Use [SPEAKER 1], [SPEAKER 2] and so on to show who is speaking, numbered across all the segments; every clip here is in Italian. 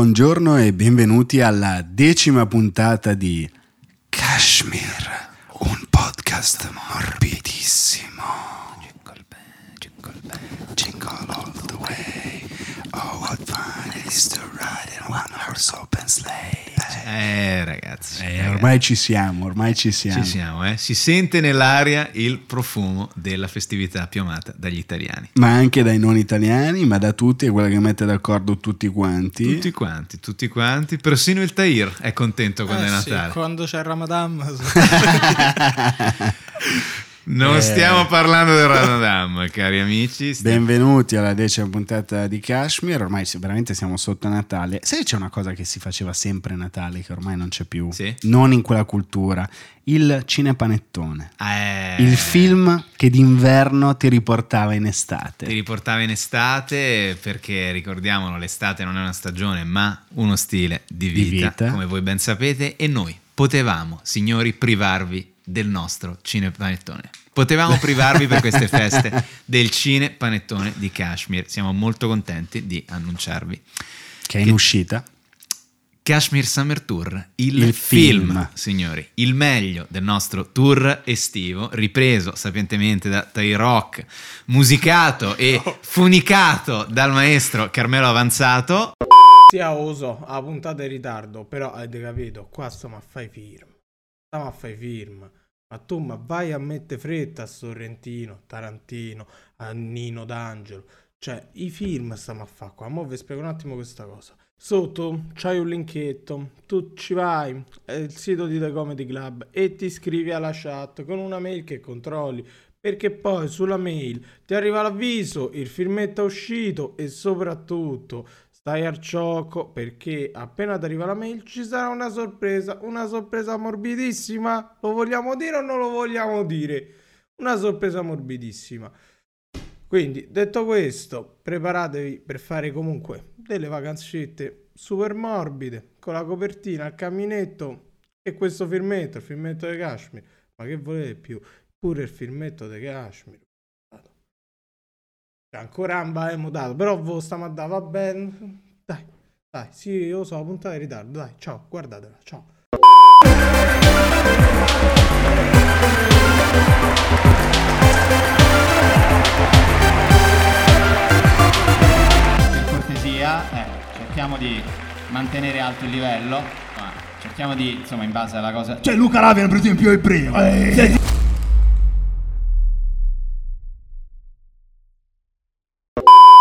[SPEAKER 1] Buongiorno e benvenuti alla decima puntata di Kashmir, un podcast morbidissimo. Jingle bell, jingle bell, jingle all the way. Oh, what fun it is to ride in one horse open sleigh.
[SPEAKER 2] Eh
[SPEAKER 1] Eh,
[SPEAKER 2] ragazzi, ragazzi,
[SPEAKER 1] ormai ci siamo, ormai ci siamo.
[SPEAKER 2] ci siamo, eh. si sente nell'aria il profumo della festività più amata dagli italiani.
[SPEAKER 1] Ma anche dai non italiani, ma da tutti, è quella che mette d'accordo tutti quanti.
[SPEAKER 2] Tutti quanti, tutti quanti, persino il Tahir è contento quando
[SPEAKER 3] Eh
[SPEAKER 2] è
[SPEAKER 3] sì,
[SPEAKER 2] Natale.
[SPEAKER 3] quando c'è il Ramadan
[SPEAKER 2] Non
[SPEAKER 1] Eh.
[SPEAKER 2] stiamo parlando del Ramadan, cari amici. sti-
[SPEAKER 1] Benvenuti alla decima puntata di Kashmir, ormai si- veramente siamo sotto Natale. Sai che c'è una cosa che si faceva sempre a Natale che ormai non c'è più?
[SPEAKER 2] Sì.
[SPEAKER 1] Non in quella cultura, il cinepanettone.
[SPEAKER 2] Eh,
[SPEAKER 1] Il film che d'inverno ti riportava in
[SPEAKER 2] Ti
[SPEAKER 1] estate.
[SPEAKER 2] riportava in estate perché ricordiamolo, l'estate non è una stagione, ma uno stile di
[SPEAKER 1] Di
[SPEAKER 2] vita,
[SPEAKER 1] vita.
[SPEAKER 2] come voi ben sapete, e noi potevamo, signori, privarvi del nostro cinepanettone. Potevamo privarvi per queste feste del cinepanettone di Kashmir. Siamo molto contenti di annunciarvi.
[SPEAKER 1] Che è in
[SPEAKER 2] che-
[SPEAKER 1] uscita.
[SPEAKER 2] Kashmir Summer Tour, il,
[SPEAKER 1] Il
[SPEAKER 2] film,
[SPEAKER 1] film.
[SPEAKER 2] signori, il meglio del nostro tour estivo, ripreso sapientemente da Tai Rock, musicato e funicato dal maestro Carmelo Avanzato.
[SPEAKER 3] sia oso a puntata in ritardo però avete capito qua stiamo a fai firm stiamo a fai firm ma tu ma vai a mettere fretta a Sorrentino Tarantino a Nino D'Angelo cioè i film stiamo a fare qua mo vi spiego un attimo questa cosa sotto c'hai un linketto tu ci vai è il sito di The Comedy Club e ti iscrivi alla chat con una mail che controlli perché poi sulla mail ti arriva l'avviso, il filmetto è uscito e soprattutto stai al gioco perché appena ti arriva la mail ci sarà una sorpresa, una sorpresa morbidissima, lo vogliamo dire o non lo vogliamo dire? Una sorpresa morbidissima. Quindi, detto questo, preparatevi per fare comunque delle vacanzette super morbide, con la copertina, il camminetto e questo filmetto, il filmetto di Kashmir. Ma che volete di più? Pure il filmetto di Kashmir. Che Ancora non va mutato, però voi stiamo a dare, va bene? Dai, dai, sì, io sono puntata in ritardo, dai, ciao, guardatela, ciao.
[SPEAKER 4] per cortesia eh, cerchiamo di mantenere alto il livello ma cerchiamo di insomma in base alla cosa cioè Luca Raven per esempio è il primo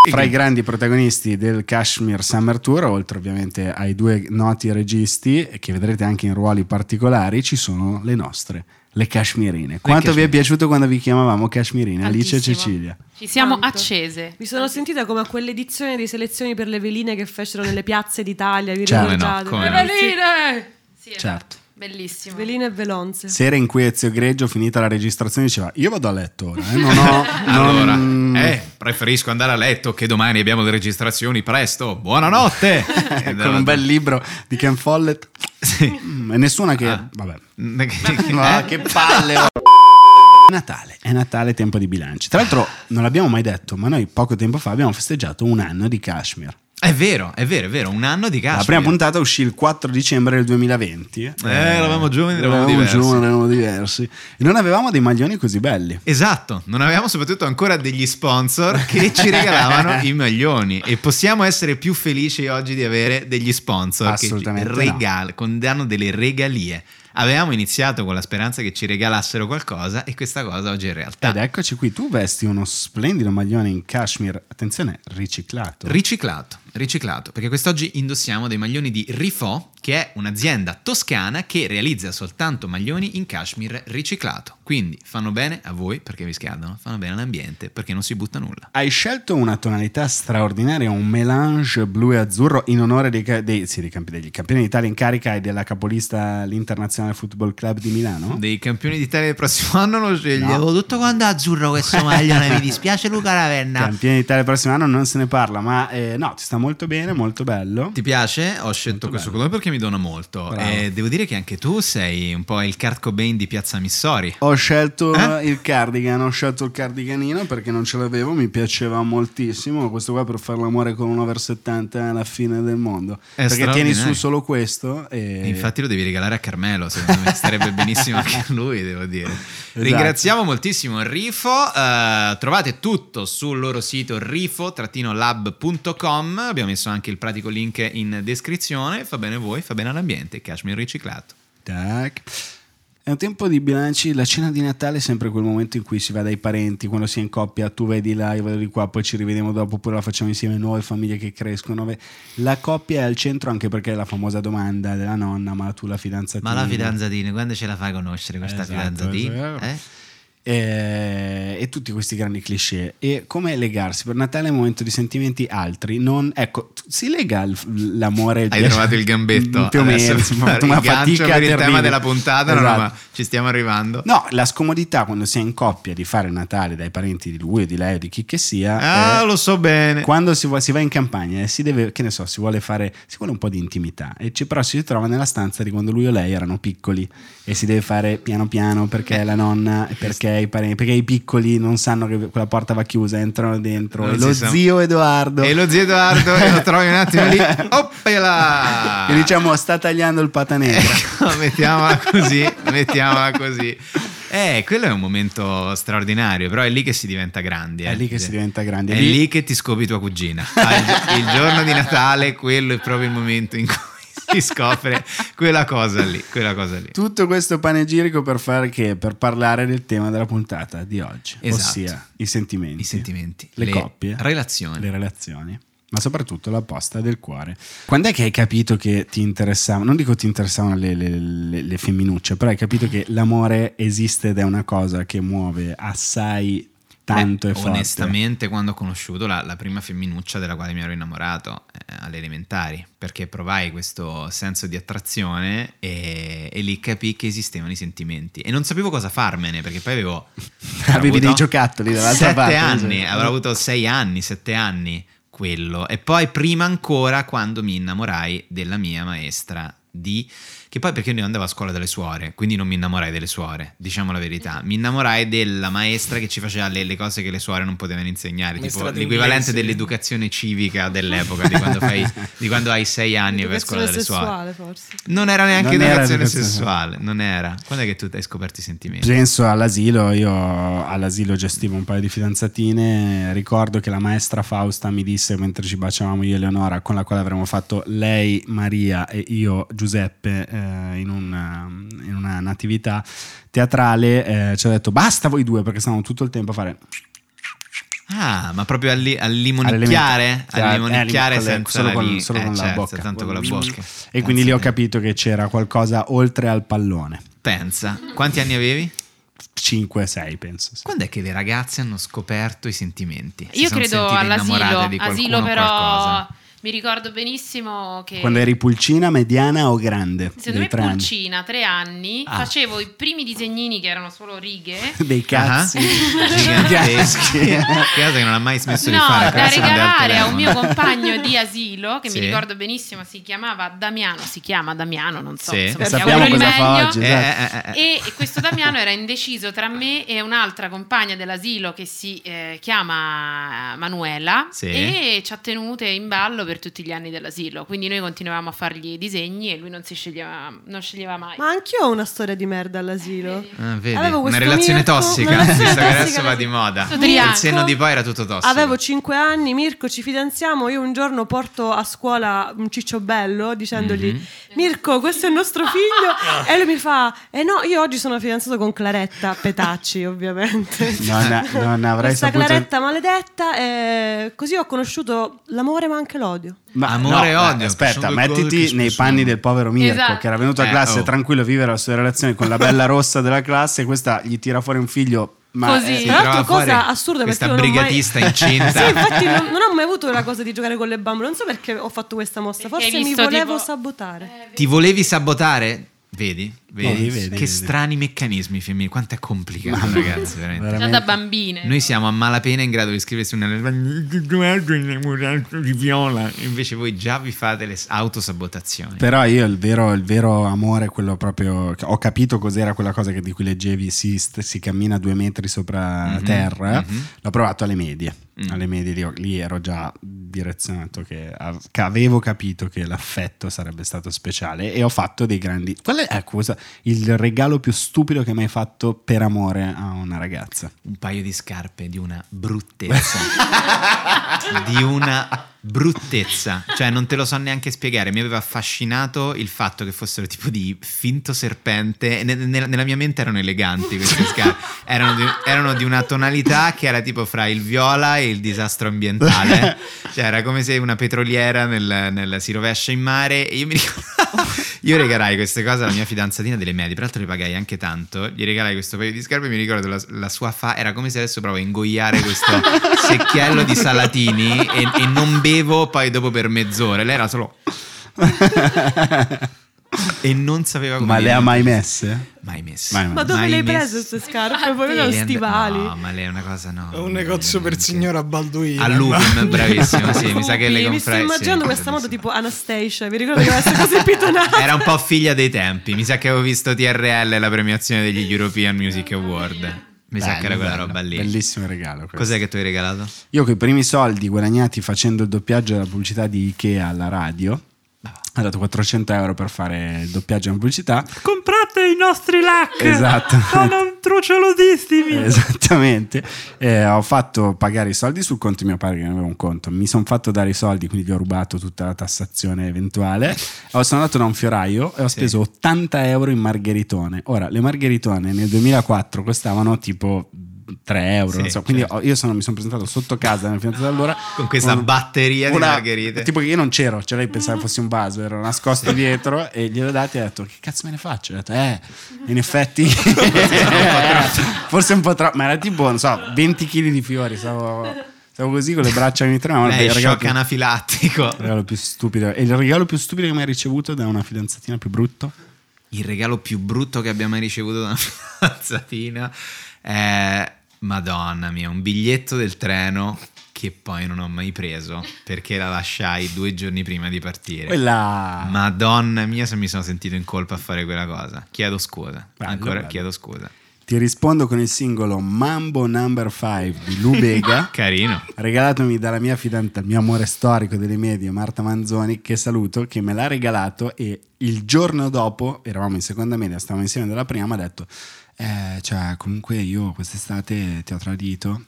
[SPEAKER 1] Fra i grandi protagonisti del Kashmir Summer Tour, oltre ovviamente ai due noti registi, che vedrete anche in ruoli particolari, ci sono le nostre, le Kashmirine. Quanto vi è
[SPEAKER 2] Kashmir-
[SPEAKER 1] piaciuto quando vi chiamavamo Kashmirine? Alice e
[SPEAKER 5] Tantissimo.
[SPEAKER 1] Cecilia.
[SPEAKER 5] Ci siamo
[SPEAKER 6] Tanto.
[SPEAKER 5] accese.
[SPEAKER 6] Mi sono sentita come a quell'edizione di selezioni per le veline che fecero nelle piazze d'Italia, vi
[SPEAKER 1] Cioè,
[SPEAKER 6] ricordate?
[SPEAKER 2] come
[SPEAKER 6] Le
[SPEAKER 2] no, come no.
[SPEAKER 6] veline-
[SPEAKER 5] Sì,
[SPEAKER 1] Certo.
[SPEAKER 5] Bellissimo.
[SPEAKER 6] Veline e velonze.
[SPEAKER 1] Se era in cui Ezio Greggio, finita la registrazione, diceva io vado a letto ora, eh, non ho...
[SPEAKER 2] Allora,
[SPEAKER 1] non-
[SPEAKER 2] eh, preferisco andare a letto che domani abbiamo le registrazioni presto. Buonanotte! E
[SPEAKER 1] Con un bel libro di Ken Follett.
[SPEAKER 2] eh, Sì.
[SPEAKER 1] Mm, E nessuna che...
[SPEAKER 2] Ah.
[SPEAKER 1] Vabbè.
[SPEAKER 2] Eh?
[SPEAKER 1] palle! È Natale, è Natale, tempo di bilanci. Tra l'altro non l'abbiamo mai detto, ma noi poco tempo fa abbiamo festeggiato un anno di Kashmir.
[SPEAKER 2] È vero, è vero, è vero, un anno di
[SPEAKER 1] La
[SPEAKER 2] cazzo.
[SPEAKER 1] prima puntata uscì il 4 dicembre del 2020. Eh,
[SPEAKER 2] eravamo giovani, eravamo diversi.
[SPEAKER 1] giovani, eravamo diversi. E non avevamo dei maglioni così belli.
[SPEAKER 2] Esatto, non avevamo soprattutto ancora degli sponsor che ci regalavano i maglioni e possiamo essere più felici oggi di avere degli sponsor che ci
[SPEAKER 1] Assolutamente no.
[SPEAKER 2] regal- con- danno delle regalie. Avevamo iniziato con la speranza che ci regalassero qualcosa e questa cosa oggi è realtà.
[SPEAKER 1] Ed eccoci qui, tu vesti uno splendido maglione in cashmere, attenzione, riciclato.
[SPEAKER 2] Riciclato, riciclato, perché quest'oggi indossiamo dei maglioni di Rifo, che è un'azienda toscana che realizza soltanto maglioni in cashmere riciclato. Quindi fanno bene a voi perché vi scaldano, fanno bene all'ambiente perché non si butta nulla.
[SPEAKER 1] Hai scelto una tonalità straordinaria, un melange blu e azzurro in onore dei, ca- dei- sì, dei campi- degli campioni d'Italia in carica e della capolista l'internazionale Nazionale Football Club di Milano?
[SPEAKER 2] Dei campioni d'Italia del prossimo anno lo sceglievo
[SPEAKER 1] No.
[SPEAKER 2] Mm? tutto quanto azzurro questo maglione. Mi dispiace Luca Ravenna.
[SPEAKER 1] Campione d'Italia il prossimo anno non se ne parla, ma eh, no, ti sta molto bene, molto bello.
[SPEAKER 2] Ti piace? Ho scelto
[SPEAKER 1] Molto
[SPEAKER 2] questo
[SPEAKER 1] bello.
[SPEAKER 2] colore perché mi dona molto.
[SPEAKER 1] Bravo.
[SPEAKER 2] E devo dire che anche tu sei un po' il Kurt Cobain di Piazza Missori.
[SPEAKER 1] Ho scelto
[SPEAKER 2] Eh?
[SPEAKER 1] il cardigan, ho scelto il cardiganino perché non ce l'avevo, mi piaceva moltissimo. Questo qua per far l'amore con un over 70 alla fine del mondo.
[SPEAKER 2] È
[SPEAKER 1] perché tieni
[SPEAKER 2] straordinario.
[SPEAKER 1] su solo questo e...
[SPEAKER 2] E Infatti lo devi regalare a Carmelo, secondo me starebbe benissimo anche a lui, devo dire. Ringraziamo moltissimo Rifo, eh, trovate tutto sul loro sito rifo-lab.com, abbiamo messo anche il pratico link in descrizione, fa bene a voi, fa bene all'ambiente, cashmere riciclato.
[SPEAKER 1] Tac. È un tempo di bilanci, la cena di Natale è sempre quel momento in cui si va dai parenti, quando si è in coppia, tu vai di là, io vado di qua, poi ci rivediamo dopo, oppure la facciamo insieme noi, famiglie che crescono. Ve- La coppia è al centro anche perché è la famosa domanda della nonna, ma tu la fidanzatina.
[SPEAKER 2] fidanzatina, quando ce la fai conoscere
[SPEAKER 1] Esatto, esatto.
[SPEAKER 2] eh?
[SPEAKER 1] Eh, e tutti questi grandi cliché e come legarsi per Natale è un momento di sentimenti altri non ecco t- si lega il- l'amore e il
[SPEAKER 2] Hai
[SPEAKER 1] piacere-
[SPEAKER 2] trovato il gambetto.
[SPEAKER 1] più o
[SPEAKER 2] Adesso
[SPEAKER 1] meno
[SPEAKER 2] per
[SPEAKER 1] insomma, ho fatto
[SPEAKER 2] fare
[SPEAKER 1] una
[SPEAKER 2] il gancio
[SPEAKER 1] fatica
[SPEAKER 2] per il
[SPEAKER 1] terribile.
[SPEAKER 2] tema della puntata, no, no,
[SPEAKER 1] Esatto.
[SPEAKER 2] ma ci stiamo arrivando.
[SPEAKER 1] No, la scomodità quando si è in coppia di fare il Natale dai parenti di lui o di lei o di chi che sia. eh,
[SPEAKER 2] Ah,
[SPEAKER 1] è
[SPEAKER 2] lo so bene.
[SPEAKER 1] Quando si, vuole- si va in campagna e si deve, che ne so, si vuole fare, si vuole un po' di intimità, e ci- però si trova nella stanza di quando lui o lei erano piccoli e si deve fare piano piano
[SPEAKER 2] Eh.
[SPEAKER 1] perché la nonna, perché i parenti, perché i piccoli non sanno che quella porta va chiusa, entrano dentro
[SPEAKER 2] Non
[SPEAKER 1] e
[SPEAKER 2] si
[SPEAKER 1] lo
[SPEAKER 2] sa.
[SPEAKER 1] zio Edoardo.
[SPEAKER 2] E lo zio Edoardo e lo trovi un attimo lì. Oppela!
[SPEAKER 1] E diciamo sta tagliando il pata negra.
[SPEAKER 2] Ecco, mettiamola così, mettiamola così. Eh, quello è un momento straordinario, però è lì che si diventa grandi. eh.
[SPEAKER 1] È lì che si diventa grandi.
[SPEAKER 2] È lì che ti scopri tua cugina. Al- Il giorno di Natale, quello è proprio il momento in cui si scopre quella cosa lì, quella cosa lì.
[SPEAKER 1] Tutto questo panegirico per fare che? Per parlare del tema della puntata di oggi,
[SPEAKER 2] Esatto.
[SPEAKER 1] ossia i sentimenti,
[SPEAKER 2] I sentimenti,
[SPEAKER 1] le, coppie,
[SPEAKER 2] relazioni.
[SPEAKER 1] le relazioni, ma soprattutto la posta del cuore. Quando è che hai capito che ti interessavano, non dico ti interessavano le, le- le- le femminucce, però hai capito che l'amore esiste ed è una cosa che muove assai tanto
[SPEAKER 2] Beh,
[SPEAKER 1] e forte.
[SPEAKER 2] Eh, Onestamente, quando ho conosciuto la, la prima femminuccia della quale mi ero innamorato eh, alle elementari, perché provai questo senso di attrazione e, e lì capii che esistevano i sentimenti. E non sapevo cosa farmene, perché poi avevo.
[SPEAKER 1] Avevi dei
[SPEAKER 2] avuto
[SPEAKER 1] giocattoli dall'altra
[SPEAKER 2] sette
[SPEAKER 1] parte.
[SPEAKER 2] anni,
[SPEAKER 1] cioè.
[SPEAKER 2] avrò avuto sei anni, sette anni, quello. E poi prima ancora quando mi innamorai della mia maestra di... Che poi perché io non andavo a scuola dalle suore, quindi non mi innamorai delle suore, diciamo la verità. Mi innamorai della maestra che ci faceva le, le cose che le suore non potevano insegnare, tipo
[SPEAKER 3] Maestra di
[SPEAKER 2] l'equivalente
[SPEAKER 3] inglese.
[SPEAKER 2] dell'educazione civica dell'epoca, di quando, fai- di quando hai sei anni e vai a scuola
[SPEAKER 6] Educazione
[SPEAKER 2] dalle suore.
[SPEAKER 6] sessuale, forse.
[SPEAKER 2] Non era neanche
[SPEAKER 1] Non era
[SPEAKER 2] educazione
[SPEAKER 1] educazione.
[SPEAKER 2] sessuale, non era. Quando è che tu hai scoperto i sentimenti?
[SPEAKER 1] Penso all'asilo, io all'asilo gestivo un paio di fidanzatine, ricordo che la maestra Fausta mi disse mentre ci baciavamo io e Eleonora, con la quale avremmo fatto lei Maria e io Giuseppe eh, in, una, in una natività teatrale, eh, ci ha detto basta voi due perché stavamo tutto il tempo a fare...
[SPEAKER 2] Ah, ma proprio a, li- a
[SPEAKER 1] All'elementa-
[SPEAKER 2] limonicchiare?
[SPEAKER 1] Cioè,
[SPEAKER 2] A limonicchiare
[SPEAKER 1] eh, limo-
[SPEAKER 2] senza
[SPEAKER 1] solo
[SPEAKER 2] la
[SPEAKER 1] con-
[SPEAKER 2] li-
[SPEAKER 1] solo
[SPEAKER 2] eh,
[SPEAKER 1] con la
[SPEAKER 2] certo,
[SPEAKER 1] bocca.
[SPEAKER 2] Tanto con la bocca.
[SPEAKER 1] E quindi lì ho
[SPEAKER 2] Pensa
[SPEAKER 1] capito che c'era qualcosa oltre al pallone.
[SPEAKER 2] te. Pensa, quanti anni avevi?
[SPEAKER 1] 5-6 penso. sì.
[SPEAKER 2] Quando è che le ragazze hanno scoperto i sentimenti? Si
[SPEAKER 5] Io
[SPEAKER 2] sono
[SPEAKER 5] credo
[SPEAKER 2] sentite
[SPEAKER 5] all'asilo,
[SPEAKER 2] innamorate di qualcuno
[SPEAKER 5] asilo
[SPEAKER 2] o
[SPEAKER 5] però
[SPEAKER 2] qualcosa?
[SPEAKER 5] mi ricordo benissimo che
[SPEAKER 1] Quando eri pulcina, mediana o grande?
[SPEAKER 5] secondo
[SPEAKER 1] Dei
[SPEAKER 5] me
[SPEAKER 1] tre anni.
[SPEAKER 5] Pulcina, tre anni,
[SPEAKER 1] Ah.
[SPEAKER 5] facevo i primi disegnini che erano solo righe.
[SPEAKER 1] Dei cazzi.
[SPEAKER 2] Giganteschi.
[SPEAKER 1] Giganteschi.
[SPEAKER 2] Ah, Cosa che non ha mai smesso di
[SPEAKER 5] no,
[SPEAKER 2] fare.
[SPEAKER 5] da
[SPEAKER 2] questo non è al
[SPEAKER 5] regalare a un
[SPEAKER 2] telefono.
[SPEAKER 5] mio compagno di asilo che
[SPEAKER 2] Sì.
[SPEAKER 5] mi ricordo benissimo si chiamava Damiano, si chiama Damiano, non so,
[SPEAKER 2] Sì.
[SPEAKER 5] insomma, gli
[SPEAKER 1] Sappiamo
[SPEAKER 5] auguri
[SPEAKER 1] cosa
[SPEAKER 5] meglio.
[SPEAKER 1] fa oggi.
[SPEAKER 2] Eh,
[SPEAKER 1] Esatto.
[SPEAKER 2] eh, eh, eh.
[SPEAKER 5] E questo Damiano era indeciso tra me e un'altra compagna dell'asilo che si eh, chiama Manuela
[SPEAKER 2] Sì.
[SPEAKER 5] e ci ha tenute in ballo per tutti gli anni dell'asilo. Quindi noi continuavamo a fargli i disegni e lui non si sceglieva, non sceglieva mai.
[SPEAKER 6] Ma anch'io ho una storia di merda
[SPEAKER 5] Eh,
[SPEAKER 6] all'asilo.
[SPEAKER 2] Ah, vedi,
[SPEAKER 6] Avevo
[SPEAKER 2] una
[SPEAKER 6] questo
[SPEAKER 2] relazione
[SPEAKER 6] Mirko-
[SPEAKER 2] tossica,
[SPEAKER 6] una relazione
[SPEAKER 2] visto che
[SPEAKER 6] tossica
[SPEAKER 2] adesso va di moda.
[SPEAKER 5] Questo
[SPEAKER 2] Il
[SPEAKER 5] triangolo.
[SPEAKER 2] senno di poi era tutto tossico.
[SPEAKER 6] Avevo 5 anni, Mirko, ci fidanziamo. Io un giorno porto a scuola un ciccio bello dicendogli:
[SPEAKER 2] Mhm.
[SPEAKER 6] Mirko, questo è il nostro figlio. e lui mi fa: Eh no, io oggi sono fidanzato con Claretta Petacci, ovviamente.
[SPEAKER 1] Non, non avrei
[SPEAKER 6] Questa
[SPEAKER 1] saputo.
[SPEAKER 6] Claretta maledetta. eh, così ho conosciuto l'amore, ma anche l'odio.
[SPEAKER 1] Ma
[SPEAKER 2] Amore e
[SPEAKER 1] no,
[SPEAKER 2] odio,
[SPEAKER 1] Aspetta,
[SPEAKER 2] sono due cose che
[SPEAKER 1] mettiti
[SPEAKER 2] ci
[SPEAKER 1] nei
[SPEAKER 2] sono.
[SPEAKER 1] panni del povero Mirko
[SPEAKER 5] Esatto.
[SPEAKER 1] che era venuto a
[SPEAKER 2] Eh,
[SPEAKER 1] classe
[SPEAKER 2] oh.
[SPEAKER 1] tranquillo a vivere la sua relazione con la bella rossa della classe e questa gli tira fuori un figlio. Ma
[SPEAKER 5] Così.
[SPEAKER 1] eh,
[SPEAKER 2] Si
[SPEAKER 6] Tra l'altro,
[SPEAKER 2] trova
[SPEAKER 6] cosa
[SPEAKER 2] fuori
[SPEAKER 6] assurda
[SPEAKER 2] Questa
[SPEAKER 6] perché io non ho mai-
[SPEAKER 2] brigatista incinta.
[SPEAKER 6] Sì, infatti non, non ho mai avuto la cosa di giocare con le bambole. Non so perché ho fatto questa mossa.
[SPEAKER 5] Perché hai
[SPEAKER 6] Forse mi
[SPEAKER 5] visto,
[SPEAKER 6] volevo
[SPEAKER 5] tipo-
[SPEAKER 6] sabotare.
[SPEAKER 2] Ti volevi sabotare? Vedi?
[SPEAKER 1] Vedi,
[SPEAKER 2] Vedi?
[SPEAKER 1] vedi,
[SPEAKER 2] che
[SPEAKER 1] vedi.
[SPEAKER 2] strani meccanismi femminili, quanto è complicato, ragazzi, veramente.
[SPEAKER 5] Già
[SPEAKER 1] Veramente.
[SPEAKER 5] da bambine.
[SPEAKER 2] Noi siamo a malapena in grado di scriversi una di viola, invece voi già vi fate le autosabotazioni.
[SPEAKER 1] Però io il vero, il vero amore, quello proprio. Ho capito cos'era quella cosa che- di cui leggevi: si, st- si cammina due metri sopra
[SPEAKER 2] Mhm,
[SPEAKER 1] terra.
[SPEAKER 2] mhm.
[SPEAKER 1] L'ho provato alle medie.
[SPEAKER 2] Mm.
[SPEAKER 1] Alle medie lì, ho- lì ero già direzionato che, av- che avevo capito che l'affetto sarebbe stato speciale e ho fatto dei grandi. Qual è ecco, cosa- il regalo più stupido che hai mai fatto per amore a una ragazza?
[SPEAKER 2] Un paio di scarpe di una bruttezza. di una bruttezza. Cioè, non te lo so neanche spiegare. Mi aveva affascinato il fatto che fossero tipo di finto serpente. Ne- ne- nella mia mente erano eleganti queste scarpe. Erano di, erano di una tonalità che era tipo fra il viola e il disastro ambientale. Cioè, era come se una petroliera nel, nel- si rovescia in mare. E io mi ricordo. Io regalai queste cose alla mia fidanzatina delle medie, peraltro le pagai anche tanto. Gli regalai questo paio di scarpe e mi ricordo la, la sua fa. Era come se adesso provo a ingoiare questo secchiello di salatini e, e non bevo poi dopo per mezz'ora. Lei era solo. e non sapeva come.
[SPEAKER 1] Ma le
[SPEAKER 2] dire.
[SPEAKER 1] ha mai messe?
[SPEAKER 2] Mai messe.
[SPEAKER 1] Mai
[SPEAKER 6] Ma dove
[SPEAKER 2] Mai
[SPEAKER 6] le hai
[SPEAKER 2] messe.
[SPEAKER 6] prese queste scarpe? Poi
[SPEAKER 5] eh, Infatti.
[SPEAKER 6] erano
[SPEAKER 2] Le and-
[SPEAKER 6] stivali.
[SPEAKER 2] No, ma lei è una cosa no.
[SPEAKER 7] È un negozio per signora Balduino.
[SPEAKER 2] A Lupin, bravissimo, sì, mi sa che le
[SPEAKER 6] Lupi, Mi sto
[SPEAKER 2] comprai. sì,
[SPEAKER 6] immaginando questa moto
[SPEAKER 2] bravissima.
[SPEAKER 6] tipo Anastasia, vi ricordo che era questa così pitonata.
[SPEAKER 2] Era un po' figlia dei tempi. Mi sa che avevo visto TRL la premiazione degli European Music Award. Mi sa che era quella roba lì.
[SPEAKER 1] Bellissimo regalo. Questo.
[SPEAKER 2] Cos'è che tu hai regalato?
[SPEAKER 1] Io con i primi soldi guadagnati facendo il doppiaggio della pubblicità di Ikea alla radio, ho dato 400 euro per fare il doppiaggio in pubblicità.
[SPEAKER 6] Comprate i nostri lac.
[SPEAKER 1] Esatto.
[SPEAKER 6] trucioludissimi.
[SPEAKER 1] Esattamente, Eh, ho fatto pagare i soldi sul conto di mio padre che non aveva un conto, mi sono fatto dare i soldi, quindi gli ho rubato tutta la tassazione eventuale. Ho- sono andato da un fioraio e ho
[SPEAKER 2] Sì.
[SPEAKER 1] speso 80 euro in margheritone. Ora, le margheritone nel 2004 costavano tipo 3 euro,
[SPEAKER 2] Sì,
[SPEAKER 1] non so. quindi
[SPEAKER 2] certo.
[SPEAKER 1] ho- io sono- mi sono presentato sotto casa nella finestra allora
[SPEAKER 2] Con questa
[SPEAKER 1] un-
[SPEAKER 2] batteria di
[SPEAKER 1] una-
[SPEAKER 2] margherite.
[SPEAKER 1] Tipo che io non c'ero, cioè lei pensava fosse un vaso, ero nascosto dietro e gliel'ho dati e ho detto che cazzo me ne faccio? Ho detto eh, in effetti forse un po' troppo, ma era tipo, non so, 20 kg di fiori, stavo, stavo così con le braccia in tremano.
[SPEAKER 2] Lei è
[SPEAKER 1] il regalo
[SPEAKER 2] shock
[SPEAKER 1] più-
[SPEAKER 2] anafilattico.
[SPEAKER 1] il regalo più stupido. E il regalo più stupido che mi hai ricevuto da una fidanzatina più brutto?
[SPEAKER 2] Il regalo più brutto che abbia mai ricevuto da una fidanzatina è... Madonna mia, un biglietto del treno che poi non ho mai preso perché la lasciai due giorni prima di partire.
[SPEAKER 1] Quella...
[SPEAKER 2] Madonna mia, se mi sono sentito in colpa a fare quella cosa. Chiedo scusa.
[SPEAKER 1] Bello,
[SPEAKER 2] Ancora
[SPEAKER 1] bello.
[SPEAKER 2] chiedo scusa.
[SPEAKER 1] Ti rispondo con il singolo Mambo Number 5 di Lubega.
[SPEAKER 2] Carino.
[SPEAKER 1] regalatomi dalla mia fidanzata, mio amore storico delle medie, Marta Manzoni, che saluto, che me l'ha regalato e il giorno dopo, eravamo in seconda media, stavamo insieme dalla prima, mi ha detto, "Eh, cioè comunque io quest'estate ti ho tradito,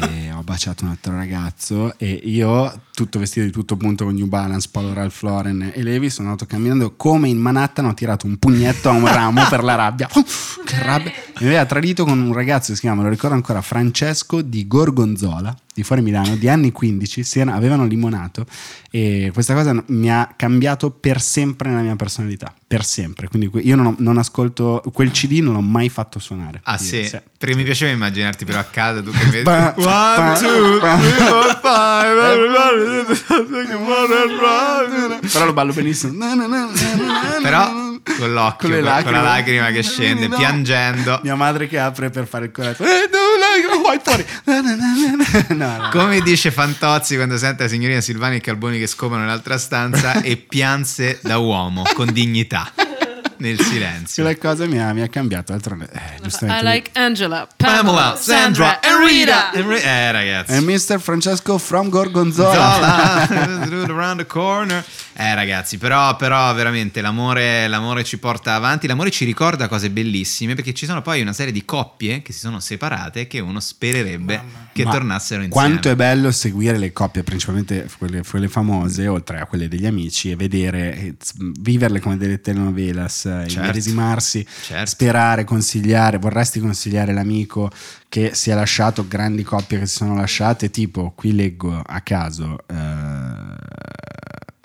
[SPEAKER 1] e ho baciato un altro ragazzo e io, tutto vestito di tutto punto con New Balance, Polo Ralph Lauren e Levi, sono andato camminando come in Manhattan, ho tirato un pugnetto a un ramo per la rabbia. Uh, che rabbia! Mi aveva tradito con un ragazzo che si chiama, me lo ricordo ancora, Francesco di Gorgonzola, di fuori Milano, di anni 15, si era- avevano limonato e questa cosa mi ha cambiato per sempre la mia personalità, per sempre. Quindi que- io non, ho- non ascolto, quel CD non l'ho mai fatto suonare. Cioè,
[SPEAKER 2] Ah
[SPEAKER 1] Quindi,
[SPEAKER 2] sì, perché mi piaceva immaginarti però a casa tu che vedi
[SPEAKER 1] Pa- pa-
[SPEAKER 2] One, two,
[SPEAKER 1] pa-
[SPEAKER 2] three, four, five
[SPEAKER 1] Però lo ballo benissimo. Na, na, na, na, na, na,
[SPEAKER 2] Però con l'occhio,
[SPEAKER 1] le
[SPEAKER 2] con- con la lacrima che scende,
[SPEAKER 1] No.
[SPEAKER 2] piangendo.
[SPEAKER 1] Mia madre che apre per fare il coraggio. Eh, no, no, vai fuori. Na, na, na, na, na. No, no.
[SPEAKER 2] Come dice Fantozzi quando sente la signorina Silvani e Calboni che scopano nell'altra stanza e pianse da uomo con dignità nel silenzio.
[SPEAKER 1] Quella cosa mi ha, mi ha cambiato. D'altronde, eh,
[SPEAKER 5] I
[SPEAKER 1] giustamente.
[SPEAKER 5] like Angela,
[SPEAKER 2] Pamela, Sandra,
[SPEAKER 5] and
[SPEAKER 2] Enrita.
[SPEAKER 5] Rita.
[SPEAKER 2] Eh
[SPEAKER 1] È
[SPEAKER 2] ragazzi.
[SPEAKER 1] Mr. Francesco from Gorgonzola.
[SPEAKER 2] Zola, around the corner. Eh ragazzi, però, però veramente l'amore, l'amore ci porta avanti, l'amore ci ricorda cose bellissime perché ci sono poi una serie di coppie che si sono separate che uno spererebbe che
[SPEAKER 1] Ma
[SPEAKER 2] tornassero insieme.
[SPEAKER 1] Quanto è bello seguire le coppie, principalmente quelle, quelle famose, oltre a quelle degli amici, e vedere, e z- viverle come delle telenovelas, eh,
[SPEAKER 2] Certo.
[SPEAKER 1] immedesimarsi,
[SPEAKER 2] Certo.
[SPEAKER 1] sperare, consigliare, vorresti consigliare l'amico che si è lasciato, grandi coppie che si sono lasciate, tipo qui leggo a caso eh,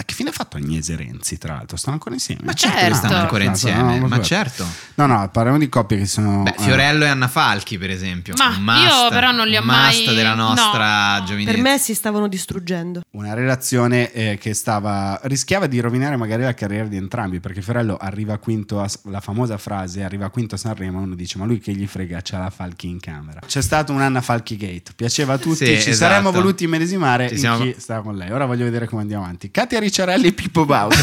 [SPEAKER 1] che fine ha fatto Agnese e Renzi, tra l'altro? Stanno ancora insieme?
[SPEAKER 2] Ma
[SPEAKER 5] certo.
[SPEAKER 2] certo, che stanno ancora
[SPEAKER 1] Ah,
[SPEAKER 2] insieme,
[SPEAKER 1] no, non
[SPEAKER 2] ma
[SPEAKER 1] lo so.
[SPEAKER 2] certo.
[SPEAKER 1] No, no, parliamo di coppie che sono...
[SPEAKER 2] Beh,
[SPEAKER 1] eh,
[SPEAKER 2] Fiorello e Anna Falchi, per esempio.
[SPEAKER 5] Ma
[SPEAKER 2] Un must,
[SPEAKER 5] io però non li ho
[SPEAKER 2] un must
[SPEAKER 5] mai-
[SPEAKER 2] della nostra
[SPEAKER 5] no.
[SPEAKER 6] Per
[SPEAKER 2] giovinezza.
[SPEAKER 6] me si stavano distruggendo.
[SPEAKER 1] una relazione eh, che stava rischiava di rovinare magari la carriera di entrambi perché Fiorello arriva quinto a, la famosa frase arriva quinto a Sanremo e uno dice ma lui che gli frega c'ha la Falchi in camera c'è stato un Anna Falchi Gate piaceva a tutti
[SPEAKER 2] Sì,
[SPEAKER 1] ci
[SPEAKER 2] esatto.
[SPEAKER 1] saremmo voluti medesimare
[SPEAKER 2] Ci
[SPEAKER 1] in
[SPEAKER 2] siamo-
[SPEAKER 1] chi stava con lei ora voglio vedere come andiamo avanti Katia Ricciarelli e Pippo Baudo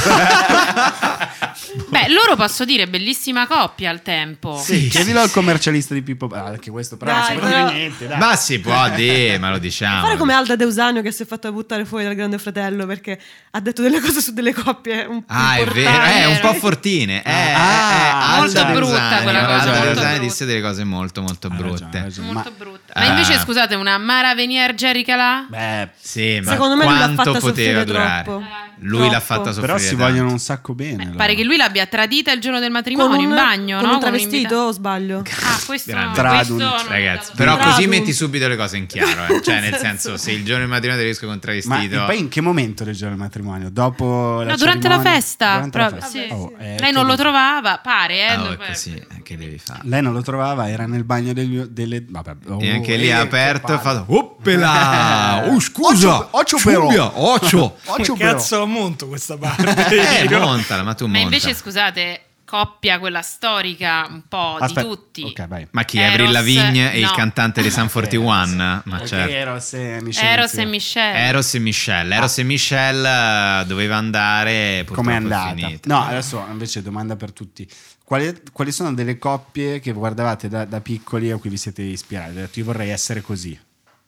[SPEAKER 5] Beh, loro posso dire bellissima coppia al tempo.
[SPEAKER 1] sì, chiedilo al commercialista di Pippo Baudo che questo però non
[SPEAKER 6] Dai,
[SPEAKER 1] si può dire
[SPEAKER 6] però-
[SPEAKER 1] niente dai.
[SPEAKER 2] Ma si può dire, ma lo diciamo.
[SPEAKER 6] Fare come Alda Deusanio che si è fatta buttare fuori dal Grande Fratello perché ha detto delle cose su delle coppie un po'
[SPEAKER 2] Ah, è vero,
[SPEAKER 5] Portare,
[SPEAKER 2] eh, un po'
[SPEAKER 5] eh.
[SPEAKER 2] fortine. Eh,
[SPEAKER 1] Ah,
[SPEAKER 2] eh, eh,
[SPEAKER 5] molto
[SPEAKER 2] Alda
[SPEAKER 5] brutta
[SPEAKER 2] Desani,
[SPEAKER 5] quella cosa,
[SPEAKER 2] Alda
[SPEAKER 1] molto
[SPEAKER 2] Desani
[SPEAKER 5] brutta.
[SPEAKER 2] disse delle cose molto, molto
[SPEAKER 1] Ha ragione, ha
[SPEAKER 2] brutte.
[SPEAKER 1] ragione.
[SPEAKER 5] Molto
[SPEAKER 1] Ma-
[SPEAKER 5] brutta. Ma invece,
[SPEAKER 2] Ah.
[SPEAKER 5] scusate, una Mara Venier Jerry Calà?
[SPEAKER 1] beh
[SPEAKER 2] Sì, ma
[SPEAKER 6] Secondo me lui l'ha
[SPEAKER 2] quanto
[SPEAKER 6] fatta
[SPEAKER 2] poteva
[SPEAKER 6] soffrire
[SPEAKER 2] durare?
[SPEAKER 6] troppo.
[SPEAKER 2] Lui l'ha
[SPEAKER 6] Troppo.
[SPEAKER 2] fatta soffrire.
[SPEAKER 1] però si
[SPEAKER 2] tanto.
[SPEAKER 1] vogliono un sacco bene
[SPEAKER 5] Eh,
[SPEAKER 1] allora.
[SPEAKER 5] Pare che lui l'abbia tradita il giorno del matrimonio in bagno,
[SPEAKER 6] con
[SPEAKER 5] no?
[SPEAKER 6] un
[SPEAKER 5] Con
[SPEAKER 6] travestito
[SPEAKER 5] un'invita-
[SPEAKER 6] o sbaglio?
[SPEAKER 5] Ah, questo,
[SPEAKER 2] Grande.
[SPEAKER 5] questo
[SPEAKER 1] Tradun.
[SPEAKER 5] non
[SPEAKER 2] Ragazzi,
[SPEAKER 5] l'ho
[SPEAKER 2] però
[SPEAKER 5] dato.
[SPEAKER 2] così
[SPEAKER 6] Bravo.
[SPEAKER 2] metti subito le cose in chiaro, eh. cioè nel senso se il giorno del matrimonio ti riesco oh, con
[SPEAKER 1] Ma
[SPEAKER 2] travestito,
[SPEAKER 1] e poi in che momento del giorno del matrimonio? Dopo la
[SPEAKER 5] No, durante la
[SPEAKER 1] cerimonia?
[SPEAKER 5] festa,
[SPEAKER 1] Durante la
[SPEAKER 5] proprio,
[SPEAKER 1] festa.
[SPEAKER 5] sì.
[SPEAKER 1] Oh, eh,
[SPEAKER 5] Lei non
[SPEAKER 1] che
[SPEAKER 5] lo
[SPEAKER 1] dici?
[SPEAKER 5] trovava, pare, eh.
[SPEAKER 2] Ah, oh,
[SPEAKER 5] non-
[SPEAKER 2] è così, eh, che devi fare?
[SPEAKER 1] Lei non lo trovava, era nel bagno degli- delle... Vabbè, oh,
[SPEAKER 2] E anche lì ha
[SPEAKER 1] eh,
[SPEAKER 2] aperto e ha
[SPEAKER 1] che palle.
[SPEAKER 2] fatto Oppela! Oh scusa!
[SPEAKER 1] Occhio- occhio però.
[SPEAKER 2] Ciubbia, occhio!
[SPEAKER 1] Occhio
[SPEAKER 7] Che
[SPEAKER 1] però.
[SPEAKER 7] cazzo la monto questa parte?
[SPEAKER 2] Eh, montala, ma tu
[SPEAKER 5] Ma
[SPEAKER 2] monta.
[SPEAKER 5] invece, scusate, coppia quella storica un po'
[SPEAKER 1] Aspetta,
[SPEAKER 5] di tutti.
[SPEAKER 1] Ok, vai.
[SPEAKER 2] Ma chi?
[SPEAKER 5] Eros-
[SPEAKER 2] Avril Lavigne e il
[SPEAKER 5] no.
[SPEAKER 2] cantante dei Sun 41? Ma
[SPEAKER 1] Ok,
[SPEAKER 2] certo.
[SPEAKER 1] Eros e Michelle.
[SPEAKER 5] Eros e
[SPEAKER 1] sì.
[SPEAKER 5] Michelle.
[SPEAKER 2] Eros e Michelle. Eros e Michelle eh, doveva andare. purtroppo
[SPEAKER 1] Ah. Com'è
[SPEAKER 2] è
[SPEAKER 1] andata?
[SPEAKER 2] finita.
[SPEAKER 1] No, adesso invece domanda per tutti. Quali, quali sono delle coppie che guardavate da, da piccoli a cui vi siete ispirati? Avete detto, io vorrei essere così,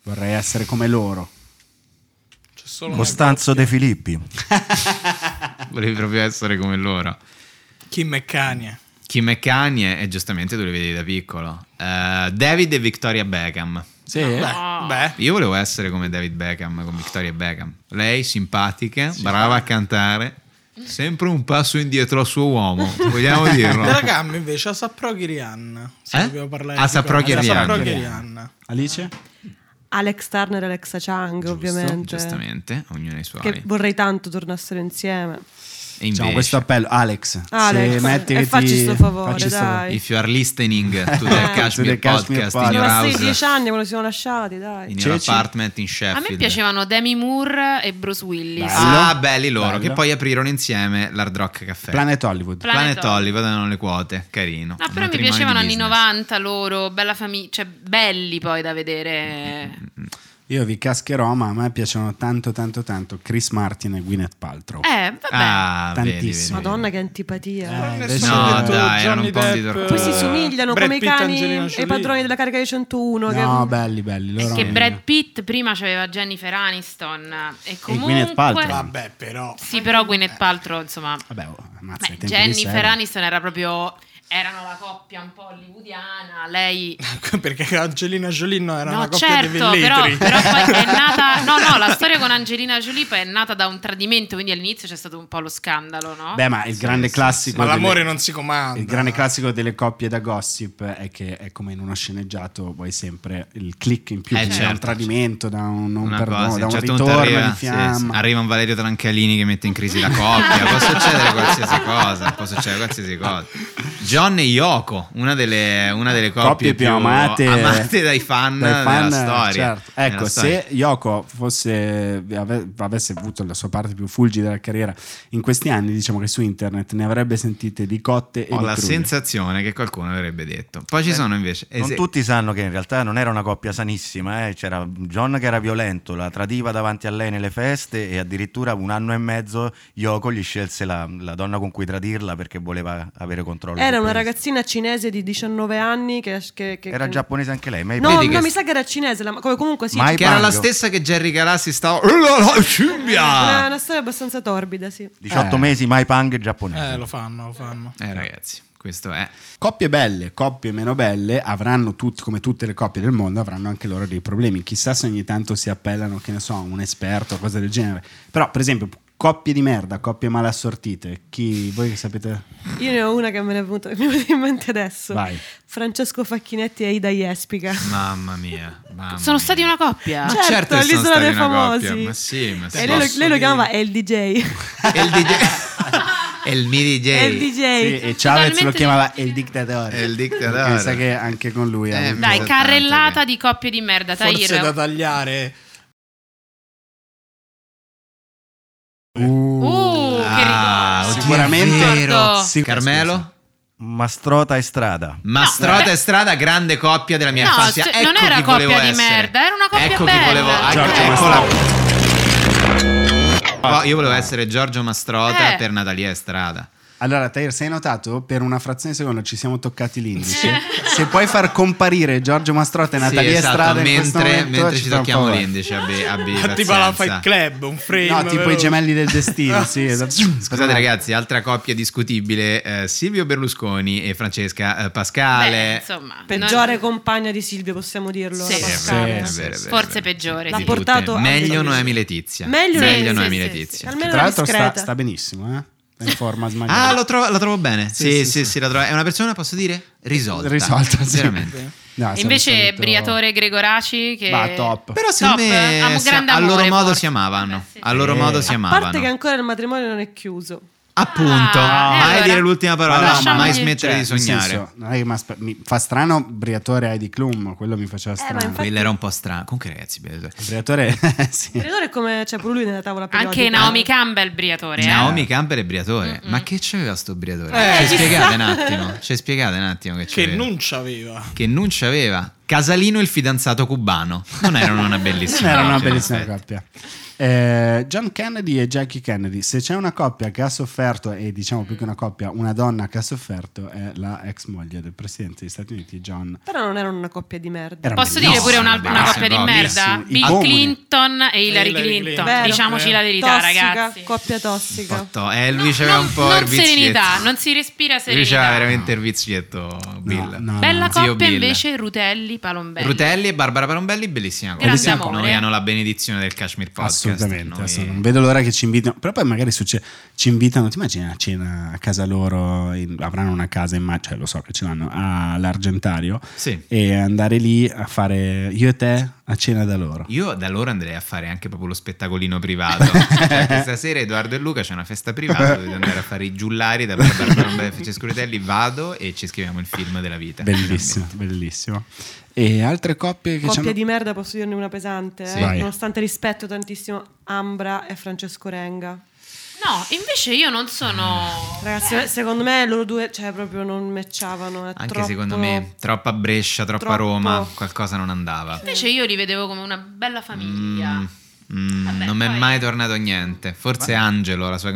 [SPEAKER 1] vorrei essere come loro.
[SPEAKER 7] C'è solo una
[SPEAKER 8] Costanzo De Filippi.
[SPEAKER 2] Volevi proprio essere come loro.
[SPEAKER 7] cosa. Kim e Kanye.
[SPEAKER 2] Kim e Kanye, e giustamente tu li vedevi da piccolo. Eh, David e Victoria Beckham.
[SPEAKER 1] Sì?
[SPEAKER 2] Ah.
[SPEAKER 5] No.
[SPEAKER 7] Beh,
[SPEAKER 2] Io volevo essere come David Beckham, con Victoria Beckham. Lei simpatica, brava a cantare, sempre un passo indietro al suo uomo, vogliamo dirlo.
[SPEAKER 7] della Cam invece a Saprochi Rihanna. Se
[SPEAKER 2] Eh?
[SPEAKER 7] dobbiamo parlare
[SPEAKER 2] A
[SPEAKER 7] di
[SPEAKER 2] Saprochi
[SPEAKER 7] cose. A
[SPEAKER 2] Rihanna.
[SPEAKER 7] Saprochi Rihanna.
[SPEAKER 1] Alice?
[SPEAKER 6] Alex Turner e Alexa Chang, ovviamente.
[SPEAKER 2] Giustamente, ognuno i suoi.
[SPEAKER 6] Che vorrei tanto tornassero insieme.
[SPEAKER 2] e
[SPEAKER 1] Diciamo
[SPEAKER 2] invece,
[SPEAKER 1] questo appello, Alex.
[SPEAKER 6] Alex,
[SPEAKER 1] se mettiti,
[SPEAKER 6] e facci sto favore,
[SPEAKER 1] facci sto-
[SPEAKER 6] dai.
[SPEAKER 2] if you are listening to
[SPEAKER 1] Eh.
[SPEAKER 2] the
[SPEAKER 1] To
[SPEAKER 2] Kashmir
[SPEAKER 1] the Kashmir
[SPEAKER 2] podcast in
[SPEAKER 1] podcast.
[SPEAKER 2] your
[SPEAKER 6] Ma sì,
[SPEAKER 2] house,
[SPEAKER 6] dieci anni quando ci siamo lasciati, dai.
[SPEAKER 2] in your
[SPEAKER 1] Ceci.
[SPEAKER 2] apartment in
[SPEAKER 5] A
[SPEAKER 2] Sheffield.
[SPEAKER 5] me piacevano Demi Moore e Bruce Willis.
[SPEAKER 1] Bello.
[SPEAKER 2] Ah, belli loro,
[SPEAKER 1] Bello.
[SPEAKER 2] che poi aprirono insieme l'Hard Rock Caffè.
[SPEAKER 1] Planet Hollywood.
[SPEAKER 5] Planet
[SPEAKER 2] Planet
[SPEAKER 5] Hollywood.
[SPEAKER 2] Hollywood, danno le quote, carino.
[SPEAKER 5] No, però mi
[SPEAKER 2] Matrimonio
[SPEAKER 5] piacevano
[SPEAKER 2] di
[SPEAKER 5] anni
[SPEAKER 2] business.
[SPEAKER 5] 90 loro, bella famiglia, cioè belli poi da
[SPEAKER 2] Mm,
[SPEAKER 5] vedere.
[SPEAKER 1] Io vi cascherò, ma a me piacciono tanto, tanto, tanto Chris Martin e Gwyneth Paltrow.
[SPEAKER 5] Eh, vabbè.
[SPEAKER 2] Ah, vedi, vedi,
[SPEAKER 1] Tantissimo.
[SPEAKER 2] vedi.
[SPEAKER 6] Madonna, che antipatia.
[SPEAKER 1] Eh,
[SPEAKER 7] Nessuno
[SPEAKER 1] invece-
[SPEAKER 7] ha
[SPEAKER 2] No,
[SPEAKER 7] detto
[SPEAKER 2] dai, erano
[SPEAKER 7] Johnny
[SPEAKER 2] un po' di
[SPEAKER 7] Depp,
[SPEAKER 2] tortura.
[SPEAKER 6] Poi si somigliano
[SPEAKER 7] Brad
[SPEAKER 6] come i
[SPEAKER 7] Pitt,
[SPEAKER 6] cani
[SPEAKER 7] Angelina
[SPEAKER 6] e i
[SPEAKER 7] Jolie.
[SPEAKER 6] padroni della carica di 101. che-
[SPEAKER 1] No, belli, belli.
[SPEAKER 5] È
[SPEAKER 1] Loro
[SPEAKER 5] che Brad Pitt prima c'aveva Jennifer Aniston e comunque...
[SPEAKER 1] Gwyneth Paltrow.
[SPEAKER 7] Vabbè, però.
[SPEAKER 5] Sì, però Gwyneth Paltrow, insomma...
[SPEAKER 1] Vabbè, oh, ammazza,
[SPEAKER 5] Beh,
[SPEAKER 1] i tempi di
[SPEAKER 5] Jennifer
[SPEAKER 1] serie.
[SPEAKER 5] Aniston era proprio... Erano la coppia un po' hollywoodiana, lei...
[SPEAKER 7] Perché Angelina Jolie no, era una
[SPEAKER 5] No,
[SPEAKER 7] coppia di
[SPEAKER 5] certo, però,
[SPEAKER 7] velletri.
[SPEAKER 5] però poi è nata... No, no, la storia con Angelina Jolie poi è nata da un tradimento, quindi all'inizio c'è stato un po' lo scandalo, no?
[SPEAKER 1] Beh, ma il grande
[SPEAKER 2] sì,
[SPEAKER 1] classico.
[SPEAKER 7] Ma l'amore
[SPEAKER 1] delle-
[SPEAKER 7] non si comanda.
[SPEAKER 1] Il grande classico delle coppie da gossip è che è come in uno sceneggiato, vuoi sempre il click in più,
[SPEAKER 2] Eh,
[SPEAKER 1] quindi da un
[SPEAKER 2] certo.
[SPEAKER 1] tradimento, da un non
[SPEAKER 2] Una
[SPEAKER 1] perdono,
[SPEAKER 2] cosa,
[SPEAKER 1] da
[SPEAKER 2] a
[SPEAKER 1] un
[SPEAKER 2] un certo punto
[SPEAKER 1] ritorno
[SPEAKER 2] arriva,
[SPEAKER 1] di
[SPEAKER 2] sì,
[SPEAKER 1] fiamma.
[SPEAKER 2] sì, arriva un Valerio Trancalini che mette in crisi la coppia. può succedere qualsiasi cosa. Può succedere qualsiasi cosa. John e Yoko, una delle, una delle coppie,
[SPEAKER 1] coppie più amate,
[SPEAKER 2] amate dai fan,
[SPEAKER 1] dai fan,
[SPEAKER 2] della storia.
[SPEAKER 1] certo.
[SPEAKER 2] Nella
[SPEAKER 1] Ecco,
[SPEAKER 2] storia.
[SPEAKER 1] se Yoko fosse, ave- avesse avuto la sua parte più fulgida della carriera in questi anni, diciamo che su internet ne avrebbe sentite di cotte e
[SPEAKER 2] Ho
[SPEAKER 1] di
[SPEAKER 2] Oh, la
[SPEAKER 1] crude.
[SPEAKER 2] sensazione che qualcuno avrebbe detto. Poi
[SPEAKER 1] Certo.
[SPEAKER 2] ci sono invece.
[SPEAKER 7] Eh,
[SPEAKER 8] Non
[SPEAKER 2] ese-
[SPEAKER 8] tutti sanno che in realtà non era una coppia sanissima, eh. c'era John che era violento, la tradiva davanti a lei nelle feste e addirittura un anno e mezzo Yoko gli scelse la, la donna con cui tradirla perché voleva avere controllo.
[SPEAKER 6] Era
[SPEAKER 8] su
[SPEAKER 6] una
[SPEAKER 8] questo.
[SPEAKER 6] ragazzina cinese di 19 anni che... che- che-
[SPEAKER 8] Era
[SPEAKER 6] che-
[SPEAKER 8] giapponese anche lei, ma
[SPEAKER 6] No,
[SPEAKER 2] Vedi che-
[SPEAKER 6] no, mi sa che era cinese, la- come- comunque sì.
[SPEAKER 8] Mai
[SPEAKER 2] Che era la
[SPEAKER 8] Banjo.
[SPEAKER 2] stessa che Jerry Calà si stava. Oh, la, la, scimmia!
[SPEAKER 6] cioè, Una, una storia abbastanza torbida, sì.
[SPEAKER 8] 18
[SPEAKER 1] Eh.
[SPEAKER 8] mesi, mai pang giapponese.
[SPEAKER 7] Eh, lo fanno, lo fanno.
[SPEAKER 2] Eh, ragazzi, questo è.
[SPEAKER 1] Coppie belle, coppie meno belle avranno tutti, come tutte le coppie del mondo, avranno anche loro dei problemi. Chissà se ogni tanto si appellano, che ne so, a un esperto o cose del genere. Però, per esempio, Coppie di merda, coppie mal assortite. Chi voi che sapete?
[SPEAKER 6] Io ne ho una che me ne è venuta mi è venuta in mente adesso.
[SPEAKER 1] Vai.
[SPEAKER 6] Francesco Facchinetti e Aida Jespica.
[SPEAKER 2] Mamma mia. mamma
[SPEAKER 5] Sono
[SPEAKER 2] mia.
[SPEAKER 5] stati una coppia.
[SPEAKER 2] Ma
[SPEAKER 6] Certo,
[SPEAKER 2] certo, che sono
[SPEAKER 6] all'Isola
[SPEAKER 2] stati
[SPEAKER 6] dei
[SPEAKER 2] una
[SPEAKER 6] Famosi.
[SPEAKER 2] coppia, Ma sì, ma sì.
[SPEAKER 6] E lei lo, lei lo chiamava è il DJ.
[SPEAKER 2] È il DJ. È il mini DJ.
[SPEAKER 6] È il
[SPEAKER 1] Sì,
[SPEAKER 6] DJ.
[SPEAKER 1] e Chavez lo
[SPEAKER 5] Totalmente-
[SPEAKER 1] chiamava il dittatore.
[SPEAKER 2] È il dittatore.
[SPEAKER 1] Mi sa che anche con lui ha
[SPEAKER 2] Eh,
[SPEAKER 1] avuto-
[SPEAKER 2] mi sa-
[SPEAKER 5] Dai,
[SPEAKER 2] Importante,
[SPEAKER 5] carrellata
[SPEAKER 2] che-
[SPEAKER 5] di coppie di merda.
[SPEAKER 7] Forse da
[SPEAKER 5] Tahir.
[SPEAKER 7] tagliare.
[SPEAKER 5] Uh, che
[SPEAKER 2] Ah,
[SPEAKER 5] ricordo.
[SPEAKER 2] oddio,
[SPEAKER 1] Sicuramente-
[SPEAKER 2] è vero.
[SPEAKER 5] Sì,
[SPEAKER 2] Carmelo?
[SPEAKER 8] Mastrota e strada.
[SPEAKER 2] Mastrota
[SPEAKER 5] No.
[SPEAKER 2] e Strada, grande coppia della mia
[SPEAKER 5] No,
[SPEAKER 2] infanzia.
[SPEAKER 5] cioè,
[SPEAKER 2] ecco
[SPEAKER 5] non era
[SPEAKER 2] chi
[SPEAKER 5] coppia
[SPEAKER 2] volevo
[SPEAKER 5] di
[SPEAKER 2] essere.
[SPEAKER 5] merda, era una coppia
[SPEAKER 2] ecco
[SPEAKER 5] bella.
[SPEAKER 2] Chi volevo,
[SPEAKER 1] Giorgio
[SPEAKER 2] ecco-
[SPEAKER 1] Mastrota.
[SPEAKER 2] eccola. Oh, io volevo essere Giorgio Mastrota
[SPEAKER 5] Eh.
[SPEAKER 2] per Natalia Estrada.
[SPEAKER 1] Allora, Tair, sei notato? Per una frazione di secondo ci siamo toccati l'indice. Se puoi far comparire Giorgio Mastrota e Natalia
[SPEAKER 2] esatto,
[SPEAKER 1] Estrada in questo
[SPEAKER 2] mentre,
[SPEAKER 1] momento,
[SPEAKER 2] mentre ci
[SPEAKER 1] fa un
[SPEAKER 2] tocchiamo
[SPEAKER 1] favore.
[SPEAKER 2] l'indice, abbi, abbi
[SPEAKER 7] tipo la
[SPEAKER 2] pazienza.
[SPEAKER 7] Fight Club, un frame.
[SPEAKER 1] No, tipo i
[SPEAKER 7] veloce.
[SPEAKER 1] gemelli del destino, sì, esatto.
[SPEAKER 2] Scusate ragazzi, altra coppia discutibile, eh, Silvio Berlusconi e Francesca eh, Pascale.
[SPEAKER 5] Beh, insomma, non-
[SPEAKER 6] Peggiore compagna di Silvio, possiamo dirlo.
[SPEAKER 5] Sì.
[SPEAKER 6] la
[SPEAKER 5] Sì,
[SPEAKER 6] Pascale.
[SPEAKER 1] è vero,
[SPEAKER 2] È vero, è vero,
[SPEAKER 5] Forse
[SPEAKER 2] è vero.
[SPEAKER 5] peggiore,
[SPEAKER 2] Di
[SPEAKER 5] sì.
[SPEAKER 6] L'ha portato
[SPEAKER 2] tutte.
[SPEAKER 6] a-
[SPEAKER 2] Meglio Noemi Letizia.
[SPEAKER 6] Meglio
[SPEAKER 5] Noemi-
[SPEAKER 2] Noemi
[SPEAKER 5] sì, sì,
[SPEAKER 2] Letizia.
[SPEAKER 6] Almeno
[SPEAKER 1] Tra
[SPEAKER 6] era
[SPEAKER 1] l'altro sta,
[SPEAKER 6] discreta.
[SPEAKER 1] sta benissimo, eh? Sta in forma smagliata.
[SPEAKER 2] Ah, lo trovo, la trovo bene. Sì,
[SPEAKER 1] sì,
[SPEAKER 2] sì, sì,
[SPEAKER 1] sì.
[SPEAKER 2] la trovo. È una persona, posso dire? Risolta.
[SPEAKER 1] Risolta, sì.
[SPEAKER 2] Veramente.
[SPEAKER 1] No,
[SPEAKER 5] E
[SPEAKER 1] Ah, siamo
[SPEAKER 5] Invece
[SPEAKER 1] solito-
[SPEAKER 5] Briatore Gregoraci che...
[SPEAKER 1] Va, top.
[SPEAKER 2] Però secondo
[SPEAKER 5] Top,
[SPEAKER 2] me
[SPEAKER 5] amo
[SPEAKER 2] si-
[SPEAKER 5] grande
[SPEAKER 2] a loro
[SPEAKER 5] amore,
[SPEAKER 2] modo
[SPEAKER 5] forse.
[SPEAKER 2] si amavano.
[SPEAKER 5] Eh, sì.
[SPEAKER 2] A loro
[SPEAKER 1] Sì.
[SPEAKER 2] modo si
[SPEAKER 1] A
[SPEAKER 6] A parte
[SPEAKER 2] amavano.
[SPEAKER 6] che ancora il matrimonio non è chiuso.
[SPEAKER 2] Appunto,
[SPEAKER 5] Ah, eh,
[SPEAKER 2] mai
[SPEAKER 5] allora.
[SPEAKER 2] dire l'ultima
[SPEAKER 1] Ma no,
[SPEAKER 2] parola,
[SPEAKER 1] ma-
[SPEAKER 2] mai
[SPEAKER 5] Cioè,
[SPEAKER 2] smettere di
[SPEAKER 1] Nel
[SPEAKER 2] sognare.
[SPEAKER 1] senso, non è che m'aspe- mi fa strano Briatore Heidi Klum, quello mi
[SPEAKER 5] Eh,
[SPEAKER 1] faceva strano.
[SPEAKER 6] infatti-
[SPEAKER 2] Quella era un po' strana. Comunque ragazzi, beh,
[SPEAKER 1] Briatore,
[SPEAKER 6] Il
[SPEAKER 1] sì.
[SPEAKER 6] creatore è come c'è pure lui nella tavola periodica.
[SPEAKER 5] Anche Naomi Campbell Briatore. eh.
[SPEAKER 2] Naomi Camper e Briatore.
[SPEAKER 5] Mm-mm.
[SPEAKER 2] Ma che c'aveva sto Briatore?
[SPEAKER 7] Eh,
[SPEAKER 2] ci
[SPEAKER 7] chissà.
[SPEAKER 2] spiegate un attimo. Ci spiegate un attimo che
[SPEAKER 7] Che
[SPEAKER 2] c'aveva.
[SPEAKER 7] non c'aveva.
[SPEAKER 2] che non c'aveva. Casalino e il fidanzato cubano. Non erano una bellissima
[SPEAKER 1] Non era una
[SPEAKER 2] coppia,
[SPEAKER 1] bellissima
[SPEAKER 2] in effetti.
[SPEAKER 1] coppia. Eh, John Kennedy e Jackie Kennedy. Se c'è una coppia che ha sofferto, e diciamo più che una coppia, una donna che ha sofferto, è la ex moglie del presidente degli Stati Uniti, John.
[SPEAKER 6] Però non erano una coppia di merda.
[SPEAKER 1] Era
[SPEAKER 5] Posso
[SPEAKER 1] bellissimo.
[SPEAKER 5] dire pure
[SPEAKER 2] No,
[SPEAKER 5] un'altra una
[SPEAKER 2] bellissimo,
[SPEAKER 5] coppia di
[SPEAKER 1] bellissimo.
[SPEAKER 5] merda?
[SPEAKER 1] I
[SPEAKER 5] Bill
[SPEAKER 1] comuni.
[SPEAKER 5] Clinton e Hillary
[SPEAKER 7] Hillary
[SPEAKER 5] Clinton.
[SPEAKER 7] Clinton.
[SPEAKER 6] Vero,
[SPEAKER 5] Diciamoci
[SPEAKER 7] vero.
[SPEAKER 5] la verità,
[SPEAKER 6] Tossica,
[SPEAKER 5] ragazzi.
[SPEAKER 6] Coppia
[SPEAKER 2] Un po'
[SPEAKER 6] tossica.
[SPEAKER 2] to- Eh, lui c'aveva
[SPEAKER 5] non-
[SPEAKER 2] un po'
[SPEAKER 5] non
[SPEAKER 2] il vizietto.
[SPEAKER 5] serenità, non si respira
[SPEAKER 2] Lui c'aveva
[SPEAKER 5] serenità.
[SPEAKER 2] veramente il vizietto, Bill.
[SPEAKER 1] No, no,
[SPEAKER 5] Bella
[SPEAKER 1] no.
[SPEAKER 2] Zio
[SPEAKER 5] coppia
[SPEAKER 2] Bill.
[SPEAKER 5] invece Rutelli Palombelli.
[SPEAKER 2] Rutelli e Barbara Parombelli, bellissima coppia.
[SPEAKER 5] Grande
[SPEAKER 2] Con Noi
[SPEAKER 5] amore.
[SPEAKER 2] hanno la benedizione del Kashmir Podcast.
[SPEAKER 1] assolutamente,
[SPEAKER 2] Noi-
[SPEAKER 1] assolutamente. non vedo l'ora che ci invitano però poi magari succe- ci invitano ti immagini a cena a casa loro in- avranno una casa in ma- cioè lo so che ce l'hanno all'Argentario
[SPEAKER 2] Sì.
[SPEAKER 1] e andare lì a fare io e te a cena da loro
[SPEAKER 2] Io da loro andrei a fare anche proprio lo spettacolino privato. cioè, questa sera Edoardo e Luca c'è una festa privata, dovete andare a fare i giullari da Barbara Parombelli e Francesco Rutelli, vado e ci scriviamo il film della vita.
[SPEAKER 1] bellissimo bellissimo e altre coppie che
[SPEAKER 6] Coppia
[SPEAKER 1] c'hanno
[SPEAKER 6] di merda, posso dirne una pesante. eh?
[SPEAKER 1] Sì. Vai.
[SPEAKER 6] Nonostante rispetto tantissimo Ambra e Francesco Renga.
[SPEAKER 5] No, invece io non sono...
[SPEAKER 6] Ragazzi, secondo me loro due, cioè, proprio non matchavano. è
[SPEAKER 2] Anche
[SPEAKER 6] troppo-
[SPEAKER 2] secondo me, troppa Brescia, troppa
[SPEAKER 6] troppo-
[SPEAKER 2] Roma, qualcosa non andava.
[SPEAKER 5] Invece io li vedevo come una bella famiglia.
[SPEAKER 2] Mm, mm,
[SPEAKER 5] Vabbè,
[SPEAKER 2] non mi è
[SPEAKER 5] poi-
[SPEAKER 2] mai tornato niente. Forse Angelo, la sua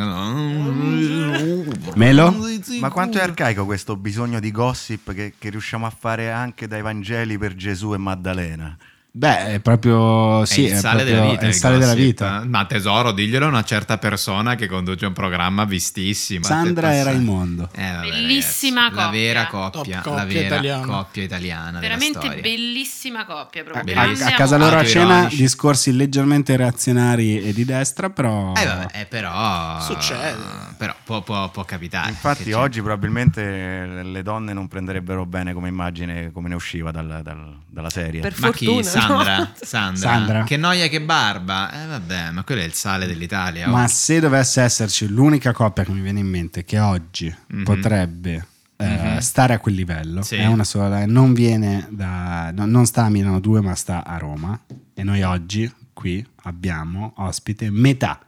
[SPEAKER 1] Melo?
[SPEAKER 8] Ma quanto è arcaico questo bisogno di gossip che, che riusciamo a fare anche dai Vangeli per Gesù e Maddalena?
[SPEAKER 1] beh è proprio sì
[SPEAKER 2] è il sale
[SPEAKER 1] proprio-
[SPEAKER 2] della vita.
[SPEAKER 1] è il
[SPEAKER 2] il
[SPEAKER 1] sale della
[SPEAKER 2] gossip.
[SPEAKER 1] vita.
[SPEAKER 2] Ma tesoro, diglielo a una certa persona che conduce un programma vistissimo.
[SPEAKER 1] Sandra e
[SPEAKER 2] era il
[SPEAKER 1] Raimondo
[SPEAKER 5] Bellissima
[SPEAKER 2] La
[SPEAKER 5] coppia.
[SPEAKER 2] vera coppia,
[SPEAKER 7] Top
[SPEAKER 2] la
[SPEAKER 7] coppia
[SPEAKER 2] vera
[SPEAKER 7] italiana.
[SPEAKER 2] coppia italiana.
[SPEAKER 5] Veramente
[SPEAKER 2] della storia.
[SPEAKER 5] bellissima coppia
[SPEAKER 1] a,
[SPEAKER 5] proprio.
[SPEAKER 1] a-
[SPEAKER 5] grande
[SPEAKER 1] a casa
[SPEAKER 5] amore.
[SPEAKER 2] Ah,
[SPEAKER 1] loro a cena
[SPEAKER 2] Autoironici.
[SPEAKER 1] discorsi leggermente reazionari e di destra però
[SPEAKER 2] Eh, vabbè, eh, però
[SPEAKER 7] Succede.
[SPEAKER 2] Però può, può- può
[SPEAKER 1] Ah,
[SPEAKER 2] capitare. che
[SPEAKER 8] Infatti
[SPEAKER 2] c'è-
[SPEAKER 8] oggi probabilmente le donne non prenderebbero bene come immagine come ne usciva dal- dal- dalla serie.
[SPEAKER 6] Per
[SPEAKER 2] Ma
[SPEAKER 6] fortuna.
[SPEAKER 2] chi? Sandra,
[SPEAKER 6] no?
[SPEAKER 2] Sandra?
[SPEAKER 1] Sandra.
[SPEAKER 2] Che noia, che barba. Eh vabbè, ma quello è il sale dell'Italia. oh.
[SPEAKER 1] Ma se dovesse esserci l'unica coppia che mi viene in mente che oggi
[SPEAKER 2] Mhm.
[SPEAKER 1] potrebbe eh,
[SPEAKER 2] Mhm.
[SPEAKER 1] stare a quel livello,
[SPEAKER 2] Sì.
[SPEAKER 1] è una sola, non viene da, no- non sta a Milano 2 ma sta a Roma e noi oggi qui abbiamo ospite metà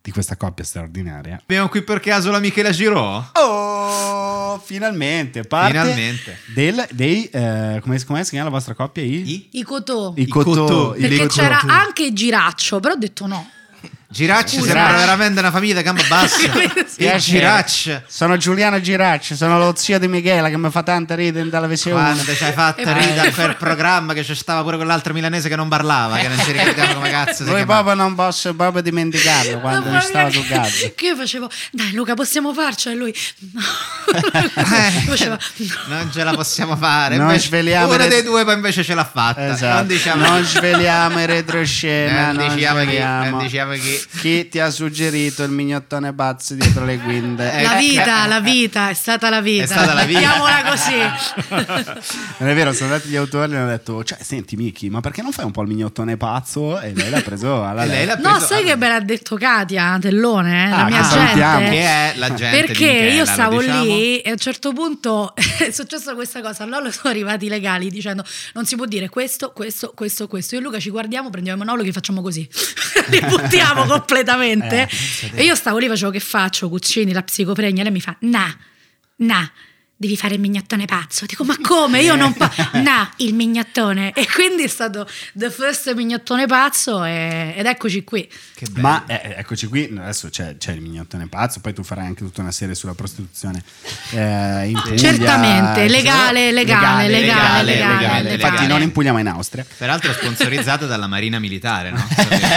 [SPEAKER 1] di questa coppia straordinaria.
[SPEAKER 2] Abbiamo qui per caso la Michela Giro?
[SPEAKER 1] Oh, finalmente, parte
[SPEAKER 2] Finalmente.
[SPEAKER 1] del- dei, eh, come, come si chiama la vostra coppia? I,
[SPEAKER 9] I cotò.
[SPEAKER 1] I
[SPEAKER 2] I
[SPEAKER 1] Cotò,
[SPEAKER 2] Cotò,
[SPEAKER 1] i
[SPEAKER 9] Perché
[SPEAKER 1] Cotò.
[SPEAKER 9] c'era anche Giraccio, però ho detto no.
[SPEAKER 2] Giracci
[SPEAKER 1] Scusa.
[SPEAKER 2] sembra veramente una famiglia da gamba bassa. Il
[SPEAKER 1] Piacere.
[SPEAKER 2] Giracci.
[SPEAKER 1] Sono Giuliano Giracci, sono lo zio di Michela che mi fa tanta ridere dalla visione.
[SPEAKER 2] Quando ci hai fatto ridere quel programma che c'è stava pure quell'altro milanese che non parlava, che non si ricordava come cazzo si
[SPEAKER 1] Lui
[SPEAKER 2] chiamava.
[SPEAKER 1] proprio non posso proprio dimenticarlo quando
[SPEAKER 9] Mamma
[SPEAKER 1] mi stava
[SPEAKER 9] mia,
[SPEAKER 1] sul gatto.
[SPEAKER 9] Che io facevo, dai Luca, possiamo farcela? E lui, no. Faceva-
[SPEAKER 2] non ce la possiamo fare.
[SPEAKER 8] Non
[SPEAKER 2] Invece-
[SPEAKER 8] sveliamo
[SPEAKER 2] Uno
[SPEAKER 8] le-
[SPEAKER 2] dei due, poi invece ce l'ha fatta.
[SPEAKER 8] Esatto.
[SPEAKER 2] Non diciamo.
[SPEAKER 8] Non sveliamo il retroscena.
[SPEAKER 2] Non
[SPEAKER 8] Non
[SPEAKER 2] diciamo chi-
[SPEAKER 8] sveliamo.
[SPEAKER 2] non diciamo chi.
[SPEAKER 8] ti ha suggerito il mignottone pazzo dietro le
[SPEAKER 2] Eh,
[SPEAKER 8] quinte?
[SPEAKER 9] La
[SPEAKER 2] eh,
[SPEAKER 9] vita,
[SPEAKER 2] eh,
[SPEAKER 9] la vita, è stata la vita.
[SPEAKER 2] È stata la vita.
[SPEAKER 9] Mettiamola così.
[SPEAKER 1] Non è vero, sono andati gli autori e hanno detto: Cioè, senti, Miki, ma perché non fai un po' il mignottone pazzo? E lei l'ha preso alla
[SPEAKER 2] E lei l'ha
[SPEAKER 9] No,
[SPEAKER 2] preso-
[SPEAKER 9] sai che me l'ha detto Katia Tellone, eh,
[SPEAKER 1] Ah,
[SPEAKER 9] la mia
[SPEAKER 1] che salutiamo.
[SPEAKER 9] gente.
[SPEAKER 2] Che è la gente
[SPEAKER 9] Perché
[SPEAKER 2] di Michela,
[SPEAKER 9] io
[SPEAKER 2] lo
[SPEAKER 9] stavo
[SPEAKER 2] diciamo?
[SPEAKER 9] lì e a un certo punto è successa questa cosa. Allora sono arrivati i legali dicendo non si può dire questo, questo, questo, questo. Io e Luca ci guardiamo, prendiamo i monologhi e facciamo così. Li buttiamo
[SPEAKER 2] Eh,
[SPEAKER 9] completamente. e io stavo lì, facevo che faccio? Cuccini, la psicopregna. E lei mi fa, nah, nah. Devi fare il mignottone pazzo. Dico, ma come? Io non. Pa-
[SPEAKER 2] Eh.
[SPEAKER 9] nah, il mignottone. E quindi è stato the first mignottone pazzo. e- ed eccoci qui.
[SPEAKER 2] Che bello.
[SPEAKER 1] Ma eh, eccoci qui, adesso c'è, c'è il mignottone pazzo, poi tu farai anche tutta una serie sulla prostituzione eh, in Puglia.
[SPEAKER 9] Certamente, legale, legale, legale,
[SPEAKER 2] legale,
[SPEAKER 9] legale,
[SPEAKER 2] legale.
[SPEAKER 1] Infatti non in Puglia ma in Austria.
[SPEAKER 2] Peraltro sponsorizzata dalla Marina Militare, no?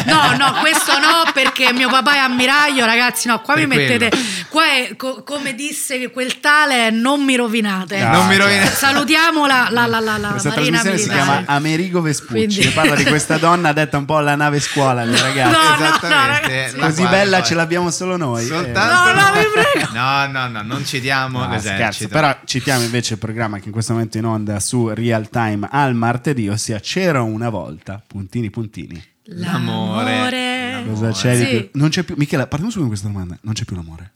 [SPEAKER 9] No, no, questo no, perché mio papà è ammiraglio, ragazzi. No, qua
[SPEAKER 2] Per
[SPEAKER 9] mi mettete. Qua è co- come disse quel tale, non mi rovinate.
[SPEAKER 1] No, Non mi
[SPEAKER 2] rovinate.
[SPEAKER 9] Salutiamo la, la, la, la, la
[SPEAKER 1] Questa
[SPEAKER 9] Marina
[SPEAKER 1] trasmissione si chiama
[SPEAKER 9] Militare.
[SPEAKER 1] Amerigo Vespucci,
[SPEAKER 9] Quindi-
[SPEAKER 1] e parla di questa donna detta un po' alla nave scuola, le ragazze.
[SPEAKER 9] No, no,
[SPEAKER 2] Esattamente,
[SPEAKER 9] ragazzi.
[SPEAKER 2] la
[SPEAKER 1] Così
[SPEAKER 2] quale
[SPEAKER 1] bella
[SPEAKER 2] poi-
[SPEAKER 1] ce l'abbiamo solo noi. eh.
[SPEAKER 2] Soltanto-
[SPEAKER 9] No, no, vi prego.
[SPEAKER 2] No, no, no, non ci
[SPEAKER 1] No,
[SPEAKER 2] diamo
[SPEAKER 1] scherzo,
[SPEAKER 2] l'esercito.
[SPEAKER 1] però citiamo invece il programma che in questo momento è in onda su Real Time al martedì, ossia C'era una volta, puntini puntini.
[SPEAKER 2] L'amore. L'amore.
[SPEAKER 1] Cosa c'è di
[SPEAKER 9] Sì.
[SPEAKER 1] più? Non c'è più. Michela, partiamo subito con questa domanda. Non c'è più l'amore.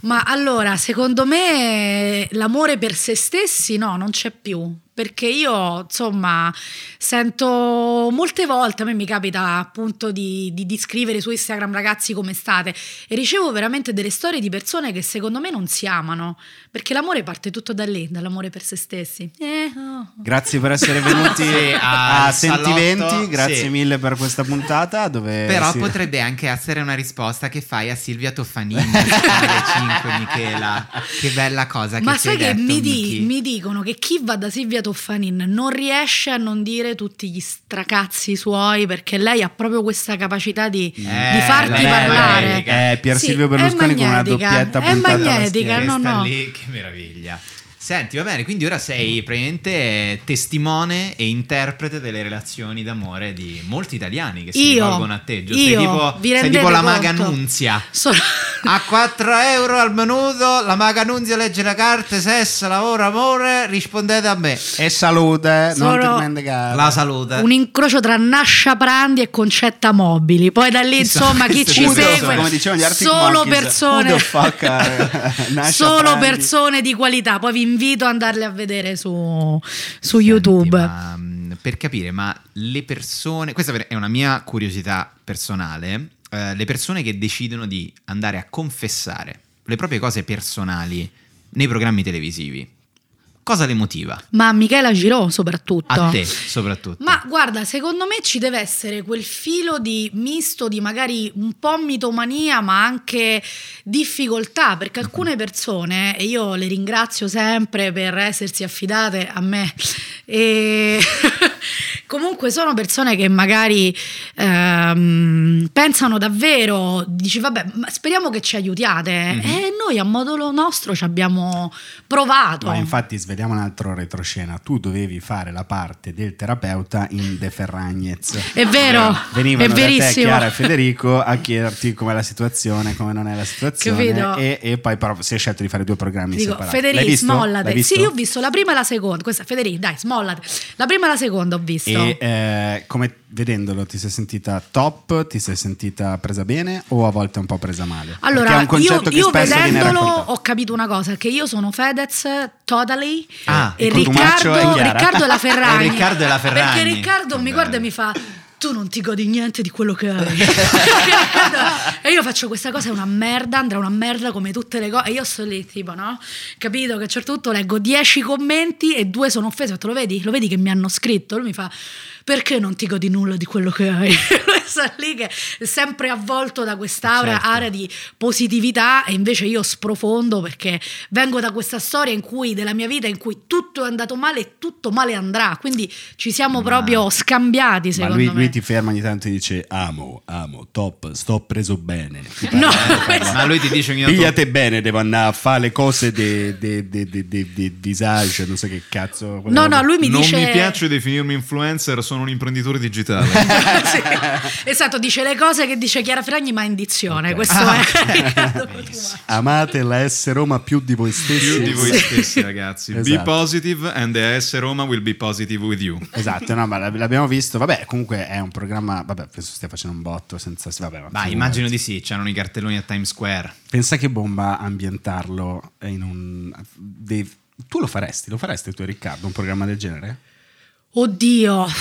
[SPEAKER 9] Ma allora, secondo me l'amore per se stessi no, non c'è più. Perché io, insomma, sento molte volte, a me mi capita appunto di, di, di scrivere su Instagram ragazzi come state e ricevo veramente delle storie di persone che secondo me non si amano, perché l'amore parte tutto da lì, dall'amore per se stessi. Eh, oh.
[SPEAKER 1] Grazie per essere venuti
[SPEAKER 2] Sì,
[SPEAKER 1] a,
[SPEAKER 2] al salotto,
[SPEAKER 1] Sentiventi, grazie
[SPEAKER 2] sì.
[SPEAKER 1] mille per questa puntata dove
[SPEAKER 2] Però
[SPEAKER 1] si-
[SPEAKER 2] potrebbe anche essere una risposta che fai a Silvia Toffanini alle 5, Michela. Che bella cosa
[SPEAKER 9] Ma
[SPEAKER 2] che ci
[SPEAKER 9] sai
[SPEAKER 2] hai
[SPEAKER 9] che
[SPEAKER 2] detto,
[SPEAKER 9] mi, di-
[SPEAKER 2] Michi.
[SPEAKER 9] mi dicono che chi va da Silvia Toffanin non riesce a non dire tutti gli stracazzi suoi perché lei ha proprio questa capacità di,
[SPEAKER 2] Eh,
[SPEAKER 9] di farti
[SPEAKER 2] lei è
[SPEAKER 9] parlare.
[SPEAKER 2] magnetica.
[SPEAKER 1] Eh, Pier
[SPEAKER 9] Sì,
[SPEAKER 1] Silvio
[SPEAKER 9] è
[SPEAKER 1] Berlusconi con una
[SPEAKER 9] magnetica,
[SPEAKER 1] doppietta
[SPEAKER 9] È
[SPEAKER 1] puntata alla
[SPEAKER 9] magnetica, no,
[SPEAKER 2] Questa
[SPEAKER 9] no.
[SPEAKER 2] lì, che meraviglia. Senti, va bene, quindi ora sei praticamente eh, testimone e interprete delle relazioni d'amore di molti italiani che si
[SPEAKER 9] Io,
[SPEAKER 2] rivolgono a te. Gio. sei
[SPEAKER 9] io,
[SPEAKER 2] tipo,
[SPEAKER 9] vi
[SPEAKER 2] sei
[SPEAKER 9] rendete
[SPEAKER 2] tipo la
[SPEAKER 9] conto?
[SPEAKER 2] maga Nunzia.
[SPEAKER 9] Sono-
[SPEAKER 2] A 4 euro al menudo, la maga Nunzia legge le carte, sesso, lavoro, amore, rispondete a me.
[SPEAKER 1] e salute, non
[SPEAKER 9] Solo-
[SPEAKER 1] ti dimenticare.
[SPEAKER 2] La
[SPEAKER 1] Eh.
[SPEAKER 2] saluta.
[SPEAKER 9] Un incrocio tra Nascia Prandi e Concetta Mobili. Poi da lì,
[SPEAKER 2] Chissà,
[SPEAKER 9] insomma, chi
[SPEAKER 2] queste
[SPEAKER 9] ci
[SPEAKER 2] due persone,
[SPEAKER 9] segue,
[SPEAKER 1] Esatto. come dicevano gli Arctic
[SPEAKER 9] solo
[SPEAKER 1] Monkeys,
[SPEAKER 9] persone,
[SPEAKER 1] who the fuck are- Nascia
[SPEAKER 9] solo
[SPEAKER 1] Prandi.
[SPEAKER 9] persone di qualità. Poi vi invito ad andarle a vedere su, su YouTube.
[SPEAKER 2] ma, mh, per capire, ma le persone, questa per- è una mia curiosità personale, eh, le persone che decidono di andare a confessare le proprie cose personali nei programmi televisivi, cosa le motiva?
[SPEAKER 9] Ma a Michela Girò soprattutto.
[SPEAKER 2] A te soprattutto.
[SPEAKER 9] Ma guarda, secondo me ci deve essere quel filo di misto di magari un po' mitomania, ma anche difficoltà, perché alcune
[SPEAKER 1] Mm-hmm.
[SPEAKER 9] persone, e io le ringrazio sempre per essersi affidate a me, e comunque sono persone che magari ehm, pensano davvero, dici vabbè, ma speriamo che ci aiutiate,
[SPEAKER 1] Mm-hmm.
[SPEAKER 9] e noi a modo lo- nostro ci abbiamo provato.
[SPEAKER 1] Ma infatti svediamo un altro retroscena. Tu dovevi fare la parte del terapeuta in De Ferragnez. Eh,
[SPEAKER 9] È vero,
[SPEAKER 1] Venivano
[SPEAKER 9] è
[SPEAKER 1] da te
[SPEAKER 9] verissimo.
[SPEAKER 1] Chiara e Federico a chiederti com'è la situazione, come non è la
[SPEAKER 9] Capito?
[SPEAKER 1] situazione. E, e poi però si è scelto di fare due programmi
[SPEAKER 9] Dico,
[SPEAKER 1] separati. L'hai
[SPEAKER 9] Federico,
[SPEAKER 1] visto? L'hai
[SPEAKER 9] smollate.
[SPEAKER 1] visto?
[SPEAKER 9] Sì, io ho visto la prima e la seconda. Questa, Federico, dai, smollate. La prima e la seconda ho visto.
[SPEAKER 1] E eh, come vedendolo ti sei sentita top, ti sei sentita presa bene o a volte un po' presa male? Perché è
[SPEAKER 9] allora,
[SPEAKER 1] un concetto
[SPEAKER 9] io,
[SPEAKER 1] che
[SPEAKER 9] io
[SPEAKER 1] spesso viene
[SPEAKER 9] vedendolo
[SPEAKER 1] raccontato.
[SPEAKER 9] ho capito una cosa, che io sono Fedez, Totally,
[SPEAKER 2] Ah,
[SPEAKER 9] e
[SPEAKER 1] il Cotumaccio
[SPEAKER 9] Riccardo,
[SPEAKER 1] e Chiara.
[SPEAKER 9] Riccardo è la Ferragni.
[SPEAKER 2] E Riccardo è la Ferragni.
[SPEAKER 9] Perché Riccardo mi
[SPEAKER 2] Vabbè.
[SPEAKER 9] guarda e mi fa... Tu non ti godi niente di quello che hai. Riccardo- e io faccio questa cosa, è una merda, andrà una merda come tutte le cose. E io sto lì, tipo, no? Capito che a un certo punto leggo 10 commenti e due sono offesi. Ho detto, lo vedi? Lo vedi che mi hanno scritto? Lui mi fa, perché non ti godi nulla di quello che hai? Lui sta lì che è sempre avvolto da quest'aura
[SPEAKER 8] Certo.
[SPEAKER 9] aria di positività e invece io sprofondo perché vengo da questa storia in cui, della mia vita in cui tutto è andato male e tutto male andrà, quindi ci siamo
[SPEAKER 2] Ma-
[SPEAKER 9] proprio scambiati
[SPEAKER 1] Ma
[SPEAKER 9] secondo
[SPEAKER 1] lui,
[SPEAKER 9] me.
[SPEAKER 1] lui ti ferma ogni tanto e dice amo, amo, top, sto preso bene. Ti parla,
[SPEAKER 9] No,
[SPEAKER 1] eh, ti
[SPEAKER 9] questo-
[SPEAKER 2] Ma lui ti dice ogni tanto
[SPEAKER 1] Pigliate bene, devo andare a fare le cose de, de, de, de- de- de- visage, non so che cazzo. quella
[SPEAKER 9] No,
[SPEAKER 1] roba.
[SPEAKER 9] no, lui mi
[SPEAKER 2] non
[SPEAKER 9] dice...
[SPEAKER 2] mi piace definirmi influencer, sono un imprenditore digitale.
[SPEAKER 9] Sì. Esatto, dice le cose che dice Chiara Ferragni, ma in dizione.
[SPEAKER 1] Ok.
[SPEAKER 9] Questo
[SPEAKER 2] Ah,
[SPEAKER 9] è.
[SPEAKER 1] Amate la S Roma più di voi stessi.
[SPEAKER 2] Più di voi
[SPEAKER 9] Sì.
[SPEAKER 2] stessi, ragazzi. Be
[SPEAKER 1] Esatto.
[SPEAKER 2] positive and the AS Roma will be positive with you.
[SPEAKER 1] Esatto, no, ma l'ab- l'abbiamo visto. Vabbè, comunque è un programma. Vabbè, penso stia facendo un botto senza. Vabbè, ma
[SPEAKER 2] Vai,
[SPEAKER 1] figurati.
[SPEAKER 2] immagino di sì, c'erano i cartelloni a Times Square.
[SPEAKER 1] Pensa che bomba ambientarlo in un. dei- Tu lo faresti, lo faresti tu, Riccardo, un programma del genere?
[SPEAKER 9] Oddio.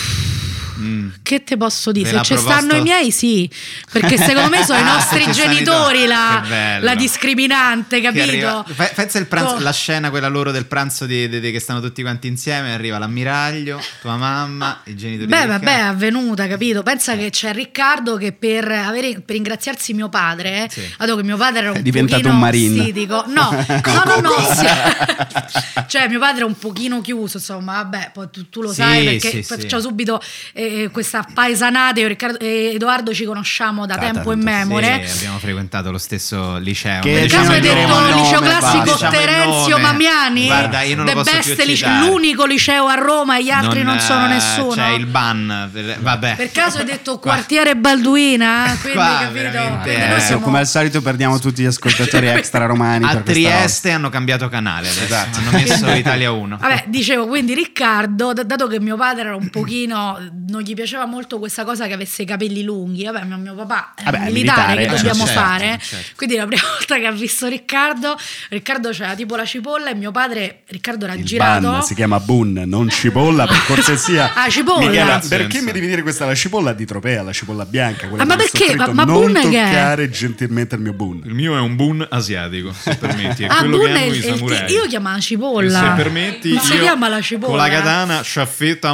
[SPEAKER 2] Mm.
[SPEAKER 9] Che te posso dire?
[SPEAKER 2] Ve
[SPEAKER 9] Se
[SPEAKER 2] l'ha
[SPEAKER 9] ci
[SPEAKER 2] proposto-
[SPEAKER 9] stanno i miei, sì. Perché secondo me sono i
[SPEAKER 2] Ah,
[SPEAKER 9] nostri
[SPEAKER 2] se ci stanno i
[SPEAKER 9] genitori
[SPEAKER 2] tuoi.
[SPEAKER 9] la,
[SPEAKER 2] Che bello.
[SPEAKER 9] la discriminante,
[SPEAKER 2] Che
[SPEAKER 9] capito?
[SPEAKER 2] arriva- Fe- pensa il pranzo-
[SPEAKER 9] Oh.
[SPEAKER 2] la scena quella loro del pranzo di- di- di- che stanno tutti quanti insieme, arriva l'ammiraglio, tua mamma, i genitori
[SPEAKER 9] Beh,
[SPEAKER 2] di Riccardo.
[SPEAKER 9] vabbè, è avvenuta, capito? Pensa
[SPEAKER 2] Eh.
[SPEAKER 9] che c'è Riccardo che per, avere, per ringraziarsi mio padre,
[SPEAKER 2] Sì.
[SPEAKER 9] dato che mio padre era un
[SPEAKER 1] È diventato
[SPEAKER 9] pochino
[SPEAKER 1] un marine.
[SPEAKER 9] ossidico- no, no, no, no, sì. cioè mio padre è un pochino chiuso, insomma, vabbè, poi tu, tu lo
[SPEAKER 2] Sì,
[SPEAKER 9] sai perché
[SPEAKER 2] sì,
[SPEAKER 9] faccio
[SPEAKER 2] sì.
[SPEAKER 9] subito eh, questa paesanata, io Riccardo- eh, Edoardo ci conosciamo da
[SPEAKER 1] Da
[SPEAKER 9] tempo in
[SPEAKER 1] tanto, sì.
[SPEAKER 9] memore.
[SPEAKER 2] Sì, abbiamo frequentato lo stesso liceo.
[SPEAKER 1] Che
[SPEAKER 2] Ma
[SPEAKER 9] Nel
[SPEAKER 1] Diciamo
[SPEAKER 9] caso hai
[SPEAKER 1] il
[SPEAKER 9] detto
[SPEAKER 1] nome,
[SPEAKER 9] liceo
[SPEAKER 1] basta.
[SPEAKER 9] classico
[SPEAKER 1] Diciamo
[SPEAKER 2] il
[SPEAKER 9] Terenzio
[SPEAKER 2] nome.
[SPEAKER 9] Mamiani,
[SPEAKER 2] Guarda, io non lo
[SPEAKER 9] The
[SPEAKER 2] posso
[SPEAKER 9] Best
[SPEAKER 2] più
[SPEAKER 9] lice-
[SPEAKER 2] citare.
[SPEAKER 9] l'unico liceo a Roma e gli altri non, sono
[SPEAKER 2] eh,
[SPEAKER 9] nessuno.
[SPEAKER 2] C'è il ban. per- Vabbè.
[SPEAKER 9] Per caso hai detto
[SPEAKER 2] Qua-
[SPEAKER 9] quartiere Balduina? Quindi
[SPEAKER 2] Qua,
[SPEAKER 9] capito?
[SPEAKER 2] veramente,
[SPEAKER 9] Quindi
[SPEAKER 2] eh.
[SPEAKER 9] noi
[SPEAKER 1] Adesso,
[SPEAKER 9] siamo-
[SPEAKER 1] come al solito, perdiamo tutti gli ascoltatori extra romani.
[SPEAKER 2] A
[SPEAKER 1] per questa Esatto.
[SPEAKER 2] Trieste hanno cambiato canale adesso. Hanno messo Italia 1.
[SPEAKER 9] Vabbè, dicevo, quindi Riccardo, d- dato che mio padre era un pochino, non gli piaceva molto questa cosa che avesse i capelli lunghi, vabbè, ma mio papà è
[SPEAKER 1] Vabbè,
[SPEAKER 9] un
[SPEAKER 1] è
[SPEAKER 9] militare,
[SPEAKER 1] militare,
[SPEAKER 9] che
[SPEAKER 1] eh,
[SPEAKER 9] dobbiamo
[SPEAKER 2] certo,
[SPEAKER 9] fare?
[SPEAKER 2] certo.
[SPEAKER 9] Quindi la prima volta che ha visto Riccardo, Riccardo c'era tipo la cipolla e mio padre, Riccardo era
[SPEAKER 1] roba. Il
[SPEAKER 9] girato.
[SPEAKER 1] ban si chiama Bun, non cipolla, per cortesia.
[SPEAKER 9] Ah, cipolla.
[SPEAKER 1] Michela,
[SPEAKER 2] Senso.
[SPEAKER 1] perché mi devi dire questa? La cipolla di Tropea, la cipolla bianca. quella
[SPEAKER 9] Ah, ma
[SPEAKER 1] che ho
[SPEAKER 9] perché?
[SPEAKER 1] sottoscritto.
[SPEAKER 9] Ma- ma
[SPEAKER 1] non
[SPEAKER 9] Bun che è?
[SPEAKER 1] toccare gentilmente il mio Bun.
[SPEAKER 2] Il mio è un boon asiatico, se permetti. È
[SPEAKER 9] Ah,
[SPEAKER 2] quello
[SPEAKER 9] Bun
[SPEAKER 2] che
[SPEAKER 9] è
[SPEAKER 2] hanno
[SPEAKER 9] il-
[SPEAKER 2] i
[SPEAKER 9] il-
[SPEAKER 2] samurai.
[SPEAKER 9] io chiamavo cipolla.
[SPEAKER 2] Se permetti,
[SPEAKER 9] Oh Ma si
[SPEAKER 2] io
[SPEAKER 9] chiama la cipolla?
[SPEAKER 2] Con la katana, sciaffetta,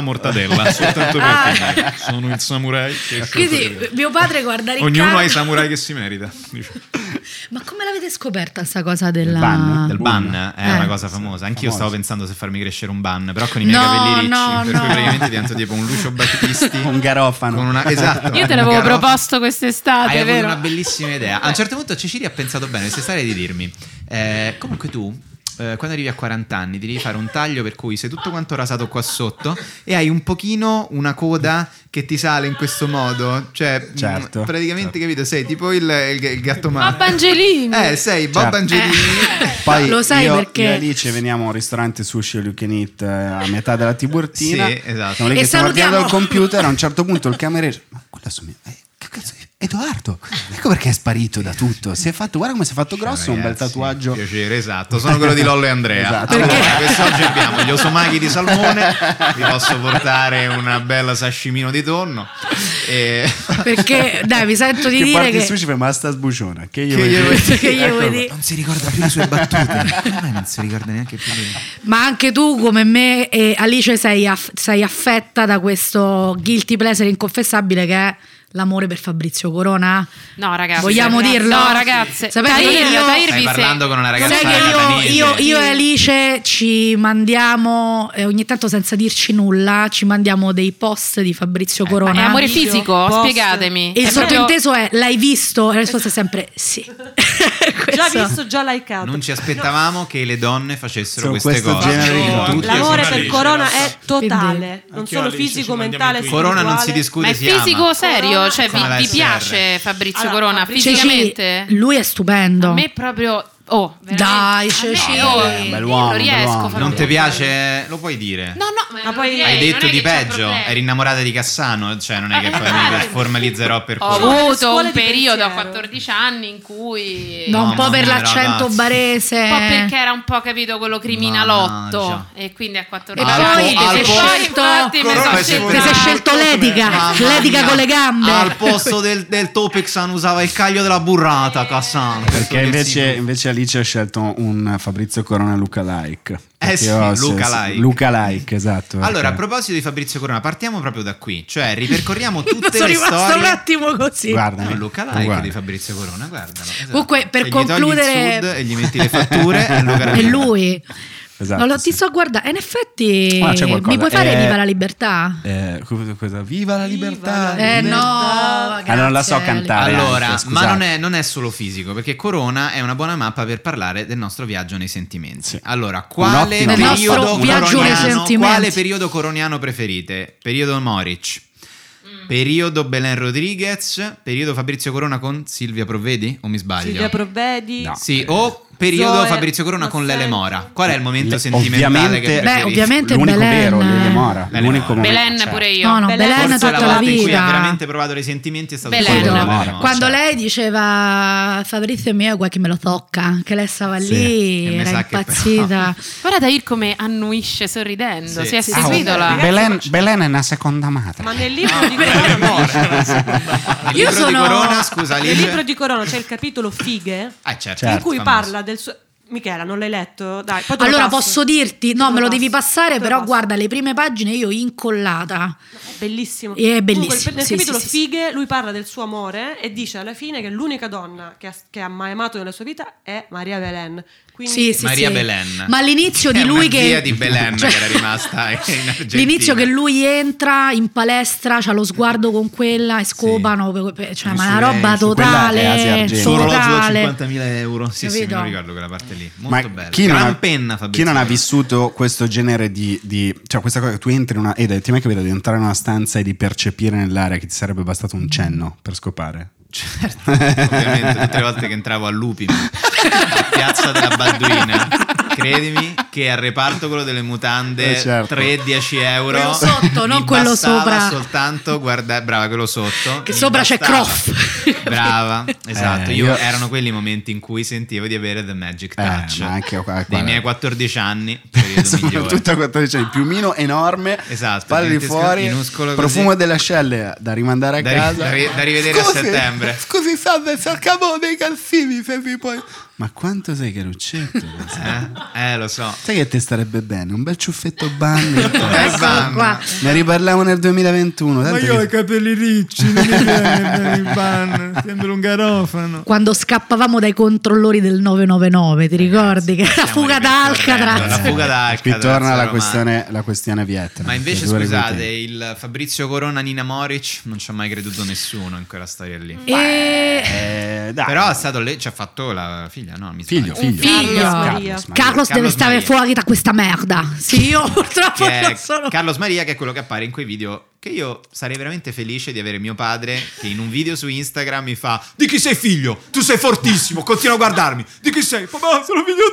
[SPEAKER 2] mortadella. Soltanto
[SPEAKER 9] Ah.
[SPEAKER 2] per te. Sono il samurai che è
[SPEAKER 9] Quindi eh,
[SPEAKER 2] sciaffetta.
[SPEAKER 9] mio padre guarda Riccardo.
[SPEAKER 2] Ognuno ha i samurai che si merita. dice.
[SPEAKER 9] Ma come l'avete scoperta sta cosa della...
[SPEAKER 1] ban?
[SPEAKER 2] Del
[SPEAKER 1] Boom.
[SPEAKER 2] ban è
[SPEAKER 9] Eh.
[SPEAKER 2] una cosa famosa. Anch'io
[SPEAKER 1] Famosa.
[SPEAKER 2] stavo pensando se farmi crescere un ban, però con i miei
[SPEAKER 9] No,
[SPEAKER 2] capelli ricci,
[SPEAKER 9] no,
[SPEAKER 2] per
[SPEAKER 9] no.
[SPEAKER 2] cui praticamente divento tipo un Lucio Battisti
[SPEAKER 1] Un garofano.
[SPEAKER 2] con una esatto.
[SPEAKER 5] Io te l'avevo proposto quest'estate,
[SPEAKER 2] Hai avuto
[SPEAKER 5] vero?
[SPEAKER 2] una bellissima idea. A un certo punto Cecilia ha pensato bene quest'estate di dirmi eh, comunque tu eh, quando arrivi a 40 anni devi fare un taglio per cui sei tutto quanto rasato qua sotto e hai un pochino una coda che ti sale in questo modo, cioè mh,
[SPEAKER 1] Certo.
[SPEAKER 2] praticamente capito, sei tipo il, il- il gatto
[SPEAKER 5] Bob
[SPEAKER 2] matto.
[SPEAKER 5] Angelini. Eh.
[SPEAKER 2] Eh, sei Bob
[SPEAKER 1] Certo.
[SPEAKER 2] Angelini.
[SPEAKER 1] Poi
[SPEAKER 9] Lo sai
[SPEAKER 1] io,
[SPEAKER 9] perché-
[SPEAKER 1] io e Alice veniamo a un ristorante sushi all you can eat eh, a metà della Tiburtina.
[SPEAKER 2] Sì, esatto.
[SPEAKER 1] Siamo lì
[SPEAKER 9] E
[SPEAKER 1] che stiamo guardando il
[SPEAKER 9] salutiamo-
[SPEAKER 1] computer. A un certo punto il cameriere. Ma quello assomiglia. eh, che cazzo è? Edoardo, ecco perché è sparito da tutto. Si è fatto, guarda come si è fatto grosso. un bel
[SPEAKER 2] Ragazzi,
[SPEAKER 1] tatuaggio.
[SPEAKER 2] Piacere, esatto. Sono quello di Lollo e Andrea.
[SPEAKER 1] Esatto.
[SPEAKER 2] Allora,
[SPEAKER 9] Perché-
[SPEAKER 2] quest'oggi abbiamo gli osomaghi di salmone. Vi posso portare una bella sashimino di tonno. E...
[SPEAKER 9] Perché, dai, mi sento di
[SPEAKER 1] che
[SPEAKER 9] dire
[SPEAKER 1] parte il
[SPEAKER 9] che...
[SPEAKER 1] sushi fa, ma sta sbucciona. Che io
[SPEAKER 2] Che glielo vuoi
[SPEAKER 9] che io
[SPEAKER 1] Ecco
[SPEAKER 9] vuoi
[SPEAKER 1] qua.
[SPEAKER 9] dire?
[SPEAKER 2] Non si ricorda più le sue battute. Come non si ricorda neanche più le
[SPEAKER 9] Ma anche tu, come me e Alice, sei, aff- sei affetta da questo guilty pleasure inconfessabile che è l'amore per Fabrizio Corona.
[SPEAKER 5] No, ragazzi.
[SPEAKER 9] Vogliamo
[SPEAKER 5] ragazzi,
[SPEAKER 9] dirlo?
[SPEAKER 5] No, ragazze.
[SPEAKER 9] Sapete
[SPEAKER 5] Tahir,
[SPEAKER 9] perché io-
[SPEAKER 5] Tahir
[SPEAKER 2] Stai
[SPEAKER 5] visse-
[SPEAKER 2] parlando con una ragazza
[SPEAKER 9] Sai che
[SPEAKER 2] catanese.
[SPEAKER 9] io, io- io e Alice ci mandiamo, eh, ogni tanto senza dirci nulla, ci mandiamo dei post di Fabrizio
[SPEAKER 5] Ma
[SPEAKER 9] Corona.
[SPEAKER 5] è Eh, amore
[SPEAKER 6] Video,
[SPEAKER 5] fisico?
[SPEAKER 6] post.
[SPEAKER 5] Spiegatemi.
[SPEAKER 9] E il
[SPEAKER 5] È proprio-
[SPEAKER 9] sottointeso è l'hai visto? E la risposta è sempre sì.
[SPEAKER 6] Già
[SPEAKER 9] Questo-
[SPEAKER 6] visto, già likeato.
[SPEAKER 2] Non ci aspettavamo che le donne facessero
[SPEAKER 1] Sono
[SPEAKER 2] queste
[SPEAKER 1] questo
[SPEAKER 2] cose.
[SPEAKER 1] genere di
[SPEAKER 2] In
[SPEAKER 1] donne.
[SPEAKER 2] tutti e
[SPEAKER 6] L'amore
[SPEAKER 2] sono
[SPEAKER 6] per
[SPEAKER 2] felici.
[SPEAKER 6] Corona
[SPEAKER 7] ragazzi.
[SPEAKER 6] è totale, non
[SPEAKER 7] Anch'io
[SPEAKER 6] solo
[SPEAKER 7] Alice,
[SPEAKER 6] fisico,
[SPEAKER 7] ci mandiamo
[SPEAKER 6] mentale,
[SPEAKER 7] i tweet.
[SPEAKER 2] Corona non si
[SPEAKER 6] spirituale.
[SPEAKER 2] discute,
[SPEAKER 5] Ma è
[SPEAKER 2] si ama.
[SPEAKER 5] fisico serio? Cioè,
[SPEAKER 2] Come la
[SPEAKER 5] vi, vi
[SPEAKER 2] SR.
[SPEAKER 5] piace Fabrizio
[SPEAKER 6] Allora,
[SPEAKER 5] Corona
[SPEAKER 6] Fabrizio-
[SPEAKER 9] Ceci,
[SPEAKER 5] fisicamente?
[SPEAKER 9] Cioè, lui è stupendo.
[SPEAKER 5] A me proprio. Oh, veramente.
[SPEAKER 9] Dai,
[SPEAKER 5] A
[SPEAKER 9] Ceci.
[SPEAKER 5] me- oh,
[SPEAKER 9] Vabbè,
[SPEAKER 1] bell'uomo,
[SPEAKER 5] io non riesco.
[SPEAKER 1] bell'uomo.
[SPEAKER 5] Fabrizio.
[SPEAKER 2] Non ti piace? Lo puoi dire.
[SPEAKER 5] No, no, ma,
[SPEAKER 6] Ma poi-
[SPEAKER 5] non
[SPEAKER 2] Hai
[SPEAKER 5] direi,
[SPEAKER 2] detto
[SPEAKER 5] non è
[SPEAKER 2] di
[SPEAKER 5] che c'è
[SPEAKER 2] peggio,
[SPEAKER 5] problema.
[SPEAKER 2] eri innamorata di Cassano, cioè non è che
[SPEAKER 5] Eh,
[SPEAKER 2] poi
[SPEAKER 5] infatti.
[SPEAKER 2] mi formalizzerò per
[SPEAKER 5] Ho
[SPEAKER 2] quello.
[SPEAKER 5] avuto
[SPEAKER 6] Scuole
[SPEAKER 5] un
[SPEAKER 6] di
[SPEAKER 5] periodo a
[SPEAKER 6] pensiero.
[SPEAKER 5] 14 anni in cui.
[SPEAKER 9] No, un
[SPEAKER 2] No,
[SPEAKER 9] po'
[SPEAKER 2] no,
[SPEAKER 9] per
[SPEAKER 2] no,
[SPEAKER 9] l'accento
[SPEAKER 2] ragazzi.
[SPEAKER 9] barese.
[SPEAKER 5] Un po' perché era un po' capito quello criminalotto
[SPEAKER 2] Mannaggia.
[SPEAKER 5] e quindi a 14
[SPEAKER 9] E
[SPEAKER 2] Alcol-
[SPEAKER 9] poi ti
[SPEAKER 5] anni
[SPEAKER 9] sei
[SPEAKER 2] alcol-
[SPEAKER 9] scelto,
[SPEAKER 5] infatti mi sono
[SPEAKER 2] Corona,
[SPEAKER 9] ti
[SPEAKER 2] scelta-
[SPEAKER 9] sei scelto l'etica,
[SPEAKER 2] Mamma
[SPEAKER 9] l'etica
[SPEAKER 2] mia.
[SPEAKER 9] con le gambe.
[SPEAKER 2] Al posto del, del Topic San usava il caglio della burrata Cassano.
[SPEAKER 1] Perché invece, invece Alice ha scelto un Fabrizio Corona lookalike.
[SPEAKER 2] Eh
[SPEAKER 1] Perché
[SPEAKER 2] sì,
[SPEAKER 1] io- se-
[SPEAKER 2] lookalike.
[SPEAKER 1] lookalike, esatto.
[SPEAKER 2] Allora, a
[SPEAKER 1] perché-
[SPEAKER 2] proposito di Fabrizio Corona, partiamo proprio da qui, cioè ripercorriamo
[SPEAKER 9] Sono
[SPEAKER 2] tutte le
[SPEAKER 9] rimasta un
[SPEAKER 2] storie
[SPEAKER 9] attimo così.
[SPEAKER 1] guardami.
[SPEAKER 2] No, Luca like
[SPEAKER 1] Guarda.
[SPEAKER 2] di Fabrizio Corona, guardalo. esatto.
[SPEAKER 9] Comunque, per
[SPEAKER 2] E gli togli il
[SPEAKER 9] concludere-
[SPEAKER 2] sud e gli metti le fatture e Luca
[SPEAKER 9] È
[SPEAKER 2] Ravenna.
[SPEAKER 9] lui.
[SPEAKER 1] Esatto,
[SPEAKER 9] No, lo-
[SPEAKER 1] sì.
[SPEAKER 9] ti sto guardando. E in effetti,
[SPEAKER 1] Ah, c'è qualcosa.
[SPEAKER 9] mi puoi fare
[SPEAKER 1] Eh,
[SPEAKER 9] viva la libertà?
[SPEAKER 1] Eh, co- cosa? Viva la libertà!
[SPEAKER 9] Eh no, grazie,
[SPEAKER 1] Ah, non la so cantare.
[SPEAKER 2] Allora,
[SPEAKER 1] anche,
[SPEAKER 2] ma
[SPEAKER 1] scusate.
[SPEAKER 2] non è, non è solo fisico, perché Corona è una buona mappa per parlare del nostro viaggio nei sentimenti.
[SPEAKER 1] Sì.
[SPEAKER 2] Allora, quale
[SPEAKER 1] Un'ottima
[SPEAKER 9] mappa. Del
[SPEAKER 2] periodo,
[SPEAKER 9] nostro viaggio nei
[SPEAKER 2] coroniano,
[SPEAKER 9] sentimenti.
[SPEAKER 2] quale periodo coroniano preferite? Periodo Moric,
[SPEAKER 9] Mm.
[SPEAKER 2] periodo Belen Rodriguez, periodo Fabrizio Corona con Silvia Provvedi? O mi sbaglio?
[SPEAKER 6] Silvia Provvedi.
[SPEAKER 1] No.
[SPEAKER 2] sì, o periodo
[SPEAKER 6] Zoe
[SPEAKER 2] Fabrizio Corona con Lele
[SPEAKER 6] Mazzenti.
[SPEAKER 2] Mora. Qual è il momento
[SPEAKER 1] Le-
[SPEAKER 2] sentimentale che
[SPEAKER 1] ovviamente- Beh,
[SPEAKER 9] Beh,
[SPEAKER 2] preferite?
[SPEAKER 9] ovviamente
[SPEAKER 1] L'unico
[SPEAKER 9] Belen.
[SPEAKER 1] vero, Lele Mora.
[SPEAKER 2] Lele
[SPEAKER 1] l'unico
[SPEAKER 2] Mora.
[SPEAKER 1] momento,
[SPEAKER 5] Belen
[SPEAKER 1] cioè.
[SPEAKER 5] pure io.
[SPEAKER 9] No, no,
[SPEAKER 6] Belen
[SPEAKER 9] Belen,
[SPEAKER 6] Forse
[SPEAKER 2] Forse la
[SPEAKER 9] tutta la,
[SPEAKER 2] volta in cui ha
[SPEAKER 9] vita.
[SPEAKER 2] veramente provato dei sentimenti è stato
[SPEAKER 5] Belen.
[SPEAKER 2] solo
[SPEAKER 9] Credo.
[SPEAKER 2] Lele Mora.
[SPEAKER 9] Quando
[SPEAKER 2] Cioè,
[SPEAKER 9] lei diceva Fabrizio è mio, guai che me lo tocca, che lei stava
[SPEAKER 1] Sì.
[SPEAKER 9] lì,
[SPEAKER 2] E mi
[SPEAKER 9] era
[SPEAKER 2] sa che però-
[SPEAKER 9] impazzita.
[SPEAKER 5] Guarda Tahir come annuisce sorridendo.
[SPEAKER 2] Sì.
[SPEAKER 5] Si è
[SPEAKER 9] Sì,
[SPEAKER 5] seguito
[SPEAKER 9] sì.
[SPEAKER 5] la.
[SPEAKER 1] ah, Belen, Belen è una seconda madre.
[SPEAKER 6] Ma nel libro di
[SPEAKER 2] Lele
[SPEAKER 6] Corona.
[SPEAKER 2] Mora. Il
[SPEAKER 9] Io
[SPEAKER 2] libro di
[SPEAKER 9] sono-
[SPEAKER 2] Corona, scusa,
[SPEAKER 6] Nel
[SPEAKER 2] Alice.
[SPEAKER 6] libro di Corona c'è il capitolo Fighe.
[SPEAKER 2] Ah, certo,
[SPEAKER 1] Certo,
[SPEAKER 6] in cui
[SPEAKER 2] famoso.
[SPEAKER 6] parla del suo. Michela, non l'hai letto? Dai, poi te lo
[SPEAKER 9] Allora
[SPEAKER 6] passo.
[SPEAKER 9] posso dirti,
[SPEAKER 6] Te
[SPEAKER 9] no, me lo devi
[SPEAKER 6] passo, te
[SPEAKER 9] passare,
[SPEAKER 6] lo
[SPEAKER 9] però
[SPEAKER 6] passo.
[SPEAKER 9] guarda le prime pagine io incollata.
[SPEAKER 6] È bellissimo.
[SPEAKER 9] È bellissimo,
[SPEAKER 6] Comunque, nel
[SPEAKER 9] sì,
[SPEAKER 6] capitolo
[SPEAKER 9] sì, sì,
[SPEAKER 6] Fighe lui parla del suo amore e dice alla fine che l'unica donna che ha, che ha mai amato nella sua vita è Maria Belen. Quindi
[SPEAKER 9] Sì, sì,
[SPEAKER 2] Maria
[SPEAKER 9] sì.
[SPEAKER 2] Belen.
[SPEAKER 9] Ma all'inizio
[SPEAKER 2] Che
[SPEAKER 9] di
[SPEAKER 2] è
[SPEAKER 9] lui
[SPEAKER 2] una zia
[SPEAKER 9] che.
[SPEAKER 2] di Belen
[SPEAKER 9] Cioè-
[SPEAKER 2] che era rimasta in Argentina.
[SPEAKER 9] L'inizio che lui entra in palestra, c'ha lo sguardo con quella e scopano, pe- pe- cioè,
[SPEAKER 2] Lui
[SPEAKER 9] ma
[SPEAKER 2] su
[SPEAKER 9] una
[SPEAKER 2] lei,
[SPEAKER 9] roba
[SPEAKER 2] su
[SPEAKER 1] quella è Asia
[SPEAKER 9] totale,
[SPEAKER 1] Argento.
[SPEAKER 2] Solo l'orologio da
[SPEAKER 9] totale.
[SPEAKER 2] 50.000 euro. Sì, sì, me
[SPEAKER 9] Capito?
[SPEAKER 2] lo ricordo quella parte lì. Molto
[SPEAKER 1] Ma
[SPEAKER 2] bella.
[SPEAKER 1] chi non,
[SPEAKER 2] Gran
[SPEAKER 1] ha,
[SPEAKER 2] penna, Fabrizio.
[SPEAKER 1] chi non ha
[SPEAKER 2] Corona.
[SPEAKER 1] vissuto questo genere di, di- cioè questa cosa che tu entri in una ed è ti è mai capitato di entrare in una stanza e di percepire nell'aria che ti sarebbe bastato un cenno per scopare
[SPEAKER 2] Certo, ovviamente, tutte le volte che entravo a Lupino, a Piazza della Balduina, credimi che al reparto quello delle mutande,
[SPEAKER 1] Eh, certo.
[SPEAKER 2] 3-10 euro,
[SPEAKER 9] Quello sotto,
[SPEAKER 2] mi
[SPEAKER 9] non quello
[SPEAKER 2] bastava
[SPEAKER 9] sopra.
[SPEAKER 2] soltanto guarda, brava, quello sotto.
[SPEAKER 9] Che
[SPEAKER 2] mi
[SPEAKER 9] sopra c'è
[SPEAKER 2] bastava.
[SPEAKER 9] Croft.
[SPEAKER 2] Brava, esatto,
[SPEAKER 1] Eh,
[SPEAKER 2] io,
[SPEAKER 1] io-
[SPEAKER 2] erano quelli i momenti in cui sentivo di avere The Magic
[SPEAKER 1] Eh,
[SPEAKER 2] Touch,
[SPEAKER 1] ma anche qua-
[SPEAKER 2] dei
[SPEAKER 1] guarda.
[SPEAKER 2] miei 14 anni, periodo migliore.
[SPEAKER 1] soprattutto a 14 anni piumino enorme
[SPEAKER 2] Esatto,
[SPEAKER 1] palla di
[SPEAKER 2] gigantesco,
[SPEAKER 1] fuori
[SPEAKER 2] minuscolo così.
[SPEAKER 1] profumo delle ascelle da rimandare a
[SPEAKER 2] Da ri-
[SPEAKER 1] casa
[SPEAKER 2] da ri- da rivedere a settembre.
[SPEAKER 1] scusi salve cercavo dei calzini se vi puoi ma quanto sei caruccetto
[SPEAKER 2] Eh, eh, lo so.
[SPEAKER 1] sai che ti starebbe bene un bel ciuffetto bagno
[SPEAKER 2] Eh,
[SPEAKER 9] Eccolo
[SPEAKER 2] mamma.
[SPEAKER 9] qua.
[SPEAKER 1] ne riparliamo nel 2021 tanto che-
[SPEAKER 7] capelli ricci, non mi viene il ban, sembra un garofano.
[SPEAKER 9] Quando scappavamo dai controllori del 999, ti ricordi? Che era
[SPEAKER 2] Stiamo
[SPEAKER 9] fuga da
[SPEAKER 2] ripercorrendo La
[SPEAKER 9] Alcatraz.
[SPEAKER 2] fuga da
[SPEAKER 1] Qui
[SPEAKER 2] Alcatraz.
[SPEAKER 1] torna la
[SPEAKER 2] Roma.
[SPEAKER 1] questione, la questione Vietnam.
[SPEAKER 2] Ma invece
[SPEAKER 1] che dura quei
[SPEAKER 2] scusate,
[SPEAKER 1] tempi.
[SPEAKER 2] il Fabrizio Corona Nina Moric non ci ha mai creduto nessuno in quella storia lì.
[SPEAKER 9] Mm. E
[SPEAKER 1] Eh, dai.
[SPEAKER 2] Però è stato lei, ci ha fatto la figlia, no? Mi
[SPEAKER 1] figlio,
[SPEAKER 2] sbaglio.
[SPEAKER 1] figlio.
[SPEAKER 9] figlio.
[SPEAKER 1] Carlos
[SPEAKER 6] Maria.
[SPEAKER 1] Maria.
[SPEAKER 9] Carlos deve
[SPEAKER 2] Carlos
[SPEAKER 9] stare
[SPEAKER 2] Maria.
[SPEAKER 9] fuori da questa merda. Sì, io purtroppo
[SPEAKER 2] Che
[SPEAKER 9] non
[SPEAKER 2] è
[SPEAKER 9] sono.
[SPEAKER 2] Carlos Maria, che è quello che appare in quei video. Che io sarei veramente felice di avere mio padre che in un video su Instagram mi fa: Di chi sei figlio? Tu sei fortissimo, continua a guardarmi. Di chi sei? Papà, sono figlio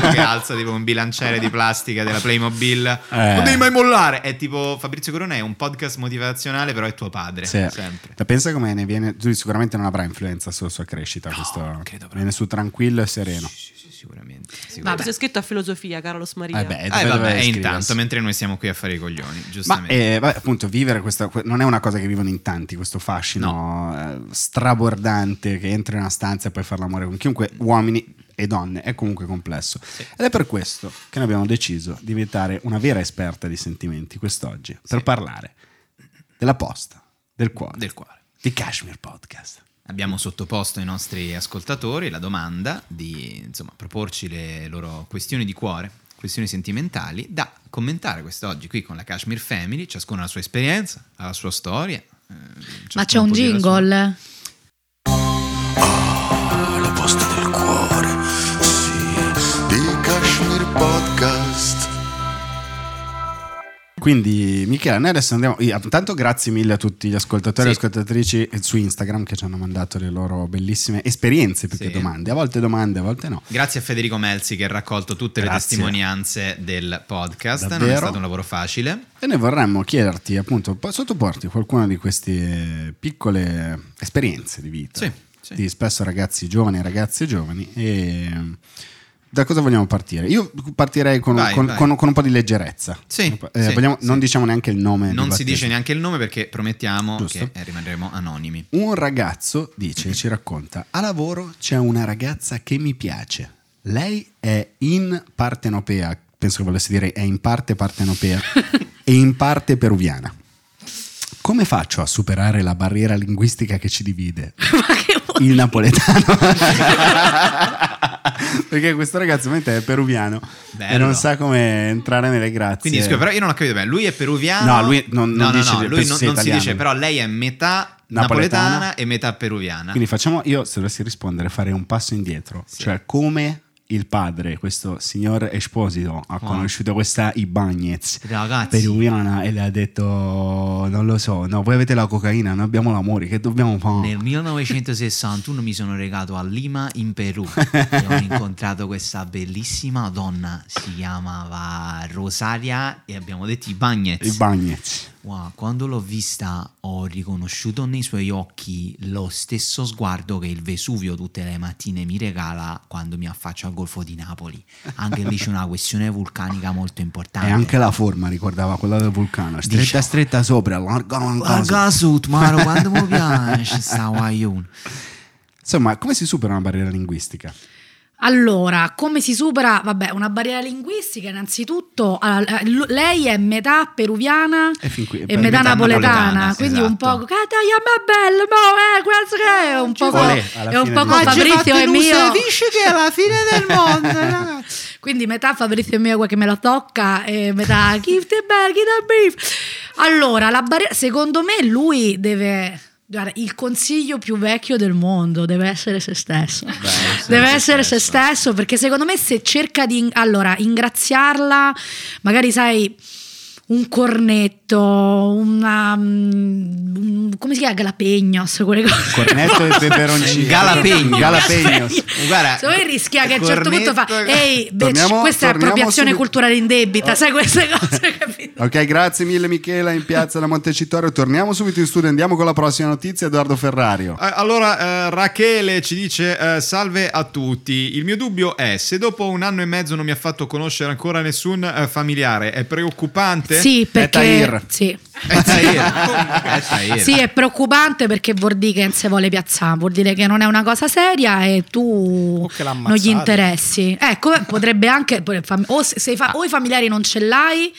[SPEAKER 2] tuo. che alza tipo un bilanciere di plastica della Playmobil.
[SPEAKER 1] Eh.
[SPEAKER 2] Non devi mai mollare. È tipo Fabrizio Corona è un podcast motivazionale, però è tuo padre.
[SPEAKER 1] Sì.
[SPEAKER 2] Sempre.
[SPEAKER 1] La pensa come ne viene. Tu sicuramente non avrà influenza sulla sua crescita. questo
[SPEAKER 2] credo proprio.
[SPEAKER 1] viene su tranquillo e sereno.
[SPEAKER 2] Sì, sì, sicuramente. sicuramente.
[SPEAKER 9] Vabbè.
[SPEAKER 6] Si è scritto a filosofia, Carlos Maria.
[SPEAKER 1] Eh beh,
[SPEAKER 2] Eh,
[SPEAKER 1] dove-
[SPEAKER 2] vabbè,
[SPEAKER 1] dove
[SPEAKER 2] e
[SPEAKER 1] scriversi?
[SPEAKER 2] intanto, mentre noi siamo qui a fare i coglioni,
[SPEAKER 1] Ma
[SPEAKER 2] giustamente.
[SPEAKER 1] eh, vabbè, appunto, vivere questa que- non è una cosa che vivono in tanti, questo fascino eh, strabordante che entra in una stanza e poi far l'amore con chiunque,
[SPEAKER 2] Mm.
[SPEAKER 1] uomini e donne, è comunque complesso. Ed è per questo che noi abbiamo deciso di invitare una vera esperta di sentimenti quest'oggi per parlare della posta, del cuore,
[SPEAKER 2] Del cuore.
[SPEAKER 1] di Kashmir Podcast.
[SPEAKER 2] Abbiamo sottoposto ai nostri ascoltatori la domanda di insomma, proporci le loro questioni di cuore, questioni sentimentali da commentare quest'oggi qui con la Kashmir Family, ciascuno ha la sua esperienza, ha la sua storia. eh,
[SPEAKER 9] Ma
[SPEAKER 2] ciascuno
[SPEAKER 9] c'è un
[SPEAKER 2] può dire la sua.
[SPEAKER 9] jingle?
[SPEAKER 10] la posta del cuore, sì, di Kashmir Podcast.
[SPEAKER 1] Quindi Michela, noi adesso andiamo... io- Intanto grazie mille a tutti gli ascoltatori e
[SPEAKER 2] Sì.
[SPEAKER 1] ascoltatrici eh, su Instagram che ci hanno mandato le loro bellissime esperienze più
[SPEAKER 2] Sì.
[SPEAKER 1] che domande, a volte domande, a volte no.
[SPEAKER 2] Grazie a Federico Melzi che ha raccolto tutte le
[SPEAKER 1] Grazie.
[SPEAKER 2] testimonianze del podcast, non è
[SPEAKER 1] Davvero.
[SPEAKER 2] stato un lavoro facile.
[SPEAKER 1] E noi vorremmo chiederti, appunto, po- sottoporti qualcuna di queste piccole esperienze di vita.
[SPEAKER 2] Sì, sì.
[SPEAKER 1] Di spesso ragazzi giovani e ragazze giovani. E da cosa vogliamo partire? Io partirei con,
[SPEAKER 2] Vai,
[SPEAKER 1] con-
[SPEAKER 2] vai.
[SPEAKER 1] con- con un po' di leggerezza.
[SPEAKER 2] Sì,
[SPEAKER 1] Eh,
[SPEAKER 2] sì,
[SPEAKER 1] vogliamo-
[SPEAKER 2] sì.
[SPEAKER 1] Non diciamo neanche il nome. di
[SPEAKER 2] Non si
[SPEAKER 1] battesimo.
[SPEAKER 2] dice neanche il nome perché promettiamo
[SPEAKER 1] Giusto.
[SPEAKER 2] che eh, rimarremo anonimi.
[SPEAKER 1] Un ragazzo dice, ci racconta, a lavoro c'è una ragazza che mi piace. Lei è in partenopea, penso che volesse dire è in parte partenopea e in parte peruviana. Come faccio a superare la barriera linguistica che ci divide? Il napoletano. Perché questo ragazzo ovviamente è peruviano e
[SPEAKER 2] Bello.
[SPEAKER 1] non sa come entrare nelle grazie.
[SPEAKER 2] Quindi scusa, però io non ho capito bene. Lui è peruviano.
[SPEAKER 1] No, lui non- non
[SPEAKER 2] No, no,
[SPEAKER 1] dice-
[SPEAKER 2] no, lui
[SPEAKER 1] penso
[SPEAKER 2] non-
[SPEAKER 1] sia
[SPEAKER 2] non si
[SPEAKER 1] italiano.
[SPEAKER 2] dice, però lei è metà
[SPEAKER 1] Napoletana.
[SPEAKER 2] napoletana, e metà peruviana.
[SPEAKER 1] Quindi facciamo, io se dovessi rispondere farei un passo indietro, cioè come il padre, questo signor Esposito, ha
[SPEAKER 2] Oh.
[SPEAKER 1] conosciuto questa Ibagnez
[SPEAKER 2] Ragazzi,
[SPEAKER 1] peruviana e le ha detto non lo so, no, voi avete la cocaina, noi abbiamo l'amore, che dobbiamo fare?
[SPEAKER 2] nel 1961 mi sono recato a Lima in Perù e ho incontrato questa bellissima donna, si chiamava Rosaria e abbiamo detto i Bagnets.
[SPEAKER 1] Ibagnez.
[SPEAKER 2] Wow, quando l'ho vista ho riconosciuto nei suoi occhi lo stesso sguardo che il Vesuvio tutte le mattine mi regala quando mi affaccio al Golfo di Napoli. Anche lì c'è una questione vulcanica molto importante.
[SPEAKER 1] E anche la forma ricordava quella del vulcano, stretta
[SPEAKER 2] Diciamo-
[SPEAKER 1] stretta sopra, larga larga su.
[SPEAKER 2] Guarda su, Ah, Maro, quando mi piace sta guaglione.
[SPEAKER 1] Insomma, come si supera una barriera linguistica?
[SPEAKER 9] Allora, come si supera, vabbè, una barriera linguistica innanzitutto, allora, eh, lu- lei è metà peruviana
[SPEAKER 1] E fin qui.
[SPEAKER 9] e metà napoletana,
[SPEAKER 2] napoletana,
[SPEAKER 9] quindi
[SPEAKER 2] esatto.
[SPEAKER 9] un po' Catania ma bello, ma eh, questo che è un po'
[SPEAKER 1] Olè, alla
[SPEAKER 9] è un
[SPEAKER 1] fine
[SPEAKER 9] po'
[SPEAKER 1] di-
[SPEAKER 2] Ah,
[SPEAKER 9] come
[SPEAKER 1] Oggi
[SPEAKER 9] Fabrizio e mio.
[SPEAKER 2] che è la fine del mondo,
[SPEAKER 9] Quindi metà Fabrizio e mio che me la tocca e metà Give the bear, give the beef. Allora, la barriera, secondo me lui deve guarda, il consiglio più vecchio del mondo deve essere se stesso. Deve essere se stesso, perché secondo me se cerca di allora, ingraziarla, magari sai un cornetto, una mm, un- come si chiama galapegnos, quelle cose.
[SPEAKER 1] Cornetto e peperoncino.
[SPEAKER 2] Galapegno.
[SPEAKER 1] Galapegnos.
[SPEAKER 2] Guarda,
[SPEAKER 9] Secondo me rischia che a un certo punto fa
[SPEAKER 2] cornetto- eh,
[SPEAKER 9] Ehi, bitch,
[SPEAKER 1] Eh, Torniamo-
[SPEAKER 9] questa è
[SPEAKER 1] torniamo
[SPEAKER 9] appropriazione
[SPEAKER 1] subito-
[SPEAKER 9] culturale in debita, sai queste cose, capito?
[SPEAKER 1] Ok, grazie mille Michela in piazza da Montecitorio. Torniamo subito in studio, andiamo con la prossima notizia, Edoardo Ferrario.
[SPEAKER 7] Eh, Allora, eh, Rachele ci dice: eh, Salve a tutti. Il mio dubbio è: se dopo un anno e mezzo non mi ha fatto conoscere ancora nessun eh, familiare, è preoccupante?
[SPEAKER 9] Sì, perché
[SPEAKER 1] Tahir.
[SPEAKER 9] sì.
[SPEAKER 2] È Tahir. È Tahir.
[SPEAKER 9] Sì, è preoccupante perché vuol dire che non si vuole piazzare, vuol dire che non è una cosa seria e tu
[SPEAKER 3] O che l'ha
[SPEAKER 9] non gli
[SPEAKER 3] ammazzata.
[SPEAKER 9] interessi. Ecco, potrebbe anche o, se- se i fa- o i familiari non ce l'hai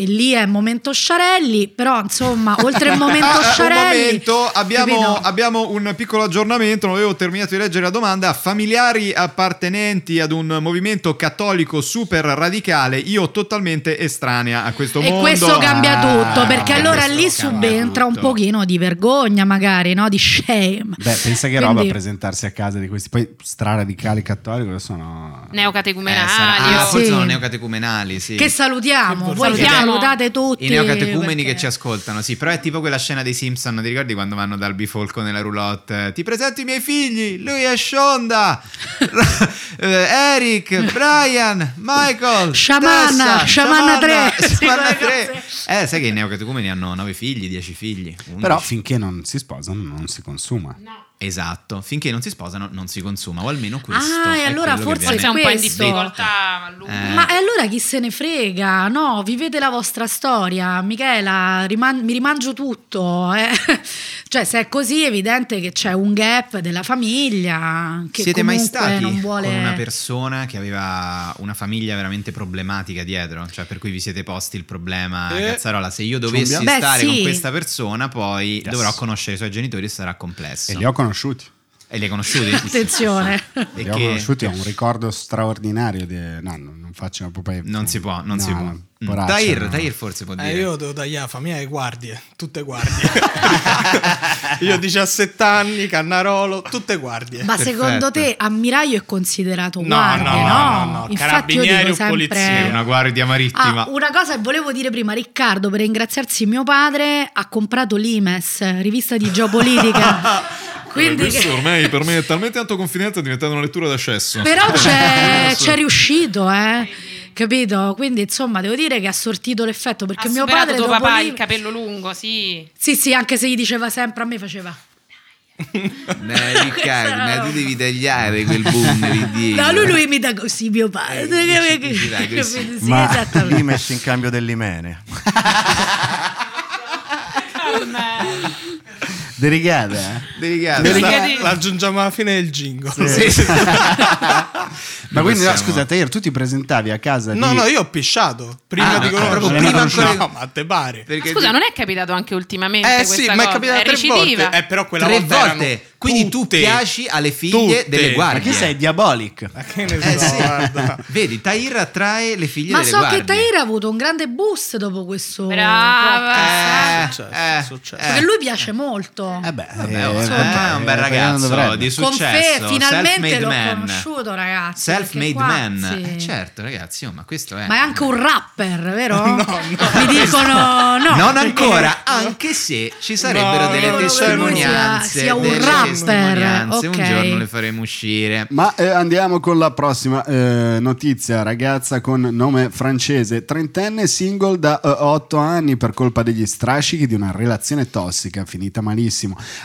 [SPEAKER 9] e lì è il momento sciarelli, però insomma, oltre il momento
[SPEAKER 7] Ah, un
[SPEAKER 9] sciarelli
[SPEAKER 7] momento, abbiamo,
[SPEAKER 9] capito?
[SPEAKER 7] abbiamo un piccolo aggiornamento, non avevo terminato di leggere la domanda. Familiari appartenenti ad un movimento cattolico super radicale, io totalmente estranea a questo
[SPEAKER 9] E
[SPEAKER 7] mondo.
[SPEAKER 9] questo cambia tutto,
[SPEAKER 1] Ah,
[SPEAKER 9] perché allora
[SPEAKER 7] questo
[SPEAKER 9] lì
[SPEAKER 7] cambia
[SPEAKER 9] subentra un
[SPEAKER 7] tutto.
[SPEAKER 9] pochino di vergogna, magari, no? Di shame.
[SPEAKER 1] Beh, pensa che
[SPEAKER 9] Quindi-
[SPEAKER 1] roba presentarsi a casa di questi poi straradicali cattolici sono
[SPEAKER 2] Eh, sarà-
[SPEAKER 5] Neocatecumenali.
[SPEAKER 2] ah,
[SPEAKER 5] o-
[SPEAKER 2] forse
[SPEAKER 9] Sì.
[SPEAKER 2] sono neocatecumenali, sì.
[SPEAKER 9] Che salutiamo, voi
[SPEAKER 3] Che
[SPEAKER 9] che
[SPEAKER 5] salutiamo.
[SPEAKER 9] salutate tutti.
[SPEAKER 2] I neocatecumeni
[SPEAKER 9] perché-
[SPEAKER 2] che ci ascoltano, sì, però è tipo quella scena dei Simpson, ti ricordi quando vanno dal bifolco nella roulotte? Ti presento i miei figli, lui è Shonda, eh, Eric, Brian, Michael,
[SPEAKER 9] Shamanna,
[SPEAKER 2] Tessa,
[SPEAKER 9] Shamanna tre.
[SPEAKER 2] Shamanna
[SPEAKER 9] Sì,
[SPEAKER 2] tre. Eh, sai che i neocatecumeni hanno 9 figli, 10 figli. 11.
[SPEAKER 1] Però finché non si sposano non si consuma.
[SPEAKER 2] Esatto, finché non si sposano non si consuma, o almeno questo.
[SPEAKER 9] Ah, e
[SPEAKER 2] è
[SPEAKER 9] allora
[SPEAKER 2] quello che
[SPEAKER 9] forse
[SPEAKER 2] viene-
[SPEAKER 5] Forse è un po' in
[SPEAKER 9] questo.
[SPEAKER 5] difficoltà. a lungo.
[SPEAKER 2] Eh.
[SPEAKER 9] Ma e allora chi se ne frega? No, vivete la vostra storia, Michela, riman- mi rimangio tutto. eh. Cioè, se è così è evidente che c'è un gap della famiglia. Che
[SPEAKER 2] Siete mai
[SPEAKER 9] comunque
[SPEAKER 2] stati
[SPEAKER 9] non vuole...
[SPEAKER 2] con una persona che aveva una famiglia veramente problematica dietro? Cioè, per cui vi siete posti il problema,
[SPEAKER 3] Eh.
[SPEAKER 2] cazzarola, se io dovessi
[SPEAKER 9] Beh,
[SPEAKER 2] stare
[SPEAKER 9] sì.
[SPEAKER 2] con questa persona, poi
[SPEAKER 1] Yes.
[SPEAKER 2] dovrò conoscere i suoi genitori e sarà complesso.
[SPEAKER 1] E li ho conosciuti.
[SPEAKER 2] E li hai conosciuti?
[SPEAKER 9] Attenzione.
[SPEAKER 2] e
[SPEAKER 1] li ho
[SPEAKER 2] che
[SPEAKER 1] conosciuti, ho un ricordo straordinario. Di... No, non non faccio una propria.
[SPEAKER 2] non si può, non
[SPEAKER 1] No,
[SPEAKER 2] si può.
[SPEAKER 1] no,
[SPEAKER 2] Mm.
[SPEAKER 1] poraccia,
[SPEAKER 2] Tahir,
[SPEAKER 1] no.
[SPEAKER 2] Tahir forse può dire.
[SPEAKER 3] Eh, io devo tagliare la famiglia e guardie, tutte guardie. io ho 17 anni, Cannarolo, tutte guardie.
[SPEAKER 9] Ma
[SPEAKER 2] Perfetto.
[SPEAKER 9] secondo te ammiraglio è considerato
[SPEAKER 3] No,
[SPEAKER 9] guardia,
[SPEAKER 3] no,
[SPEAKER 9] no?
[SPEAKER 3] no, no,
[SPEAKER 9] Infatti io
[SPEAKER 3] carabinieri
[SPEAKER 9] dico
[SPEAKER 3] o
[SPEAKER 9] sempre...
[SPEAKER 3] polizia,
[SPEAKER 2] Una guardia marittima.
[SPEAKER 9] Eh. Ah, una cosa che volevo dire prima, Riccardo, per ringraziarsi mio padre, ha comprato l'IMES, rivista di geopolitica. Quindi
[SPEAKER 7] Eh, questo
[SPEAKER 9] che-
[SPEAKER 7] ormai per me è talmente tanto confidenza è diventata una lettura d'accesso.
[SPEAKER 9] Però c'è,
[SPEAKER 7] Adesso-
[SPEAKER 9] c'è riuscito, eh. Capito? Quindi insomma devo dire che ha sortito l'effetto perché
[SPEAKER 5] ha
[SPEAKER 9] mio
[SPEAKER 5] superato
[SPEAKER 9] padre...
[SPEAKER 5] tuo
[SPEAKER 9] dopo
[SPEAKER 5] papà
[SPEAKER 9] lì-
[SPEAKER 5] il capello lungo, sì.
[SPEAKER 9] Sì, sì, anche se gli diceva sempre a me faceva...
[SPEAKER 2] Eh, Riccardo,
[SPEAKER 9] Questa
[SPEAKER 2] ma
[SPEAKER 9] roba.
[SPEAKER 2] tu devi tagliare quel boom lì dietro.
[SPEAKER 9] No, lui, lui mi dà così mio padre.
[SPEAKER 2] Eh, dici- dici dai,
[SPEAKER 9] Capito?
[SPEAKER 2] così.
[SPEAKER 9] Sì,
[SPEAKER 8] Ma lì
[SPEAKER 9] esattamente.
[SPEAKER 8] messo in cambio dell'imene.
[SPEAKER 1] Derigata. eh?
[SPEAKER 2] Delicato.
[SPEAKER 3] Questa
[SPEAKER 5] Perché-
[SPEAKER 1] eh?
[SPEAKER 3] la aggiungiamo alla fine del jingle.
[SPEAKER 2] Sì, sì.
[SPEAKER 1] Ma
[SPEAKER 2] Noi
[SPEAKER 1] quindi, no,
[SPEAKER 2] possiamo-
[SPEAKER 1] scusa, Tair, tu ti presentavi a casa
[SPEAKER 3] No,
[SPEAKER 1] di...
[SPEAKER 3] no, io ho pisciato. Prima
[SPEAKER 1] Ah,
[SPEAKER 3] di
[SPEAKER 1] no,
[SPEAKER 3] conoscere.
[SPEAKER 1] proprio prima ancora-
[SPEAKER 3] No, ma te pare.
[SPEAKER 2] Perché
[SPEAKER 5] Scusa, non è capitato anche ultimamente
[SPEAKER 3] Eh
[SPEAKER 5] questa
[SPEAKER 3] sì,
[SPEAKER 5] cosa?
[SPEAKER 3] ma è capitato tre
[SPEAKER 5] recidiva.
[SPEAKER 3] volte. Eh, però quella
[SPEAKER 2] tre
[SPEAKER 3] volta erano
[SPEAKER 2] volte. Quindi
[SPEAKER 3] tutte.
[SPEAKER 2] tu piaci alle figlie
[SPEAKER 3] Tutte.
[SPEAKER 2] delle
[SPEAKER 1] Ma
[SPEAKER 2] guardie.
[SPEAKER 1] che sei, Diabolic?
[SPEAKER 3] Ma che ne so,
[SPEAKER 2] Eh, sì.
[SPEAKER 3] guarda.
[SPEAKER 2] Vedi, Tahir attrae le figlie
[SPEAKER 9] Ma
[SPEAKER 2] delle
[SPEAKER 9] so
[SPEAKER 2] guardie. Eh,
[SPEAKER 9] che Tahir ha avuto un grande boost dopo questo.
[SPEAKER 5] Brava.
[SPEAKER 2] Eh,
[SPEAKER 3] Successo,
[SPEAKER 2] eh,
[SPEAKER 3] successo.
[SPEAKER 9] Perché
[SPEAKER 2] eh.
[SPEAKER 9] lui piace molto.
[SPEAKER 1] Eh beh,
[SPEAKER 2] Vabbè, oh,
[SPEAKER 1] insomma,
[SPEAKER 2] eh, un bel
[SPEAKER 1] eh, non
[SPEAKER 2] ragazzo
[SPEAKER 1] dovrebbe.
[SPEAKER 2] di
[SPEAKER 9] Confe-
[SPEAKER 2] successo.
[SPEAKER 9] finalmente
[SPEAKER 2] self-made
[SPEAKER 9] l'ho
[SPEAKER 2] man.
[SPEAKER 9] conosciuto, ragazzi.
[SPEAKER 2] Self-made
[SPEAKER 9] perché qua,
[SPEAKER 2] man.
[SPEAKER 9] sì.
[SPEAKER 2] Eh, certo, ragazzi, oh, ma questo
[SPEAKER 1] Eh.
[SPEAKER 2] è...
[SPEAKER 9] Ma è anche un rapper, vero? Mi dicono no.
[SPEAKER 2] Non ancora, anche se ci sarebbero
[SPEAKER 3] No,
[SPEAKER 2] delle
[SPEAKER 3] no, no, no,
[SPEAKER 2] testimonianze.
[SPEAKER 9] sia- sia un
[SPEAKER 2] delle
[SPEAKER 9] rapper,
[SPEAKER 2] testimonianze, Un
[SPEAKER 9] ok.
[SPEAKER 2] giorno le faremo uscire.
[SPEAKER 1] Ma eh, andiamo con la prossima eh, notizia, ragazza con nome francese, trentenne single da 8 anni per colpa degli strascichi di una relazione tossica finita malissimo.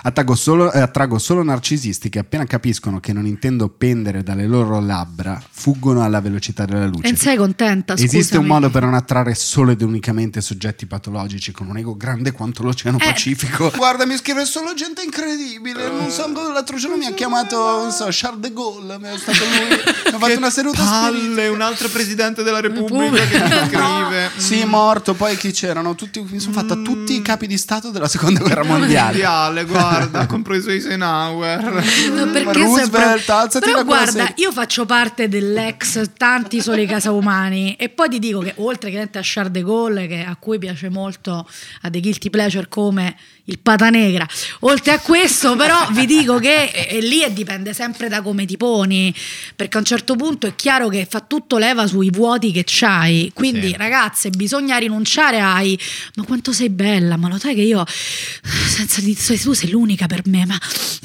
[SPEAKER 1] Attacco solo- eh, attraggo solo narcisisti che appena capiscono che non intendo pendere dalle loro labbra, fuggono alla velocità della luce.
[SPEAKER 9] E non sei contenta? Scusami.
[SPEAKER 1] Esiste un modo per non attrarre solo ed unicamente soggetti patologici con un ego grande quanto l'Oceano
[SPEAKER 9] Eh.
[SPEAKER 1] Pacifico. Eh. Guarda, mi scrive solo gente incredibile. Non so, l'altro giorno mi ha chiamato, non so, Charles de Gaulle. Mi è stato lui. Mi ha fatto una seduta spiritica.
[SPEAKER 7] Palle, un altro presidente della Repubblica che ti scrive.
[SPEAKER 1] Sì, è morto. Poi chi c'erano? Tutti, mi sono fatta tutti i capi di Stato della Mm. Seconda Guerra Mondiale.
[SPEAKER 7] Mondiale, guarda, compreso Eisenhower.
[SPEAKER 9] perché
[SPEAKER 1] Roosevelt,
[SPEAKER 9] sempre-
[SPEAKER 1] alzati
[SPEAKER 9] Però
[SPEAKER 1] da quella
[SPEAKER 9] guarda,
[SPEAKER 1] sedia.
[SPEAKER 9] io faccio parte dell'ex tanti soli casaumani e poi ti dico che oltre che a Charles de Gaulle, che- a cui piace molto a dei guilty pleasure come il pata negra, oltre a questo però vi dico che e, e lì è- dipende sempre da come ti poni, perché a un certo punto è chiaro che fa tutto leva sui vuoti che c'hai, quindi
[SPEAKER 2] Sì.
[SPEAKER 9] ragazze bisogna rinunciare ai ma quanto sei bella, ma lo sai che io senza di se tu sei l'unica per me, ma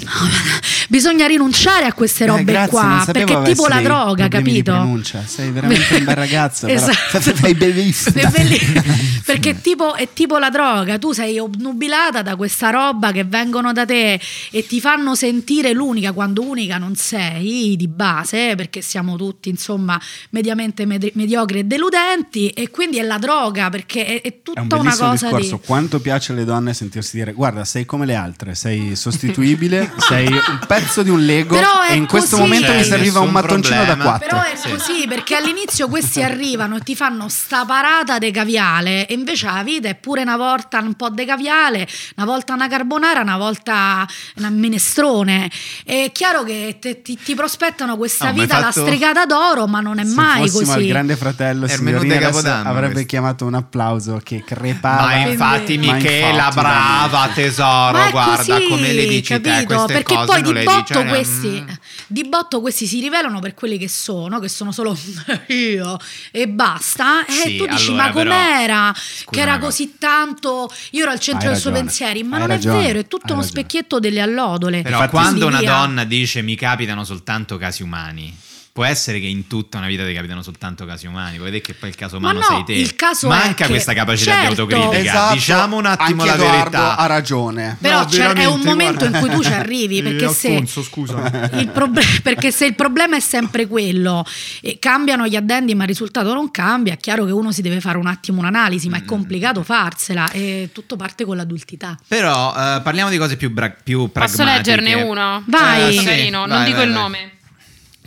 [SPEAKER 9] no, ma- bisogna rinunciare a queste robe
[SPEAKER 1] Eh, grazie, non
[SPEAKER 9] qua,
[SPEAKER 1] sapevo
[SPEAKER 9] perché è tipo
[SPEAKER 1] avessi
[SPEAKER 9] la
[SPEAKER 1] dei
[SPEAKER 9] droga,
[SPEAKER 1] problemi di
[SPEAKER 9] capito?
[SPEAKER 1] pronuncia. Sei veramente un bel ragazzo. però.
[SPEAKER 9] Esatto.
[SPEAKER 1] Sei bellissimo.
[SPEAKER 9] È bellissimo, perché è tipo, è tipo la droga, tu sei obnubilata da questa roba che vengono da te e ti fanno sentire l'unica quando unica non sei di base, perché siamo tutti insomma mediamente med- mediocri e deludenti e quindi è la droga perché è, è
[SPEAKER 1] È un
[SPEAKER 9] tutta una
[SPEAKER 1] bellissimo
[SPEAKER 9] cosa
[SPEAKER 1] discorso.
[SPEAKER 9] di...
[SPEAKER 1] Quanto piace alle donne sentirsi dire: Guarda, sei come le altre, sei sostituibile, sei un pezzo di un Lego.
[SPEAKER 9] Però è
[SPEAKER 1] e in questo
[SPEAKER 9] così.
[SPEAKER 1] momento mi
[SPEAKER 9] C'è
[SPEAKER 1] serviva un
[SPEAKER 2] Cioè, nessun
[SPEAKER 1] mattoncino da
[SPEAKER 2] problema.
[SPEAKER 1] quattro.
[SPEAKER 9] Però è così perché all'inizio questi arrivano e ti fanno sta parata de caviale e invece la vita è pure una volta un po' de caviale, una volta una carbonara, una volta una minestrone. È chiaro che te- ti, ti prospettano questa
[SPEAKER 1] Ah,
[SPEAKER 2] No, ma hai
[SPEAKER 9] vita
[SPEAKER 2] fatto-
[SPEAKER 9] lastricata d'oro, ma non è
[SPEAKER 1] Se
[SPEAKER 9] mai
[SPEAKER 1] fossimo al
[SPEAKER 9] così.
[SPEAKER 1] grande fratello,
[SPEAKER 2] Ermenonde
[SPEAKER 1] signorina, adesso
[SPEAKER 2] Capodanno,
[SPEAKER 1] avrebbe
[SPEAKER 2] questo.
[SPEAKER 1] chiamato un applauso che crepava.
[SPEAKER 2] Ma infatti,
[SPEAKER 9] Quindi-
[SPEAKER 2] Michela,
[SPEAKER 1] infatti,
[SPEAKER 2] brava
[SPEAKER 1] veramente.
[SPEAKER 2] tesoro,
[SPEAKER 9] Ma è
[SPEAKER 2] guarda
[SPEAKER 9] così,
[SPEAKER 2] come le dici te
[SPEAKER 9] capito?
[SPEAKER 2] queste
[SPEAKER 9] Perché
[SPEAKER 2] cose.
[SPEAKER 9] poi di
[SPEAKER 2] non le dici,
[SPEAKER 9] botto,
[SPEAKER 2] eh,
[SPEAKER 9] questi,
[SPEAKER 2] mm.
[SPEAKER 9] di botto questi si rivelano per quelli che sono, che sono solo io e basta. E
[SPEAKER 2] Sì,
[SPEAKER 9] tu dici:
[SPEAKER 2] allora
[SPEAKER 9] Ma
[SPEAKER 2] però-
[SPEAKER 9] com'era? che
[SPEAKER 2] scusa
[SPEAKER 9] era
[SPEAKER 2] una cosa.
[SPEAKER 9] così tanto. Io ero al centro
[SPEAKER 1] Hai
[SPEAKER 9] del suo
[SPEAKER 1] ragione,
[SPEAKER 9] pensiero, ma
[SPEAKER 1] hai
[SPEAKER 9] non
[SPEAKER 1] ragione,
[SPEAKER 9] è vero, è tutto
[SPEAKER 1] hai
[SPEAKER 9] uno
[SPEAKER 1] ragione.
[SPEAKER 9] specchietto delle allodole.
[SPEAKER 2] Però
[SPEAKER 9] Infatti-
[SPEAKER 2] quando una
[SPEAKER 9] Quindi via.
[SPEAKER 2] donna dice mi capitano soltanto casi umani, può essere che in tutta una vita ti capitano soltanto casi umani, vuoi vedere che poi il caso
[SPEAKER 9] Ma
[SPEAKER 2] umano
[SPEAKER 9] no,
[SPEAKER 2] sei te.
[SPEAKER 9] il caso è
[SPEAKER 2] Manca
[SPEAKER 9] che-
[SPEAKER 2] questa capacità di
[SPEAKER 9] certo.
[SPEAKER 2] autocritica.
[SPEAKER 1] Esatto,
[SPEAKER 2] Diciamo un attimo
[SPEAKER 1] anche
[SPEAKER 2] la
[SPEAKER 1] Edoardo
[SPEAKER 2] verità.
[SPEAKER 1] ha ragione.
[SPEAKER 9] Però
[SPEAKER 7] No,
[SPEAKER 9] c'è- è un
[SPEAKER 7] veramente,
[SPEAKER 9] momento
[SPEAKER 7] guarda.
[SPEAKER 9] in cui tu ci arrivi
[SPEAKER 7] Eh,
[SPEAKER 9] perché se
[SPEAKER 7] Alfonso, scusa.
[SPEAKER 9] Il proble- perché se il problema è sempre quello e cambiano gli addendi ma il risultato non cambia, è chiaro che uno si deve fare un attimo un'analisi,
[SPEAKER 2] Mm.
[SPEAKER 9] ma è complicato farsela e tutto parte con l'adultità.
[SPEAKER 2] Però eh, parliamo di cose più, bra- più
[SPEAKER 5] Posso
[SPEAKER 2] pragmatiche. Eh,
[SPEAKER 5] leggerne uno?
[SPEAKER 9] Vai.
[SPEAKER 5] Molto
[SPEAKER 9] Sì,
[SPEAKER 5] carino, non
[SPEAKER 2] vai,
[SPEAKER 5] dico
[SPEAKER 2] vai,
[SPEAKER 5] il
[SPEAKER 2] vai.
[SPEAKER 5] nome.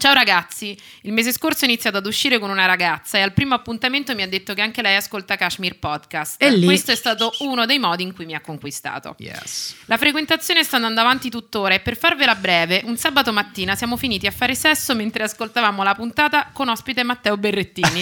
[SPEAKER 5] Ciao ragazzi, il mese scorso ho iniziato ad uscire con una ragazza e al primo appuntamento mi ha detto che anche lei ascolta Kashmir Podcast.
[SPEAKER 9] E lì-
[SPEAKER 5] Questo è stato uno dei modi in cui mi ha conquistato.
[SPEAKER 2] Yes.
[SPEAKER 5] La frequentazione sta andando avanti tuttora e per farvela breve, un sabato mattina siamo finiti a fare sesso mentre ascoltavamo la puntata con ospite Matteo Berrettini.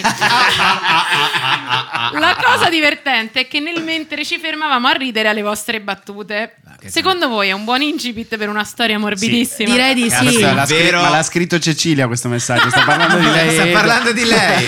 [SPEAKER 5] La cosa divertente è che nel mentre ci fermavamo a ridere alle vostre battute.
[SPEAKER 2] Ah, che
[SPEAKER 5] Secondo voi è un buon incipit per una storia morbidissima?
[SPEAKER 9] Direi di
[SPEAKER 1] Cazzo,
[SPEAKER 9] sì.
[SPEAKER 1] l'ha scri-
[SPEAKER 2] Vero.
[SPEAKER 1] ma l'ha scritto Cecilia questo messaggio. Sta parlando di lei.
[SPEAKER 2] Sta
[SPEAKER 1] Edo.
[SPEAKER 2] parlando di lei.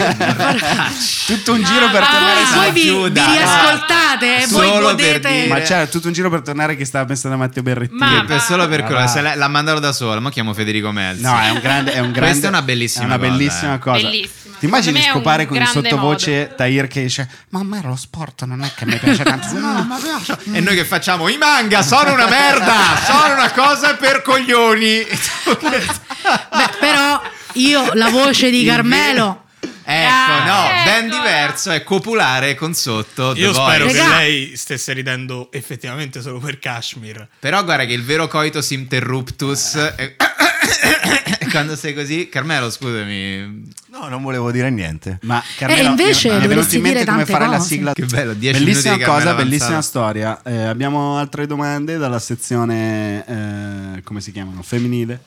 [SPEAKER 1] Tutto un giro per
[SPEAKER 5] Ah,
[SPEAKER 1] tornare
[SPEAKER 9] Voi,
[SPEAKER 1] su-
[SPEAKER 9] voi vi, vi
[SPEAKER 2] Chiuda.
[SPEAKER 9] riascoltate, voi
[SPEAKER 2] Solo per
[SPEAKER 9] godete.
[SPEAKER 2] dire-
[SPEAKER 1] Ma certo. c'era tutto un giro per tornare che stava pensando a Matteo Berrettini.
[SPEAKER 5] Ma-
[SPEAKER 2] Per- solo per
[SPEAKER 1] Ah,
[SPEAKER 2] quello,
[SPEAKER 1] va.
[SPEAKER 2] se la, la mandano da sola, ma chiamo Federico Melzi.
[SPEAKER 1] No, è un grande. È un grande
[SPEAKER 2] Questa è una bellissima
[SPEAKER 1] è una
[SPEAKER 2] cosa,
[SPEAKER 1] bellissima
[SPEAKER 2] eh.
[SPEAKER 1] cosa.
[SPEAKER 5] Bellissima.
[SPEAKER 1] Ti
[SPEAKER 5] Secondo
[SPEAKER 1] immagini
[SPEAKER 5] me è un
[SPEAKER 1] scopare con il
[SPEAKER 5] grande
[SPEAKER 1] sottovoce Tahir che dice: Ma a me lo sport non è che mi piace tanto. No, ma
[SPEAKER 7] E noi che facciamo? I manga sono una merda, sono una cosa per coglioni.
[SPEAKER 9] Beh, però io la voce di
[SPEAKER 7] Il
[SPEAKER 9] Carmelo,
[SPEAKER 2] Ecco, no,
[SPEAKER 5] Ah,
[SPEAKER 2] ben
[SPEAKER 5] eccola.
[SPEAKER 2] diverso è copulare con sotto. The
[SPEAKER 3] Io spero
[SPEAKER 2] Voice.
[SPEAKER 3] che
[SPEAKER 9] Regà.
[SPEAKER 3] lei stesse ridendo effettivamente solo per Kashmir.
[SPEAKER 2] Però guarda che il vero coitus interruptus è quando sei così, Carmelo, scusami.
[SPEAKER 8] No, non volevo dire niente.
[SPEAKER 1] Ma
[SPEAKER 9] Eh, invece
[SPEAKER 1] mi è venuto
[SPEAKER 9] dovresti
[SPEAKER 1] in mente
[SPEAKER 9] dire
[SPEAKER 1] come
[SPEAKER 9] tante
[SPEAKER 1] fare la
[SPEAKER 9] cose. Eh,
[SPEAKER 1] sigla.
[SPEAKER 2] Che bello, 10
[SPEAKER 1] bellissima
[SPEAKER 2] minuti di
[SPEAKER 1] cosa,
[SPEAKER 2] Carmela
[SPEAKER 1] bellissima
[SPEAKER 2] Avanzata.
[SPEAKER 1] storia. Eh, abbiamo altre domande dalla sezione, eh, come si chiamano? Femminile.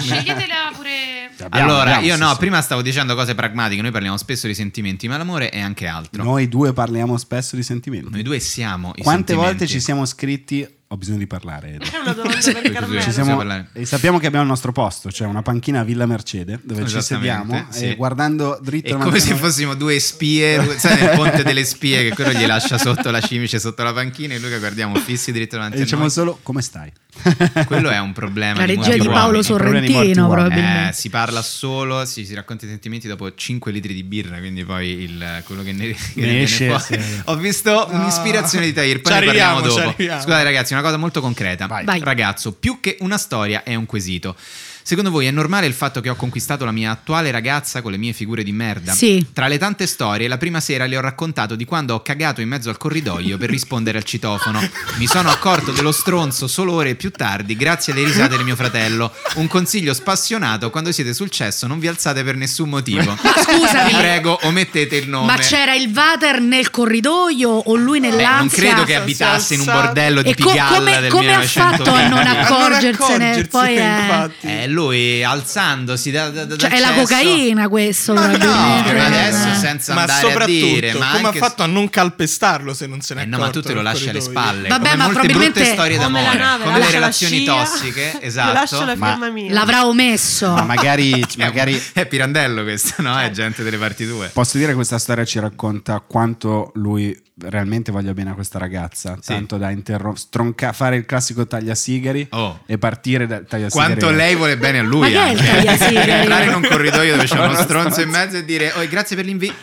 [SPEAKER 5] Sceglietela pure.
[SPEAKER 1] Abbiamo,
[SPEAKER 2] allora,
[SPEAKER 1] abbiamo,
[SPEAKER 2] io
[SPEAKER 1] sì,
[SPEAKER 2] no,
[SPEAKER 1] sì.
[SPEAKER 2] prima stavo dicendo cose pragmatiche, noi parliamo spesso di sentimenti, ma l'amore è anche altro.
[SPEAKER 1] Noi due parliamo spesso di sentimenti.
[SPEAKER 2] Noi due siamo i
[SPEAKER 1] Quante volte
[SPEAKER 2] sentimenti.
[SPEAKER 1] ci siamo scritti? Ho bisogno di parlare.
[SPEAKER 5] Eh,
[SPEAKER 1] Edo.
[SPEAKER 6] C'è una domanda
[SPEAKER 2] Sì,
[SPEAKER 6] per
[SPEAKER 2] così.
[SPEAKER 6] Carmelo.
[SPEAKER 1] Ci
[SPEAKER 2] Eh,
[SPEAKER 1] siamo-
[SPEAKER 2] non so parlare.
[SPEAKER 1] e sappiamo che abbiamo il nostro posto, cioè una panchina a Villa Mercede dove ci
[SPEAKER 2] Esattamente,
[SPEAKER 1] sediamo
[SPEAKER 2] sì.
[SPEAKER 1] e guardando dritto
[SPEAKER 2] È
[SPEAKER 1] davanti a
[SPEAKER 2] come se
[SPEAKER 1] noi-
[SPEAKER 2] fossimo due spie, due- sai nel ponte delle spie che quello gli lascia sotto la cimice, sotto la panchina e noi che guardiamo fissi diritto davanti
[SPEAKER 1] e
[SPEAKER 2] a
[SPEAKER 1] diciamo
[SPEAKER 2] noi.
[SPEAKER 1] solo come stai.
[SPEAKER 2] Quello è un problema
[SPEAKER 9] La
[SPEAKER 2] di
[SPEAKER 9] regia
[SPEAKER 2] molti
[SPEAKER 9] di Paolo
[SPEAKER 2] uomini.
[SPEAKER 1] Sorrentino, problema di molti
[SPEAKER 9] Sorrentino,
[SPEAKER 1] uomini.
[SPEAKER 9] probabilmente.
[SPEAKER 2] Eh, si parla solo, si, si racconta i sentimenti dopo 5 litri di birra, quindi poi il- quello che ne, che
[SPEAKER 1] Ne
[SPEAKER 2] viene
[SPEAKER 1] esce,
[SPEAKER 2] fuori.
[SPEAKER 1] sì.
[SPEAKER 2] Ho visto un'ispirazione di Tahir, poi
[SPEAKER 3] Ah. Ci
[SPEAKER 2] ne parliamo
[SPEAKER 3] arriviamo, ci
[SPEAKER 2] dopo.
[SPEAKER 3] arriviamo.
[SPEAKER 2] Scusate ragazzi, una cosa molto concreta.
[SPEAKER 9] Vai.
[SPEAKER 2] Ragazzo, più che una storia è un quesito. Secondo voi è normale il fatto che ho conquistato la mia attuale ragazza con le mie figure di merda?
[SPEAKER 9] Sì.
[SPEAKER 2] Tra le tante storie, la prima sera le ho raccontato di quando ho cagato in mezzo al corridoio per rispondere al citofono. Mi sono accorto dello stronzo solo ore più tardi, grazie alle risate di mio fratello. Un consiglio spassionato: quando siete sul cesso, non vi alzate per nessun motivo.
[SPEAKER 9] scusami.
[SPEAKER 2] vi prego, omettete il nome.
[SPEAKER 9] Ma c'era il Vater nel corridoio o lui
[SPEAKER 2] Eh, non
[SPEAKER 9] nell'ansia?
[SPEAKER 2] credo che abitasse in un bordello di
[SPEAKER 9] E co-
[SPEAKER 2] Pigalla
[SPEAKER 9] come,
[SPEAKER 2] del
[SPEAKER 9] come ha fatto a
[SPEAKER 2] 1920.
[SPEAKER 9] non
[SPEAKER 3] A non
[SPEAKER 9] accorgersene? Poi è,
[SPEAKER 3] infatti.
[SPEAKER 2] Eh, lui alzandosi da, da, da-
[SPEAKER 9] cioè,
[SPEAKER 2] dal
[SPEAKER 9] è la
[SPEAKER 2] cesso.
[SPEAKER 9] cocaina questo,
[SPEAKER 2] Ma no,
[SPEAKER 9] probabilmente. Eh.
[SPEAKER 2] ma adesso senza
[SPEAKER 3] ma
[SPEAKER 2] andare a
[SPEAKER 3] soprattutto,
[SPEAKER 2] dire, ma
[SPEAKER 3] come
[SPEAKER 2] anche-
[SPEAKER 3] ha fatto a non calpestarlo se non se ne
[SPEAKER 2] Eh
[SPEAKER 3] accorge?
[SPEAKER 2] no, ma tu te lo lasci alle spalle.
[SPEAKER 9] Vabbè,
[SPEAKER 2] come
[SPEAKER 9] ma
[SPEAKER 2] molte
[SPEAKER 9] probabilmente-
[SPEAKER 2] brutte storie
[SPEAKER 6] Come la
[SPEAKER 2] d'amore,
[SPEAKER 6] nave,
[SPEAKER 2] come
[SPEAKER 6] lascia la
[SPEAKER 2] le relazioni
[SPEAKER 6] scia,
[SPEAKER 2] tossiche, esatto.
[SPEAKER 6] Lascio la
[SPEAKER 1] Ma-
[SPEAKER 6] firma mia.
[SPEAKER 9] L'avrà omesso.
[SPEAKER 1] Ma magari,
[SPEAKER 2] È un-
[SPEAKER 1] magari
[SPEAKER 2] è Pirandello questo, no?
[SPEAKER 9] Cioè.
[SPEAKER 2] È gente delle parti tue.
[SPEAKER 1] posso dire che questa storia ci racconta quanto lui realmente voglia bene a questa ragazza, tanto da interrom- stronca- fare il classico tagliasigari
[SPEAKER 2] Oh.
[SPEAKER 1] e partire dal tagliasigari.
[SPEAKER 2] Quanto lei vuole bene a
[SPEAKER 9] Ma
[SPEAKER 2] lui
[SPEAKER 9] che è il
[SPEAKER 2] anche.
[SPEAKER 9] tagliasigari?
[SPEAKER 2] Entrare in un corridoio dove c'è uno stronzo in mezzo e dire "Oh, grazie per l'invito".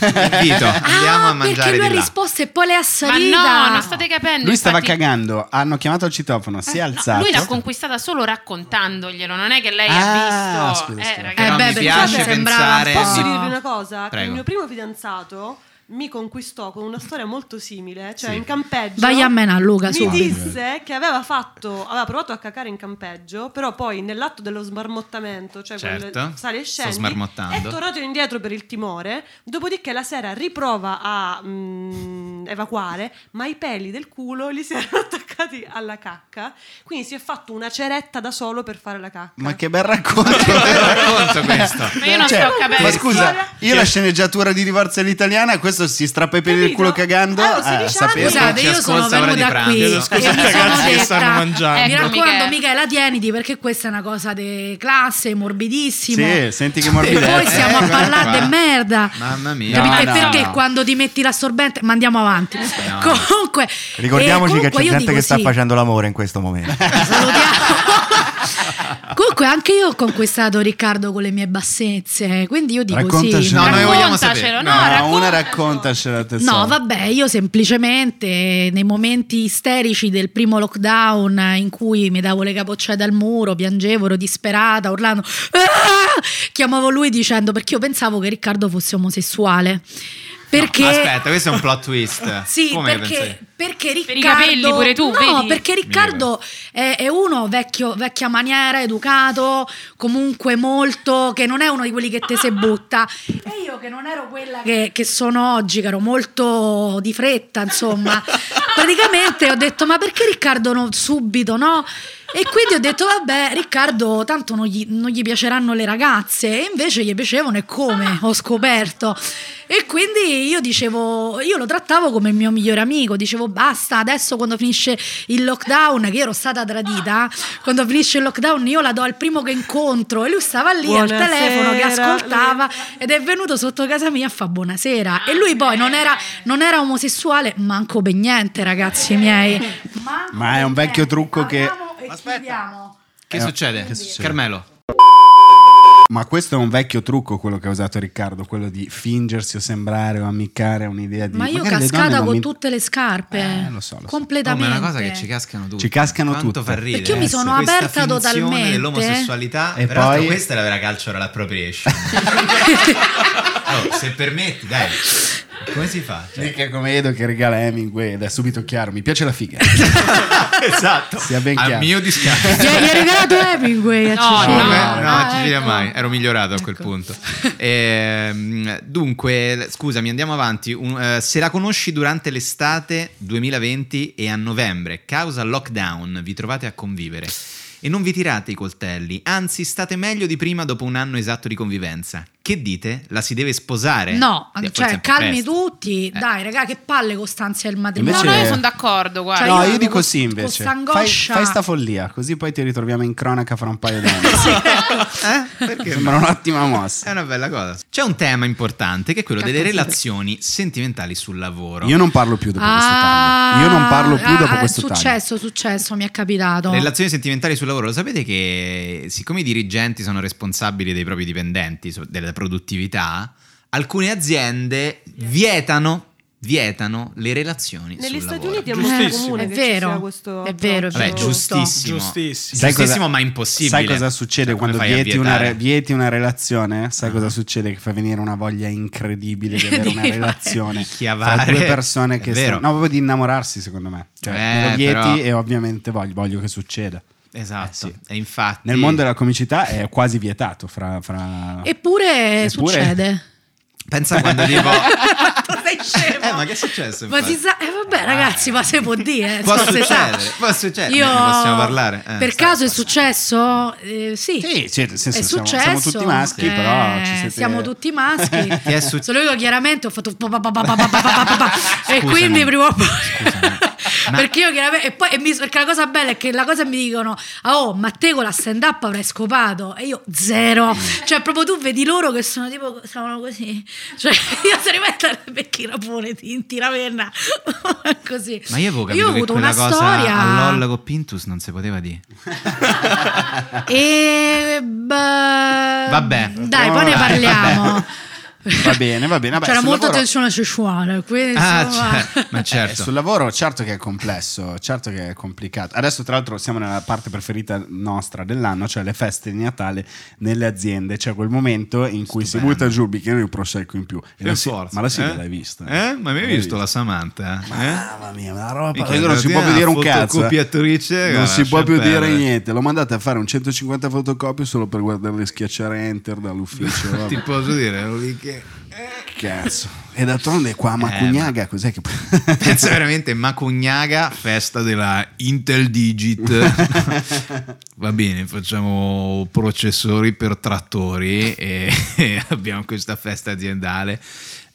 [SPEAKER 2] Invito, andiamo
[SPEAKER 9] ah,
[SPEAKER 2] a
[SPEAKER 9] perché
[SPEAKER 2] mangiare
[SPEAKER 9] lui
[SPEAKER 2] di
[SPEAKER 9] ha
[SPEAKER 2] là.
[SPEAKER 9] risposto e poi le ha
[SPEAKER 5] Ma
[SPEAKER 9] assalita.
[SPEAKER 5] no, non state capendo.
[SPEAKER 1] Lui stava
[SPEAKER 5] infatti- Eh,
[SPEAKER 1] cagando, hanno chiamato il citofono, si è alzato.
[SPEAKER 5] No, lui l'ha conquistata solo raccontandoglielo, non è che lei
[SPEAKER 1] Ah,
[SPEAKER 5] ha visto.
[SPEAKER 1] scusa,
[SPEAKER 5] Eh,
[SPEAKER 1] scusa.
[SPEAKER 5] ragazzi.
[SPEAKER 9] Eh, beh,
[SPEAKER 2] Però mi
[SPEAKER 9] perché
[SPEAKER 2] piace
[SPEAKER 9] vabbè, sembrava-
[SPEAKER 2] pensare
[SPEAKER 9] Posso
[SPEAKER 6] Posso
[SPEAKER 9] Eh,
[SPEAKER 6] dirvi
[SPEAKER 9] no.
[SPEAKER 6] una cosa? Che
[SPEAKER 2] Prego.
[SPEAKER 6] il mio primo fidanzato mi conquistò con una storia molto simile, cioè
[SPEAKER 2] Sì.
[SPEAKER 6] in campeggio.
[SPEAKER 9] Vai a menà, Luca, su.
[SPEAKER 6] Mi disse che aveva fatto, aveva provato a cacare in campeggio, però poi nell'atto dello smarmottamento, cioè
[SPEAKER 2] Certo.
[SPEAKER 6] quel sale e
[SPEAKER 2] Sto
[SPEAKER 6] scendi, è
[SPEAKER 2] smarmottando.
[SPEAKER 6] tornato indietro per il timore, dopodiché la sera riprova a mm, evacuare, ma i peli del culo gli si erano attaccati alla cacca, quindi si è fatto una ceretta da solo per fare la cacca.
[SPEAKER 1] Ma che bel racconto!
[SPEAKER 2] racconto questo.
[SPEAKER 5] Ma io non Cioè,
[SPEAKER 1] Cioè,
[SPEAKER 5] sto capendo.
[SPEAKER 1] Ma scusa, io la sceneggiatura di divorza all'italiana, questo si strappa i peli del
[SPEAKER 6] Capito?
[SPEAKER 1] culo cagando.
[SPEAKER 6] Ah, ho 16 anni.
[SPEAKER 1] sapevo.
[SPEAKER 9] Scusate,
[SPEAKER 2] Ci
[SPEAKER 9] io sono
[SPEAKER 2] ascolta ora di
[SPEAKER 9] venuta
[SPEAKER 2] pranzo.
[SPEAKER 9] qui e
[SPEAKER 2] Chiedo
[SPEAKER 9] mi
[SPEAKER 2] scusa
[SPEAKER 9] sono
[SPEAKER 3] ai ragazzi che stanno
[SPEAKER 9] detta
[SPEAKER 3] mangiando.
[SPEAKER 9] Mi
[SPEAKER 5] Ecco,
[SPEAKER 9] raccomando,
[SPEAKER 5] Michele.
[SPEAKER 9] Michela, tieniti perché questa è una cosa di classe, morbidissimo.
[SPEAKER 1] Sì, senti che
[SPEAKER 9] E
[SPEAKER 1] morbidezza.
[SPEAKER 9] poi stiamo
[SPEAKER 2] Eh,
[SPEAKER 9] a
[SPEAKER 2] guarda
[SPEAKER 9] parlare
[SPEAKER 2] qua.
[SPEAKER 9] di merda.
[SPEAKER 2] Mamma mia.
[SPEAKER 9] Capito?
[SPEAKER 1] No,
[SPEAKER 9] E
[SPEAKER 1] no,
[SPEAKER 9] perché
[SPEAKER 1] no.
[SPEAKER 9] quando ti metti l'assorbente? Ma andiamo avanti. Comunque,
[SPEAKER 8] Ricordiamoci
[SPEAKER 9] eh, comunque
[SPEAKER 8] che c'è
[SPEAKER 9] io
[SPEAKER 8] gente
[SPEAKER 9] dico
[SPEAKER 8] che sta
[SPEAKER 9] sì.
[SPEAKER 8] facendo l'amore in questo momento.
[SPEAKER 9] Salutiamo. Comunque anche io ho conquistato Riccardo con le mie bassezze, quindi io dico sì.
[SPEAKER 1] Raccontacelo.
[SPEAKER 2] No, noi vogliamo sapere.
[SPEAKER 5] Raccontacelo, no,
[SPEAKER 1] No,
[SPEAKER 5] racconta-
[SPEAKER 1] una raccontacela tesoro.
[SPEAKER 9] No, vabbè, io semplicemente eh, nei momenti isterici del primo lockdown eh, in cui mi davo le capocciate al muro, piangevo, ero disperata, urlando, "Ah!", chiamavo lui dicendo perché io pensavo che Riccardo fosse omosessuale. Perché
[SPEAKER 2] No, aspetta, questo è un plot twist.
[SPEAKER 9] Sì,
[SPEAKER 2] Come
[SPEAKER 9] perché,
[SPEAKER 2] pensi?
[SPEAKER 9] perché Riccardo.
[SPEAKER 5] Per i capelli pure tu,
[SPEAKER 9] No,
[SPEAKER 5] vedi?
[SPEAKER 9] perché Riccardo è, è uno vecchio, vecchia maniera, educato, comunque molto, che non è uno di quelli che te se butta. E io che non ero quella che, che sono oggi, che ero molto di fretta, insomma. Praticamente ho detto, ma perché Riccardo non subito, no? E quindi ho detto, vabbè, Riccardo tanto non gli, non gli piaceranno le ragazze, e invece gli piacevano e come, ho scoperto. E quindi io dicevo, io lo trattavo come il mio migliore amico, dicevo basta, adesso quando finisce il lockdown, che io ero stata tradita, quando finisce il lockdown io la do al primo che incontro e lui stava lì al
[SPEAKER 6] Buonasera,
[SPEAKER 9] telefono che ascoltava ed è venuto sotto casa mia a fa buonasera. E lui poi non era, non era omosessuale, manco per niente ragazzi miei. Manco
[SPEAKER 1] Ma è un
[SPEAKER 9] per
[SPEAKER 1] vecchio
[SPEAKER 9] niente.
[SPEAKER 1] trucco che-
[SPEAKER 9] Parliamo e chiudiamo.
[SPEAKER 2] Che,
[SPEAKER 1] Eh,
[SPEAKER 2] succede?
[SPEAKER 1] che succede?
[SPEAKER 2] Carmelo.
[SPEAKER 1] Ma questo è un vecchio trucco quello che ha usato Riccardo, quello di fingersi o sembrare o ammiccare a un'idea di
[SPEAKER 9] Ma io
[SPEAKER 1] magari le donne
[SPEAKER 9] cascata
[SPEAKER 1] non
[SPEAKER 9] con
[SPEAKER 1] mi-
[SPEAKER 9] tutte le scarpe.
[SPEAKER 1] Eh, lo so, lo so.
[SPEAKER 2] Oh, ma è
[SPEAKER 9] Completamente.
[SPEAKER 2] una cosa che ci cascano tutti.
[SPEAKER 1] Ci cascano
[SPEAKER 2] Quanto
[SPEAKER 1] tutte.
[SPEAKER 2] fa ridere.
[SPEAKER 9] Perché io mi
[SPEAKER 2] eh,
[SPEAKER 9] sono
[SPEAKER 2] sì. Questa
[SPEAKER 9] aperta
[SPEAKER 2] finzione
[SPEAKER 9] totalmente.
[SPEAKER 2] dell'omosessualità.
[SPEAKER 1] E
[SPEAKER 2] Peraltro
[SPEAKER 1] poi-
[SPEAKER 2] questa è la vera cultural appropriation. Oh, se permetti, dai. Come si fa? Cioè,
[SPEAKER 1] Mica come Edo che regala Hemingway ed è subito chiaro, mi piace la figa.
[SPEAKER 9] Cioè,
[SPEAKER 2] esatto.
[SPEAKER 1] Sia ben
[SPEAKER 2] A
[SPEAKER 1] chiaro.
[SPEAKER 2] mio discapito.
[SPEAKER 9] Gli hai gli hai
[SPEAKER 1] Cioè,
[SPEAKER 9] regalato Hemingway eh, cioè, a
[SPEAKER 5] No,
[SPEAKER 2] No,
[SPEAKER 9] Cecilia.
[SPEAKER 1] eh.
[SPEAKER 5] no.
[SPEAKER 2] beh, no,
[SPEAKER 9] Ah,
[SPEAKER 2] Cecilia
[SPEAKER 9] ecco.
[SPEAKER 2] mai, ero migliorato a quel
[SPEAKER 9] Ecco.
[SPEAKER 2] punto. Ehm, dunque, l- scusami, andiamo avanti. Un- eh, se la conosci durante l'estate 2020 e a novembre, causa lockdown, vi trovate a convivere e non vi tirate i coltelli, anzi state meglio di prima dopo un anno esatto di convivenza. Che dite? La si deve sposare?
[SPEAKER 9] No,
[SPEAKER 2] Eh, forse è
[SPEAKER 9] cioè
[SPEAKER 2] un po'
[SPEAKER 9] calmi
[SPEAKER 2] presto.
[SPEAKER 9] tutti,
[SPEAKER 2] Eh.
[SPEAKER 9] dai raga che palle Costanza e il
[SPEAKER 5] No,
[SPEAKER 9] matrimonio.
[SPEAKER 5] no,
[SPEAKER 1] Invece-
[SPEAKER 5] io sono d'accordo, guarda.
[SPEAKER 9] Cioè,
[SPEAKER 1] no,
[SPEAKER 9] io
[SPEAKER 1] io
[SPEAKER 9] avevo
[SPEAKER 1] dico
[SPEAKER 9] quest-
[SPEAKER 1] sì invece.
[SPEAKER 9] questa
[SPEAKER 1] Fai,
[SPEAKER 9] angoscia.
[SPEAKER 1] fai sta follia, così poi ti ritroviamo in cronaca fra un paio d'anni.
[SPEAKER 2] Eh? Perché?
[SPEAKER 1] Mi Sembra un'ottima mossa.
[SPEAKER 2] È una bella cosa. C'è un tema importante che è quello delle
[SPEAKER 9] Cazzo, sì.
[SPEAKER 2] relazioni sentimentali sul lavoro.
[SPEAKER 1] Io non parlo più dopo questo
[SPEAKER 9] Ah,
[SPEAKER 1] taglio. Io non parlo più dopo
[SPEAKER 9] ah, è
[SPEAKER 1] questo taglio.
[SPEAKER 9] successo, successo, mi è capitato.
[SPEAKER 2] Le relazioni sentimentali sul lavoro, lo sapete che siccome i dirigenti sono responsabili dei propri dipendenti, so- della produttività, alcune aziende vietano, vietano le relazioni
[SPEAKER 6] Negli
[SPEAKER 2] sul
[SPEAKER 6] Stati
[SPEAKER 2] lavoro.
[SPEAKER 6] Uniti è
[SPEAKER 9] Eh,
[SPEAKER 6] molto
[SPEAKER 3] Giustissimo.
[SPEAKER 6] comune
[SPEAKER 9] è
[SPEAKER 6] che
[SPEAKER 9] vero,
[SPEAKER 6] ci sia questo
[SPEAKER 9] è vero, è
[SPEAKER 6] approccio.
[SPEAKER 2] Vabbè,
[SPEAKER 9] giusto.
[SPEAKER 2] giustissimo.
[SPEAKER 3] Giustissimo.
[SPEAKER 1] Sai cosa-
[SPEAKER 2] Giustissimo, ma impossibile.
[SPEAKER 1] Sai cosa succede
[SPEAKER 2] Cioè, come
[SPEAKER 1] quando
[SPEAKER 2] fai a
[SPEAKER 1] vieti una,
[SPEAKER 2] vietare? Ah.
[SPEAKER 1] re- vieti una relazione? Sai cosa succede? Che fa venire una voglia incredibile di avere una
[SPEAKER 9] Di
[SPEAKER 1] relazione
[SPEAKER 2] chiavare.
[SPEAKER 1] fra due persone
[SPEAKER 2] È
[SPEAKER 1] che
[SPEAKER 2] vero.
[SPEAKER 1] stanno- No, proprio di innamorarsi, secondo me. Cioè,
[SPEAKER 2] Eh,
[SPEAKER 1] lo vieti
[SPEAKER 2] però-
[SPEAKER 1] e ovviamente voglio, voglio che succeda.
[SPEAKER 2] Esatto.
[SPEAKER 1] Eh, sì.
[SPEAKER 2] E infatti
[SPEAKER 1] Nel mondo della comicità è quasi vietato fra... fra...
[SPEAKER 9] Eppure,
[SPEAKER 1] Eppure-
[SPEAKER 9] succede.
[SPEAKER 2] pensa quando tipo
[SPEAKER 9] Sei scemo.
[SPEAKER 2] Eh, ma che è successo?
[SPEAKER 9] Ma
[SPEAKER 2] infatti?
[SPEAKER 9] si sa, eh, vabbè, ragazzi, ma se può dire, eh,
[SPEAKER 2] Può
[SPEAKER 9] so se sa.
[SPEAKER 2] succedere, può succedere,
[SPEAKER 9] Io,
[SPEAKER 2] ne possiamo parlare, eh,
[SPEAKER 9] per
[SPEAKER 2] sta-
[SPEAKER 9] caso è
[SPEAKER 2] sta-
[SPEAKER 9] successo? Eh, sì.
[SPEAKER 1] Sì, cioè, nel senso,
[SPEAKER 9] È
[SPEAKER 1] siamo,
[SPEAKER 9] successo,
[SPEAKER 1] siamo tutti maschi,
[SPEAKER 9] eh,
[SPEAKER 1] però ci siete...
[SPEAKER 9] siamo tutti maschi.
[SPEAKER 2] Ti è successo?
[SPEAKER 9] Solo io chiaramente ho fatto pa- pa- pa- pa- pa- pa- pa- pa- pa- pa- e
[SPEAKER 2] Scusami.
[SPEAKER 9] quindi prima o poi-
[SPEAKER 2] Scusami. Ma-
[SPEAKER 9] perché io chiaramente e poi e mi- perché la cosa bella è che la cosa mi dicono "Ah, oh ma te con la stand up avrai scopato e io zero cioè proprio tu vedi loro che sono tipo sono così cioè io sarei messa a becchi rapone in tiraverna così
[SPEAKER 2] Ma io avevo capito
[SPEAKER 9] ho
[SPEAKER 2] che
[SPEAKER 9] avuto
[SPEAKER 2] quella
[SPEAKER 9] una
[SPEAKER 2] cosa
[SPEAKER 9] storia
[SPEAKER 2] a LOL con Pintus non si poteva dire.
[SPEAKER 9] e beh,
[SPEAKER 2] Vabbè.
[SPEAKER 9] dai poi ne
[SPEAKER 2] Vabbè.
[SPEAKER 9] parliamo
[SPEAKER 1] Va bene, va bene. Vabbè,
[SPEAKER 9] C'era
[SPEAKER 1] sul
[SPEAKER 9] molta
[SPEAKER 1] lavoro-
[SPEAKER 9] tensione sessuale, quindi
[SPEAKER 2] Ah,
[SPEAKER 9] insomma-
[SPEAKER 2] cioè, ma
[SPEAKER 1] Eh,
[SPEAKER 2] certo.
[SPEAKER 1] Sul lavoro certo che è complesso, certo che è complicato. Adesso tra l'altro siamo nella parte preferita nostra dell'anno, cioè le feste di Natale nelle aziende. C'è quel momento in cui si
[SPEAKER 2] Stupendo.
[SPEAKER 1] butta giù il bicchiere di prosecco in più. E
[SPEAKER 7] Per
[SPEAKER 1] la si-
[SPEAKER 7] forza,
[SPEAKER 1] ma la sigla
[SPEAKER 7] eh?
[SPEAKER 1] l'hai vista?
[SPEAKER 7] Eh? Ma mi hai
[SPEAKER 1] L'hai
[SPEAKER 7] visto la Samantha? Eh?
[SPEAKER 1] Mamma mia, una roba.
[SPEAKER 7] Minchia,
[SPEAKER 1] non si può più
[SPEAKER 7] una
[SPEAKER 1] dire un cazzo. eh.
[SPEAKER 7] fotocopiatrice, guarda,
[SPEAKER 1] Non si può più
[SPEAKER 7] lascia
[SPEAKER 1] dire
[SPEAKER 7] perdere.
[SPEAKER 1] niente. L'ho mandata a fare un 150 fotocopie solo per guardarle schiacciare enter dall'ufficio. vabbè.
[SPEAKER 7] Ti posso dire, ero lì che...
[SPEAKER 1] Cazzo. E d'altronde qua a
[SPEAKER 7] Eh,
[SPEAKER 1] Macugnaga, cos'è che...
[SPEAKER 2] Penso veramente Macugnaga, festa della Intel Digit. Va bene, facciamo processori per trattori e, e abbiamo questa festa aziendale.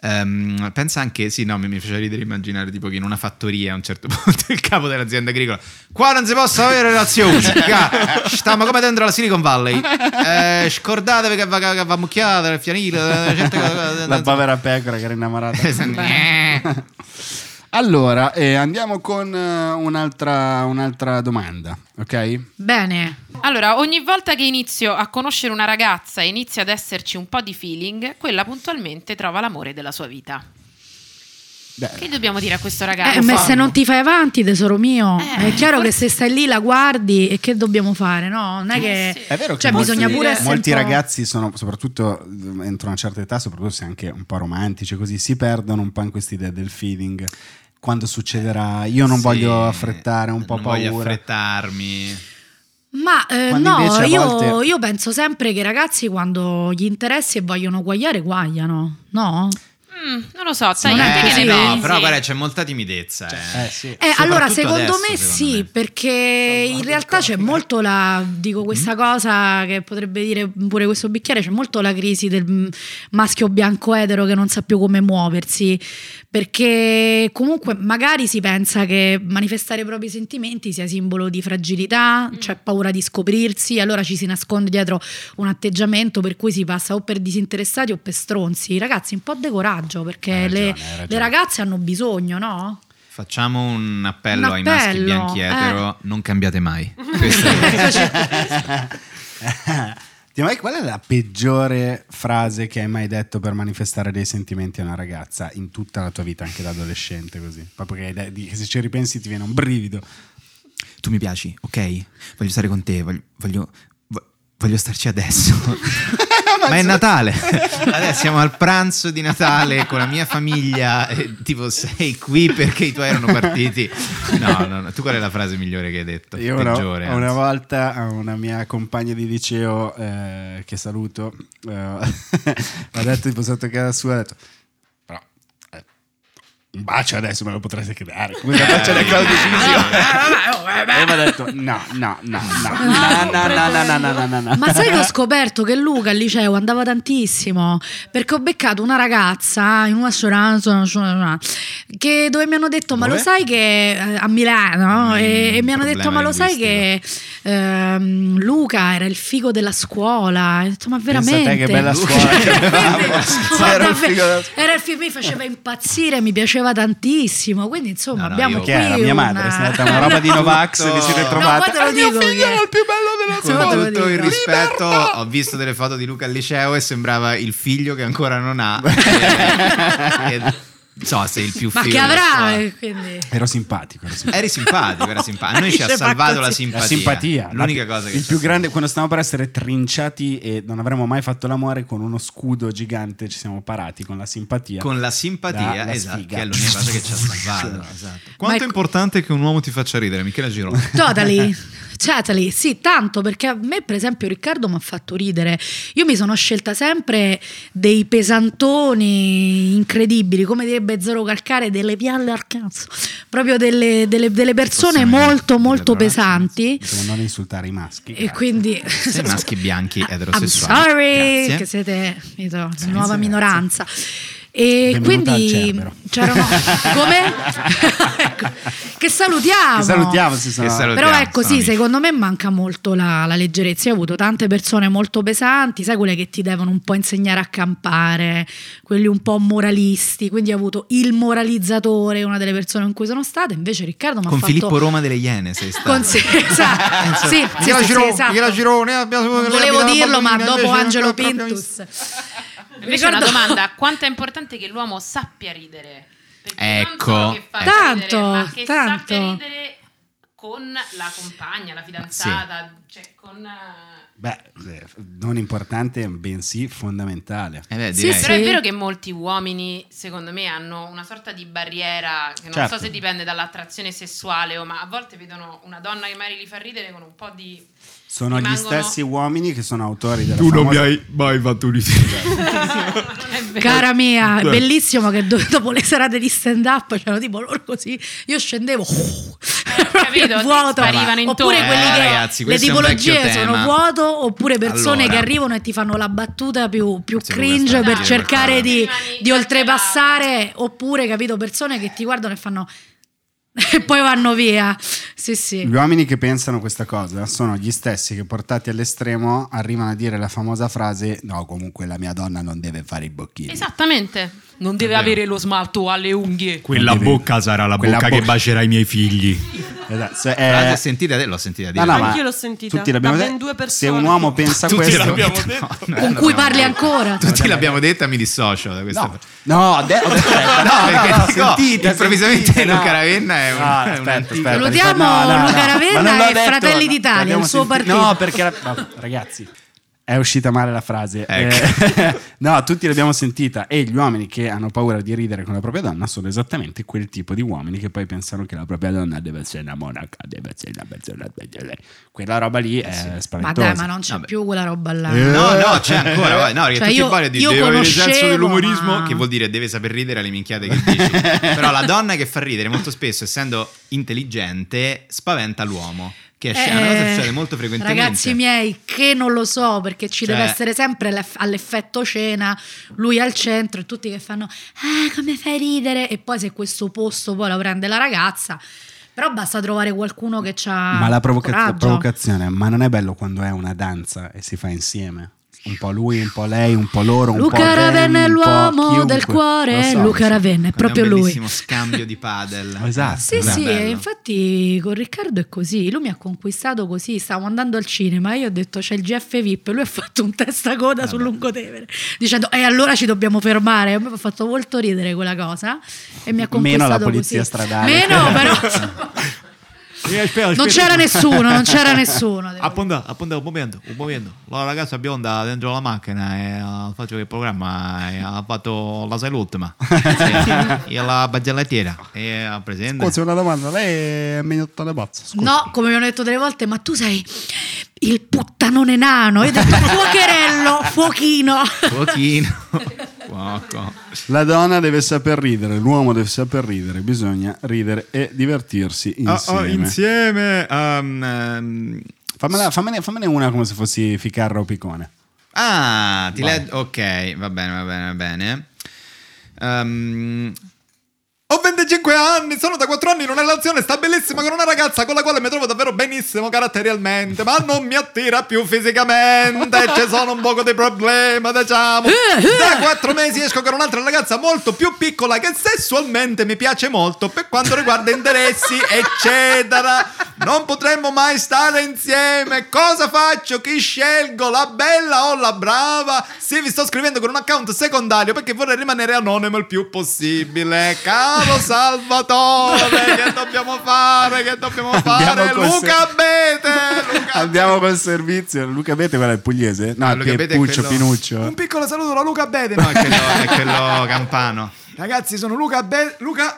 [SPEAKER 2] Ehm, pensa anche, sì, no, mi, mi faceva ridere immaginare tipo che in una fattoria a un certo punto il capo dell'azienda agricola, qua non si possono avere relazioni, ca- stiamo come dentro la Silicon Valley, Eh, scordatevi che va, che va mucchiata, il fianile, eh, gente che-
[SPEAKER 1] La povera pecora che era innamorata.
[SPEAKER 2] Eh.
[SPEAKER 1] Allora, eh, andiamo con eh, un'altra, un'altra domanda, ok?
[SPEAKER 9] Bene,
[SPEAKER 5] Allora, ogni volta che inizio a conoscere una ragazza e inizia ad esserci un po' di feeling, quella puntualmente trova l'amore della sua vita. Che
[SPEAKER 1] Beh,
[SPEAKER 5] dobbiamo dire a questo
[SPEAKER 9] Eh,
[SPEAKER 5] ragazzo?
[SPEAKER 9] ma se non ti fai avanti, tesoro mio,
[SPEAKER 5] Eh,
[SPEAKER 9] è chiaro
[SPEAKER 5] forse- Eh,
[SPEAKER 9] che se stai lì la guardi e che dobbiamo fare, no? Non è che...
[SPEAKER 5] sì.
[SPEAKER 1] è vero che
[SPEAKER 9] Cioè,
[SPEAKER 1] molti,
[SPEAKER 9] bisogna pure essere
[SPEAKER 1] molti
[SPEAKER 9] un po'-
[SPEAKER 1] ragazzi sono, soprattutto eh, entro una certa età, soprattutto se anche un po' romantici, così si perdono un po' in quest'idea del feeling. Quando succederà? Io non
[SPEAKER 2] Sì,
[SPEAKER 1] voglio affrettare, ho un po'
[SPEAKER 2] non voglio
[SPEAKER 1] paura.
[SPEAKER 2] affrettarmi.
[SPEAKER 9] Ma eh,
[SPEAKER 1] Quando invece
[SPEAKER 9] no,
[SPEAKER 1] a
[SPEAKER 9] io,
[SPEAKER 1] volte-
[SPEAKER 9] io penso sempre che i ragazzi quando gli interessi e vogliono guagliare, guagliano, no?
[SPEAKER 5] Mm, non lo so, sai,
[SPEAKER 9] Non è
[SPEAKER 5] te che
[SPEAKER 9] così?
[SPEAKER 5] ne
[SPEAKER 2] no,
[SPEAKER 5] pensi?
[SPEAKER 2] però guarda, c'è molta timidezza. eh.
[SPEAKER 1] Eh, sì.
[SPEAKER 9] Eh, allora,
[SPEAKER 2] Soprattutto
[SPEAKER 9] secondo
[SPEAKER 2] adesso,
[SPEAKER 9] me
[SPEAKER 2] secondo
[SPEAKER 9] sì,
[SPEAKER 2] me.
[SPEAKER 9] perché in realtà c'è molto la, dico questa cosa che potrebbe dire pure questo bicchiere, c'è molto la crisi del mm, maschio bianco etero che non sa più come muoversi, perché comunque magari si pensa che manifestare i propri sentimenti sia simbolo di fragilità,
[SPEAKER 5] Mm.
[SPEAKER 9] c'è paura di scoprirsi, allora ci si nasconde dietro un atteggiamento per cui si passa o per disinteressati o per stronzi. Ragazzi, un po' di coraggio perché
[SPEAKER 1] Hai ragione,
[SPEAKER 9] le,
[SPEAKER 1] hai ragione.
[SPEAKER 9] le ragazze hanno bisogno, no?
[SPEAKER 2] Facciamo un appello,
[SPEAKER 9] Un
[SPEAKER 2] ai maschi
[SPEAKER 9] appello,
[SPEAKER 2] bianchi
[SPEAKER 9] eh.
[SPEAKER 2] etero, non cambiate mai. Questo è-
[SPEAKER 1] Ti mai qual è la peggiore frase che hai mai detto per manifestare dei sentimenti a una ragazza in tutta la tua vita, anche da adolescente così? Proprio che hai de- di- che se ci ripensi ti viene un brivido.
[SPEAKER 2] tu mi piaci, ok? Voglio stare con te, voglio, voglio, vo- voglio starci adesso. Ma è Natale. Adesso siamo al pranzo di Natale con la mia famiglia. eh, tipo, sei qui perché i tuoi erano partiti. No, no, no. Tu qual è la frase migliore che hai detto?
[SPEAKER 1] Io una,
[SPEAKER 2] Peggiore.
[SPEAKER 1] una
[SPEAKER 2] anzi.
[SPEAKER 1] volta a una mia compagna di liceo eh, che saluto, eh, ho detto tipo sotto casa sua, ho detto, però eh, un bacio adesso me lo potreste dare. Come la faccia da Claudio Bisio?
[SPEAKER 5] Oh,
[SPEAKER 1] E io ho detto no, no, no, no, no, no, no, no, no, no, no, no, no.
[SPEAKER 9] Ma sai che ho scoperto che Luca al liceo andava tantissimo perché ho beccato una ragazza in una sorana che dove mi hanno detto ma lo
[SPEAKER 2] Dove?
[SPEAKER 9] sai che eh, a Milano
[SPEAKER 2] Mm,
[SPEAKER 9] e, e mi hanno
[SPEAKER 2] problema
[SPEAKER 9] detto ma lo sai che ehm, Luca era il figo della scuola e ho detto ma
[SPEAKER 1] Pensa
[SPEAKER 9] veramente
[SPEAKER 1] te che bella scuola che avevamo.
[SPEAKER 9] Ma
[SPEAKER 1] Era il
[SPEAKER 9] davvero-
[SPEAKER 1] figo della-
[SPEAKER 9] era il figo mi faceva impazzire mi piaceva tantissimo quindi insomma
[SPEAKER 2] No, no,
[SPEAKER 9] abbiamo
[SPEAKER 2] io-
[SPEAKER 9] qui
[SPEAKER 1] Chi era? Mia madre, è stata una roba di Novax, vi siete
[SPEAKER 2] No,
[SPEAKER 1] trovati.
[SPEAKER 9] guarda, lo
[SPEAKER 1] mio
[SPEAKER 9] dico
[SPEAKER 1] figlio
[SPEAKER 9] che-
[SPEAKER 1] era il più bello della
[SPEAKER 9] Guarda,
[SPEAKER 2] Con
[SPEAKER 9] lo
[SPEAKER 1] scuola.
[SPEAKER 2] tutto il
[SPEAKER 9] dico.
[SPEAKER 2] rispetto, ho visto delle foto di Luca al liceo e sembrava il figlio che ancora non ha. E- e- so se è il più
[SPEAKER 9] ma
[SPEAKER 2] figo
[SPEAKER 9] che
[SPEAKER 2] della
[SPEAKER 9] avrà
[SPEAKER 2] scuola.
[SPEAKER 9] eh, quindi
[SPEAKER 1] Ero simpatico, ero simpatico.
[SPEAKER 2] Eri simpatico, era simpatico. A noi ci ha
[SPEAKER 9] Dice, fa
[SPEAKER 2] salvato la
[SPEAKER 9] così.
[SPEAKER 2] simpatia.
[SPEAKER 1] La simpatia,
[SPEAKER 2] L'unica
[SPEAKER 1] La-
[SPEAKER 2] cosa che
[SPEAKER 1] il più
[SPEAKER 2] ci ha salvato.
[SPEAKER 1] grande quando stavamo per essere trinciati e non avremmo mai fatto l'amore con uno scudo gigante ci siamo parati con la simpatia.
[SPEAKER 2] Con la simpatia,
[SPEAKER 1] La- la
[SPEAKER 2] esatto,
[SPEAKER 1] sfiga.
[SPEAKER 2] che è l'unica cosa che ci ha salvato. esatto.
[SPEAKER 7] Quanto
[SPEAKER 9] Ma
[SPEAKER 7] è
[SPEAKER 9] è-
[SPEAKER 7] importante che un uomo ti faccia ridere, Michela Giro?
[SPEAKER 9] Totally. Totally, sì, tanto perché a me, per esempio, Riccardo mi ha fatto ridere. Io mi sono scelta sempre dei pesantoni incredibili, come direbbe Zoro Calcare, delle pialle al cazzo. Proprio delle, delle- delle persone
[SPEAKER 2] Possiamo
[SPEAKER 9] molto,
[SPEAKER 2] dire-
[SPEAKER 9] molto
[SPEAKER 2] dire
[SPEAKER 9] pesanti.
[SPEAKER 1] Insomma, non insultare i maschi.
[SPEAKER 9] E
[SPEAKER 1] grazie.
[SPEAKER 9] quindi. Ah,
[SPEAKER 2] Sei maschi bianchi
[SPEAKER 9] I'm
[SPEAKER 2] eterosessuali.
[SPEAKER 9] sorry,
[SPEAKER 2] Grazie.
[SPEAKER 9] che siete capito, una
[SPEAKER 1] Grazie,
[SPEAKER 9] nuova
[SPEAKER 1] grazie.
[SPEAKER 9] minoranza. E
[SPEAKER 1] Benvenuta al
[SPEAKER 9] quindi
[SPEAKER 1] Cerbero.
[SPEAKER 9] c'erano come? Ecco, che salutiamo.
[SPEAKER 1] Che salutiamo, si sono-
[SPEAKER 2] Che salutiamo.
[SPEAKER 9] Però ecco sì,
[SPEAKER 2] sono amici.
[SPEAKER 9] secondo me manca molto la, la leggerezza. Io ho avuto tante persone molto pesanti, sai quelle che ti devono un po' insegnare a campare, quelli un po' moralisti, quindi ho avuto il moralizzatore, una delle persone con cui sono stata, invece Riccardo mi ha
[SPEAKER 2] Con
[SPEAKER 9] fatto...
[SPEAKER 2] Filippo Eh, Roma delle Iene sei stato.
[SPEAKER 9] Con- sì, esatto. Sì, sì, sì, sì, esatto. Non volevo dirlo, ma dopo Angelo Pintus.
[SPEAKER 5] Invece una
[SPEAKER 9] Ricordo-
[SPEAKER 5] domanda, quanto è importante che l'uomo sappia ridere? Perché
[SPEAKER 2] Ecco,
[SPEAKER 5] non solo che fa
[SPEAKER 9] ecco.
[SPEAKER 5] ridere, ma che
[SPEAKER 9] Tanto,
[SPEAKER 5] sappia
[SPEAKER 9] tanto.
[SPEAKER 5] ridere con la compagna, la fidanzata, cioè con... eh,
[SPEAKER 1] Beh, eh, non importante, bensì fondamentale.
[SPEAKER 2] Eh beh,
[SPEAKER 9] Sì,
[SPEAKER 2] direi.
[SPEAKER 9] sì.
[SPEAKER 5] Però è vero che molti uomini, secondo me, hanno una sorta di barriera che non
[SPEAKER 1] Certo.
[SPEAKER 5] so se dipende dall'attrazione sessuale o ma a volte vedono una donna che magari li fa ridere con un po' di...
[SPEAKER 1] Sono gli
[SPEAKER 5] Rimangono-
[SPEAKER 1] stessi uomini che sono autori della
[SPEAKER 7] Tu non mi
[SPEAKER 1] famosa-
[SPEAKER 7] hai mai fatto ridere.
[SPEAKER 5] non è vero.
[SPEAKER 9] Cara mia, è
[SPEAKER 7] Beh.
[SPEAKER 9] bellissimo che do- dopo le serate di stand up c'erano tipo loro così, io scendevo proprio
[SPEAKER 5] capito,
[SPEAKER 9] vuoto,
[SPEAKER 5] sparivano intorno.
[SPEAKER 9] oppure quelli
[SPEAKER 5] Eh,
[SPEAKER 9] che
[SPEAKER 2] ragazzi,
[SPEAKER 9] le
[SPEAKER 2] questo è un
[SPEAKER 9] tipologie
[SPEAKER 2] vecchio
[SPEAKER 9] sono
[SPEAKER 2] tema.
[SPEAKER 9] vuoto oppure persone
[SPEAKER 2] Allora.
[SPEAKER 9] che arrivano e ti fanno la battuta più, più
[SPEAKER 2] Forse
[SPEAKER 9] cringe
[SPEAKER 2] Luca sta
[SPEAKER 9] per
[SPEAKER 2] dicendo
[SPEAKER 9] cercare di,
[SPEAKER 5] qualcosa.
[SPEAKER 9] di oltrepassare oppure capito persone che ti guardano e fanno e poi vanno via. Sì, sì.
[SPEAKER 1] Gli uomini che pensano questa cosa sono gli stessi che portati all'estremo arrivano a dire la famosa frase no comunque la mia donna non deve fare i bocchini.
[SPEAKER 9] Esatto.
[SPEAKER 5] Esattamente. Non deve
[SPEAKER 2] È vero.
[SPEAKER 5] avere lo smalto alle unghie.
[SPEAKER 1] Non deve-
[SPEAKER 7] sarà la
[SPEAKER 1] Quella bocca-
[SPEAKER 7] bacerà i miei figli.
[SPEAKER 1] Esatto, se-
[SPEAKER 2] Tra l'altro
[SPEAKER 1] eh,
[SPEAKER 2] è Ah, sentita te- l'ho sentita
[SPEAKER 1] no,
[SPEAKER 2] dire.
[SPEAKER 1] no, ma
[SPEAKER 6] Anch'io l'ho sentita,
[SPEAKER 1] Tutti l'abbiamo
[SPEAKER 6] da
[SPEAKER 1] detto.
[SPEAKER 6] ben due
[SPEAKER 1] Se
[SPEAKER 6] persone.
[SPEAKER 1] un uomo pensa
[SPEAKER 2] Tutti
[SPEAKER 1] questo
[SPEAKER 2] l'abbiamo detta. No,
[SPEAKER 9] Con
[SPEAKER 2] no,
[SPEAKER 9] cui
[SPEAKER 2] no.
[SPEAKER 9] parli ancora.
[SPEAKER 2] Tutti l'abbiamo detta, mi dissocio da questa.
[SPEAKER 1] No, no, de- ho detto-
[SPEAKER 2] No, perché
[SPEAKER 1] no, no,
[SPEAKER 2] dico,
[SPEAKER 1] sentite,
[SPEAKER 2] improvvisamente
[SPEAKER 1] sentite, no.
[SPEAKER 2] Luca Ravenna è un-
[SPEAKER 1] No,
[SPEAKER 2] è un
[SPEAKER 1] aspetta,
[SPEAKER 2] antico.
[SPEAKER 1] aspetta,
[SPEAKER 9] Salutiamo
[SPEAKER 1] aspetta,
[SPEAKER 9] Luca Ravenna
[SPEAKER 1] ma non l'ho
[SPEAKER 9] e Fratelli d'Italia,
[SPEAKER 1] l'abbiamo
[SPEAKER 9] il suo
[SPEAKER 1] sentito.
[SPEAKER 9] partito.
[SPEAKER 1] No, perché la- no, ragazzi, è uscita male la frase.
[SPEAKER 2] Ecco.
[SPEAKER 1] Eh, no, tutti l'abbiamo sentita e gli uomini che hanno paura di ridere con la propria donna sono esattamente quel tipo di uomini che poi pensano che la propria donna deve essere una monaca, deve essere una persona. Quella roba lì è
[SPEAKER 9] Ma
[SPEAKER 1] spaventosa.
[SPEAKER 9] dai, ma non c'è
[SPEAKER 2] Vabbè. Eh,
[SPEAKER 9] più quella roba là.
[SPEAKER 2] No, no, c'è ancora. guarda, No, perché
[SPEAKER 9] Cioè,
[SPEAKER 2] tutti
[SPEAKER 9] io-
[SPEAKER 2] vogliono dire
[SPEAKER 9] io
[SPEAKER 2] deve avere il
[SPEAKER 9] conoscevo,
[SPEAKER 2] senso dell'umorismo,
[SPEAKER 9] ma-
[SPEAKER 2] che vuol dire deve saper ridere alle minchiate che dici. Però la donna che fa ridere molto spesso, essendo intelligente, spaventa l'uomo. Che è scena, una cosa che
[SPEAKER 9] Eh,
[SPEAKER 2] succede molto frequentemente.
[SPEAKER 9] Ragazzi miei, che non lo so perché ci
[SPEAKER 2] Cioè-
[SPEAKER 9] deve essere sempre l'eff- all'effetto cena, lui al centro e tutti che fanno ah, come fai ridere e poi se questo posto poi lo prende la ragazza. Però basta trovare qualcuno che ha
[SPEAKER 1] Ma la provoca-
[SPEAKER 9] Ah, coraggio.
[SPEAKER 1] provocazione, ma non è bello quando è una danza e si fa insieme? Un po' lui, un po' lei, un po' loro, un po'
[SPEAKER 9] Luca
[SPEAKER 1] them,
[SPEAKER 9] Ravenna è
[SPEAKER 1] un po'
[SPEAKER 9] l'uomo del
[SPEAKER 1] chiunque.
[SPEAKER 9] cuore,
[SPEAKER 1] Lo so,
[SPEAKER 9] Luca
[SPEAKER 1] lo so.
[SPEAKER 9] Ravenna è
[SPEAKER 2] Quando
[SPEAKER 9] proprio
[SPEAKER 2] un
[SPEAKER 9] lui.
[SPEAKER 2] bellissimo scambio di padel.
[SPEAKER 1] Esatto.
[SPEAKER 9] Sì,
[SPEAKER 1] Beh,
[SPEAKER 9] sì,
[SPEAKER 2] bello.
[SPEAKER 9] e infatti con Riccardo è così, lui mi ha conquistato così, stavo andando al cinema, io ho detto c'è il GF VIP, lui ha fatto un testacoda
[SPEAKER 1] Eh
[SPEAKER 9] sul lungotevere, dicendo e allora ci dobbiamo fermare, a me mi ha fatto molto ridere quella cosa e mi ha conquistato
[SPEAKER 1] Meno la polizia
[SPEAKER 9] così.
[SPEAKER 1] stradale.
[SPEAKER 9] Meno però... Non c'era nessuno, non c'era nessuno, devo dire.
[SPEAKER 7] Eh, Apponda, apponda, un momento, un momento. La ragazza bionda dentro la macchina e eh, faccio che programma e ha fatto la salute, ma e, e la bagellattiera e ha presente.
[SPEAKER 1] Scusi, una domanda, lei è mignotta le pazze? scusi.
[SPEAKER 9] No, come mi hanno detto delle volte, ma tu sei il puttanone nano. E ho detto fuocherello, fuochino.
[SPEAKER 2] Pochino. Poco.
[SPEAKER 1] La donna deve saper ridere, l'uomo deve saper ridere, bisogna ridere e divertirsi
[SPEAKER 7] Ah, oh,
[SPEAKER 1] insieme.
[SPEAKER 7] insieme, um, ehm,
[SPEAKER 1] Fammela- fammene, fammene una come se fossi Ficarra o Picone.
[SPEAKER 2] Ah, ti leggo. Ok, va bene, va bene, va bene. Ehm,
[SPEAKER 7] Um, Ho 25 anni, sono da 4 anni in una relazione, sta bellissima con una ragazza con la quale mi trovo davvero benissimo caratterialmente, ma non mi attira più fisicamente, ci sono un poco di problema, diciamo. Da 4 mesi esco con un'altra ragazza molto più piccola che sessualmente mi piace molto per quanto riguarda interessi, eccetera. Non potremmo mai stare insieme. Cosa faccio? Chi scelgo? La bella o la brava? Sì, vi sto scrivendo con un account secondario perché vorrei rimanere anonimo il più possibile. Caro Salvatore, che dobbiamo fare? Che dobbiamo fare?
[SPEAKER 1] Andiamo col se-
[SPEAKER 7] Luca Bete! Luca
[SPEAKER 1] Andiamo col servizio. Luca Bete, quello è il pugliese? No,
[SPEAKER 2] Ah, Luca Bete è
[SPEAKER 1] Puccio,
[SPEAKER 2] quello-
[SPEAKER 1] Pinuccio.
[SPEAKER 7] Un piccolo saluto da Luca Bede.
[SPEAKER 2] no, è quello, è quello campano.
[SPEAKER 7] Ragazzi, sono Luca Bede. Luca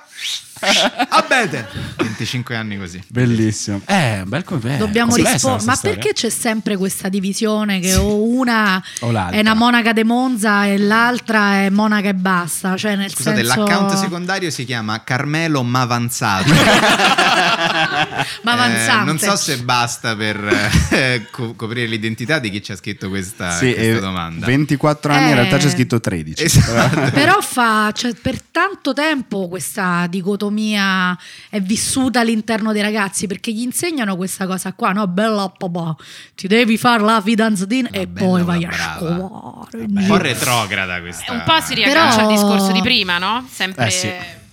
[SPEAKER 7] Abete.
[SPEAKER 2] 25 anni così.
[SPEAKER 1] Bellissimo. Eh, bel convegno.
[SPEAKER 9] Dobbiamo rispondere. Ma perché c'è sempre questa divisione che o una
[SPEAKER 1] O l'altra.
[SPEAKER 9] è una monaca de Monza e l'altra è monaca e basta? Cioè, nel
[SPEAKER 2] Scusate,
[SPEAKER 9] senso...
[SPEAKER 2] l'account secondario si chiama Carmelo Mavanzato.
[SPEAKER 9] Ma
[SPEAKER 2] Eh,
[SPEAKER 9] avanzante.
[SPEAKER 2] non so se basta per eh, co- coprire l'identità di chi ci ha scritto questa,
[SPEAKER 1] Sì,
[SPEAKER 2] questa
[SPEAKER 1] eh,
[SPEAKER 2] domanda.
[SPEAKER 1] 24 anni,
[SPEAKER 9] Eh.
[SPEAKER 1] in realtà c'è scritto 13.
[SPEAKER 2] Esatto.
[SPEAKER 9] Però fa, cioè, per tanto tempo questa dicotomia è vissuta all'interno dei ragazzi perché gli insegnano questa cosa qua, no? Bella papà, ti devi fare la fidanzatina
[SPEAKER 2] La
[SPEAKER 9] e
[SPEAKER 2] bella,
[SPEAKER 9] poi
[SPEAKER 2] una
[SPEAKER 9] vai a
[SPEAKER 2] brava.
[SPEAKER 9] scuola. Eh,
[SPEAKER 2] Un po' retrograda questa.
[SPEAKER 5] Un po' si riaggancia
[SPEAKER 9] Però-
[SPEAKER 5] al discorso di prima, no? Sempre
[SPEAKER 1] Eh, sì.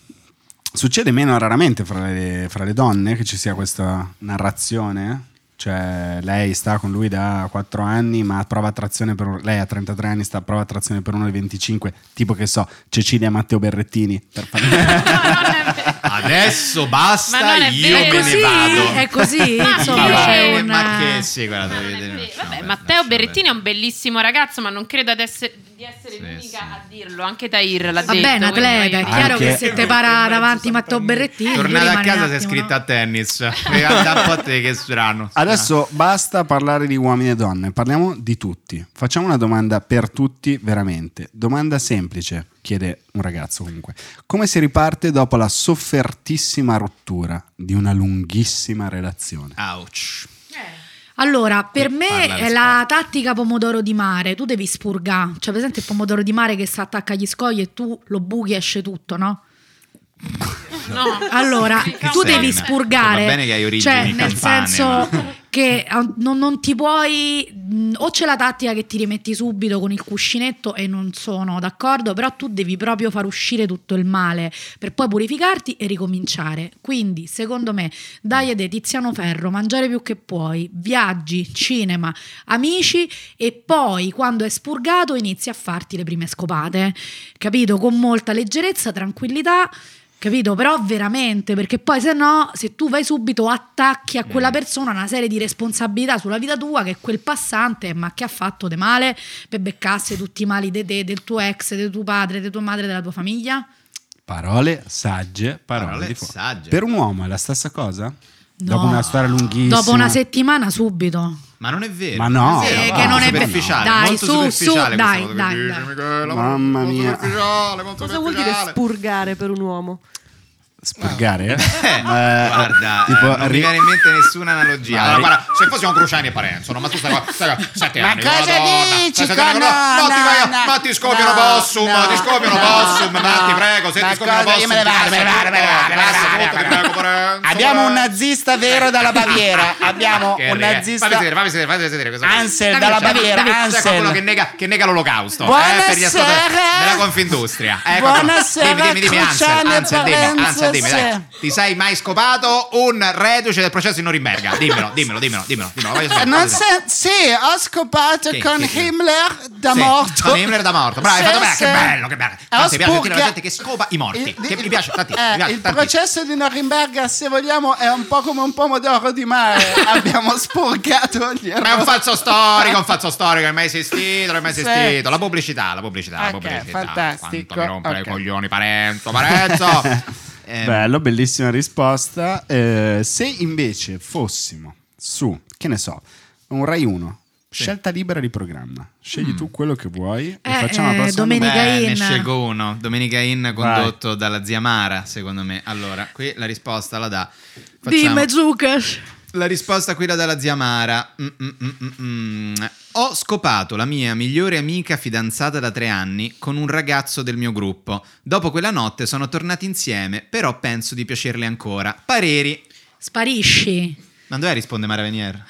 [SPEAKER 1] Succede meno raramente fra le, fra le donne che ci sia questa narrazione. Cioè, lei sta con lui da 4 anni, ma prova attrazione per un- lei ha 33 anni, sta prova attrazione per uno di 25, tipo che so, Cecilia Matteo Berrettini. Per fare-
[SPEAKER 2] Adesso
[SPEAKER 5] Ma
[SPEAKER 2] basta,
[SPEAKER 5] non è
[SPEAKER 2] io
[SPEAKER 5] vero.
[SPEAKER 2] me
[SPEAKER 5] È
[SPEAKER 2] ne vado.
[SPEAKER 9] è così,
[SPEAKER 5] Ma
[SPEAKER 9] insomma,
[SPEAKER 5] sì.
[SPEAKER 9] c'è
[SPEAKER 2] Eh,
[SPEAKER 9] un-
[SPEAKER 2] Ma che sì,
[SPEAKER 5] Ah,
[SPEAKER 2] guarda, devi vedere-
[SPEAKER 5] Vabbè,
[SPEAKER 2] no, beh,
[SPEAKER 5] Matteo
[SPEAKER 2] lascia
[SPEAKER 5] Berrettini è
[SPEAKER 2] perdere.
[SPEAKER 5] un bellissimo ragazzo, ma non credo ad essere- di essere
[SPEAKER 2] Sì,
[SPEAKER 5] l'unica
[SPEAKER 2] sì. Ah,
[SPEAKER 5] a dirlo. Anche Tahir l'ha
[SPEAKER 9] Va
[SPEAKER 5] detto.
[SPEAKER 9] bene,
[SPEAKER 5] quindi
[SPEAKER 9] atleta, è
[SPEAKER 5] voglio-
[SPEAKER 9] chiaro
[SPEAKER 1] Anche-
[SPEAKER 9] che se te para davanti Matteo Berrettini
[SPEAKER 2] Tornata a
[SPEAKER 9] rimane un
[SPEAKER 2] casa si è
[SPEAKER 9] attimo,
[SPEAKER 2] scritta
[SPEAKER 9] no?
[SPEAKER 2] a tennis. Guarda un po' te che strano. Ah.
[SPEAKER 1] Adesso basta parlare di uomini e donne, parliamo di tutti. Facciamo una domanda per tutti, veramente. Domanda semplice, chiede un ragazzo comunque. Come si riparte dopo la soffertissima rottura di una lunghissima relazione?
[SPEAKER 2] Ouch.
[SPEAKER 9] Allora, per
[SPEAKER 2] Qui
[SPEAKER 9] me
[SPEAKER 2] parla
[SPEAKER 9] è la tattica pomodoro di mare, tu devi spurgare, cioè presente il pomodoro di mare che si attacca agli scogli e tu lo buchi e esce tutto, no?
[SPEAKER 5] No.
[SPEAKER 9] Allora,
[SPEAKER 5] Sì,
[SPEAKER 9] tu
[SPEAKER 5] sì,
[SPEAKER 9] devi
[SPEAKER 5] sì.
[SPEAKER 9] spurgare,
[SPEAKER 2] Va bene che hai origini
[SPEAKER 9] cioè nel
[SPEAKER 2] campane,
[SPEAKER 9] senso
[SPEAKER 2] ma-
[SPEAKER 9] che ah, non, non ti puoi, mh, o c'è la tattica che ti rimetti subito con il cuscinetto e non sono d'accordo, però tu devi proprio far uscire tutto il male per poi purificarti e ricominciare. Quindi, secondo me, dai ed è Tiziano Ferro, mangiare più che puoi, viaggi, cinema, amici e poi quando è spurgato inizi a farti le prime scopate, capito? Con molta leggerezza, tranquillità. Capito? Però veramente, perché poi se no, se tu vai subito attacchi a
[SPEAKER 1] Mm.
[SPEAKER 9] quella persona una serie di responsabilità sulla vita tua che quel passante, ma che ha fatto de male per beccasse tutti i mali di te, del tuo ex, del tuo padre, di tua madre, della tua famiglia?
[SPEAKER 1] Parole sagge, parole,
[SPEAKER 2] Parole
[SPEAKER 1] di fuoco.
[SPEAKER 2] sagge.
[SPEAKER 1] Per un uomo è la stessa cosa?
[SPEAKER 9] No.
[SPEAKER 1] Dopo una storia lunghissima.
[SPEAKER 9] Dopo una settimana subito.
[SPEAKER 2] Ma non è vero.
[SPEAKER 1] Ma no,
[SPEAKER 2] è vero,
[SPEAKER 1] Sì,
[SPEAKER 2] ma
[SPEAKER 1] che non è vero.
[SPEAKER 2] superficiale,
[SPEAKER 9] Dai,
[SPEAKER 2] molto
[SPEAKER 9] su, su,
[SPEAKER 2] superficiale questa
[SPEAKER 9] dai,
[SPEAKER 2] cosa che
[SPEAKER 9] dai,
[SPEAKER 2] dici,
[SPEAKER 9] dai.
[SPEAKER 7] Michela,
[SPEAKER 1] Mamma
[SPEAKER 7] molto
[SPEAKER 1] mia.
[SPEAKER 7] superficiale, molto
[SPEAKER 6] Cosa vuol dire
[SPEAKER 7] superficiale.
[SPEAKER 6] spurgare per un uomo?
[SPEAKER 1] Spurgare?
[SPEAKER 2] Eh, guarda,
[SPEAKER 1] tipo,
[SPEAKER 2] eh, non mi
[SPEAKER 1] ri-
[SPEAKER 2] viene in mente nessuna analogia.
[SPEAKER 1] Ma
[SPEAKER 2] Allora,
[SPEAKER 1] ri-
[SPEAKER 2] guarda, se fossimo Cruciani e Parenzo, no, ma tu stai qua, stai qua, sette
[SPEAKER 11] Ma
[SPEAKER 2] anni,
[SPEAKER 11] cosa
[SPEAKER 2] con una donna,
[SPEAKER 11] dici,
[SPEAKER 2] stai sette anni con una-
[SPEAKER 11] Connor?
[SPEAKER 2] no, ti vai a-
[SPEAKER 11] No, no,
[SPEAKER 2] ma ti scopi una
[SPEAKER 11] no,
[SPEAKER 2] possum,
[SPEAKER 11] no,
[SPEAKER 2] ti scopi una
[SPEAKER 11] no,
[SPEAKER 2] possum, ma
[SPEAKER 11] no.
[SPEAKER 2] ti prego, se
[SPEAKER 11] Ma
[SPEAKER 2] ti scopi una
[SPEAKER 11] cosa, io
[SPEAKER 2] possum,
[SPEAKER 11] me ne
[SPEAKER 2] ti
[SPEAKER 11] vado, me ne
[SPEAKER 2] passa
[SPEAKER 11] vado, me ne
[SPEAKER 2] tutto,
[SPEAKER 11] vado,
[SPEAKER 2] ti
[SPEAKER 11] me ne
[SPEAKER 2] passa
[SPEAKER 11] vado,
[SPEAKER 2] tutto,
[SPEAKER 11] me ne
[SPEAKER 2] ti
[SPEAKER 11] vado.
[SPEAKER 2] prego, Parenzo,
[SPEAKER 11] Abbiamo un
[SPEAKER 2] Parenzo.
[SPEAKER 11] nazista vero dalla Baviera. Abbiamo
[SPEAKER 2] Ah, Che eh,
[SPEAKER 11] un
[SPEAKER 2] ridere.
[SPEAKER 11] nazista.
[SPEAKER 2] Fammi vedere, fammi vedere, fammi vedere. questa cosa.
[SPEAKER 11] Ansel
[SPEAKER 2] Dammi-
[SPEAKER 11] dalla
[SPEAKER 2] cioè,
[SPEAKER 11] Baviera,
[SPEAKER 2] dammi- cioè,
[SPEAKER 11] Ansel.
[SPEAKER 2] quello che nega, che nega l'olocausto.
[SPEAKER 11] Buonasera.
[SPEAKER 2] eh, per gli ascoltatori. Me la Confindustria. Ecco,
[SPEAKER 11] Buonasera,
[SPEAKER 2] dimmi, dimmi, dimmi, Ansel,
[SPEAKER 11] Cruciani
[SPEAKER 2] Ansel, dimmi,
[SPEAKER 11] Parenzo,
[SPEAKER 2] Ansel, dimmi, dai.
[SPEAKER 11] sì.
[SPEAKER 2] Ti sei mai scopato un reduce del processo di Norimberga? Dimmelo, dimmelo, dimmelo, dimmelo. dimmelo, voglio sapere.
[SPEAKER 11] Eh, Non se- sì, ho scopato
[SPEAKER 2] Sì,
[SPEAKER 11] con
[SPEAKER 2] sì, sì.
[SPEAKER 11] Himmler da
[SPEAKER 2] Sì,
[SPEAKER 11] morto.
[SPEAKER 2] Con Himmler da morto. Bravo, hai
[SPEAKER 11] Sì,
[SPEAKER 2] fatto bene,
[SPEAKER 11] sì.
[SPEAKER 2] che bello, che bello.
[SPEAKER 11] Ho
[SPEAKER 2] Tanto mi piace sentire la
[SPEAKER 11] spurchia-
[SPEAKER 2] gente che scopa i morti.
[SPEAKER 11] Il-
[SPEAKER 2] Che mi piace, tanti,
[SPEAKER 11] Eh,
[SPEAKER 2] mi piace
[SPEAKER 11] il
[SPEAKER 2] tantissimo.
[SPEAKER 11] processo di Norimberga, se vogliamo, è un po' come un pomodoro di mare. Abbiamo sporcato gli
[SPEAKER 2] Ma è un falso storico, un falso storico, è mai esistito, non è mai
[SPEAKER 11] Sì.
[SPEAKER 2] esistito. La pubblicità, la pubblicità,
[SPEAKER 11] Ok,
[SPEAKER 2] la pubblicità.
[SPEAKER 11] fantastico,
[SPEAKER 2] Quanto mi rompere
[SPEAKER 11] ok.
[SPEAKER 2] i coglioni, Parenzo, Parenzo. Eh,
[SPEAKER 1] Bello, bellissima risposta. Eh, se invece fossimo su, che ne so, un Rai 1, scelta libera di programma,
[SPEAKER 11] Mm.
[SPEAKER 1] scegli tu quello che vuoi e
[SPEAKER 9] Eh,
[SPEAKER 1] facciamo la
[SPEAKER 9] eh,
[SPEAKER 1] prossima
[SPEAKER 9] domenica
[SPEAKER 1] domanda.
[SPEAKER 9] in-
[SPEAKER 2] Ne scelgo uno, Domenica In condotto dalla zia Mara, secondo me. Allora, qui la risposta la dà. facciamo-
[SPEAKER 9] Dimmi, Zucas.
[SPEAKER 2] La risposta qui la dà la zia Mara. Mm, mm, mm, mm, mm. Ho scopato la mia migliore amica fidanzata da tre anni con un ragazzo del mio gruppo. Dopo quella notte sono tornati insieme, però penso di piacerle ancora. Pareri.
[SPEAKER 9] Sparisci.
[SPEAKER 2] Ma dove risponde Mara Venier?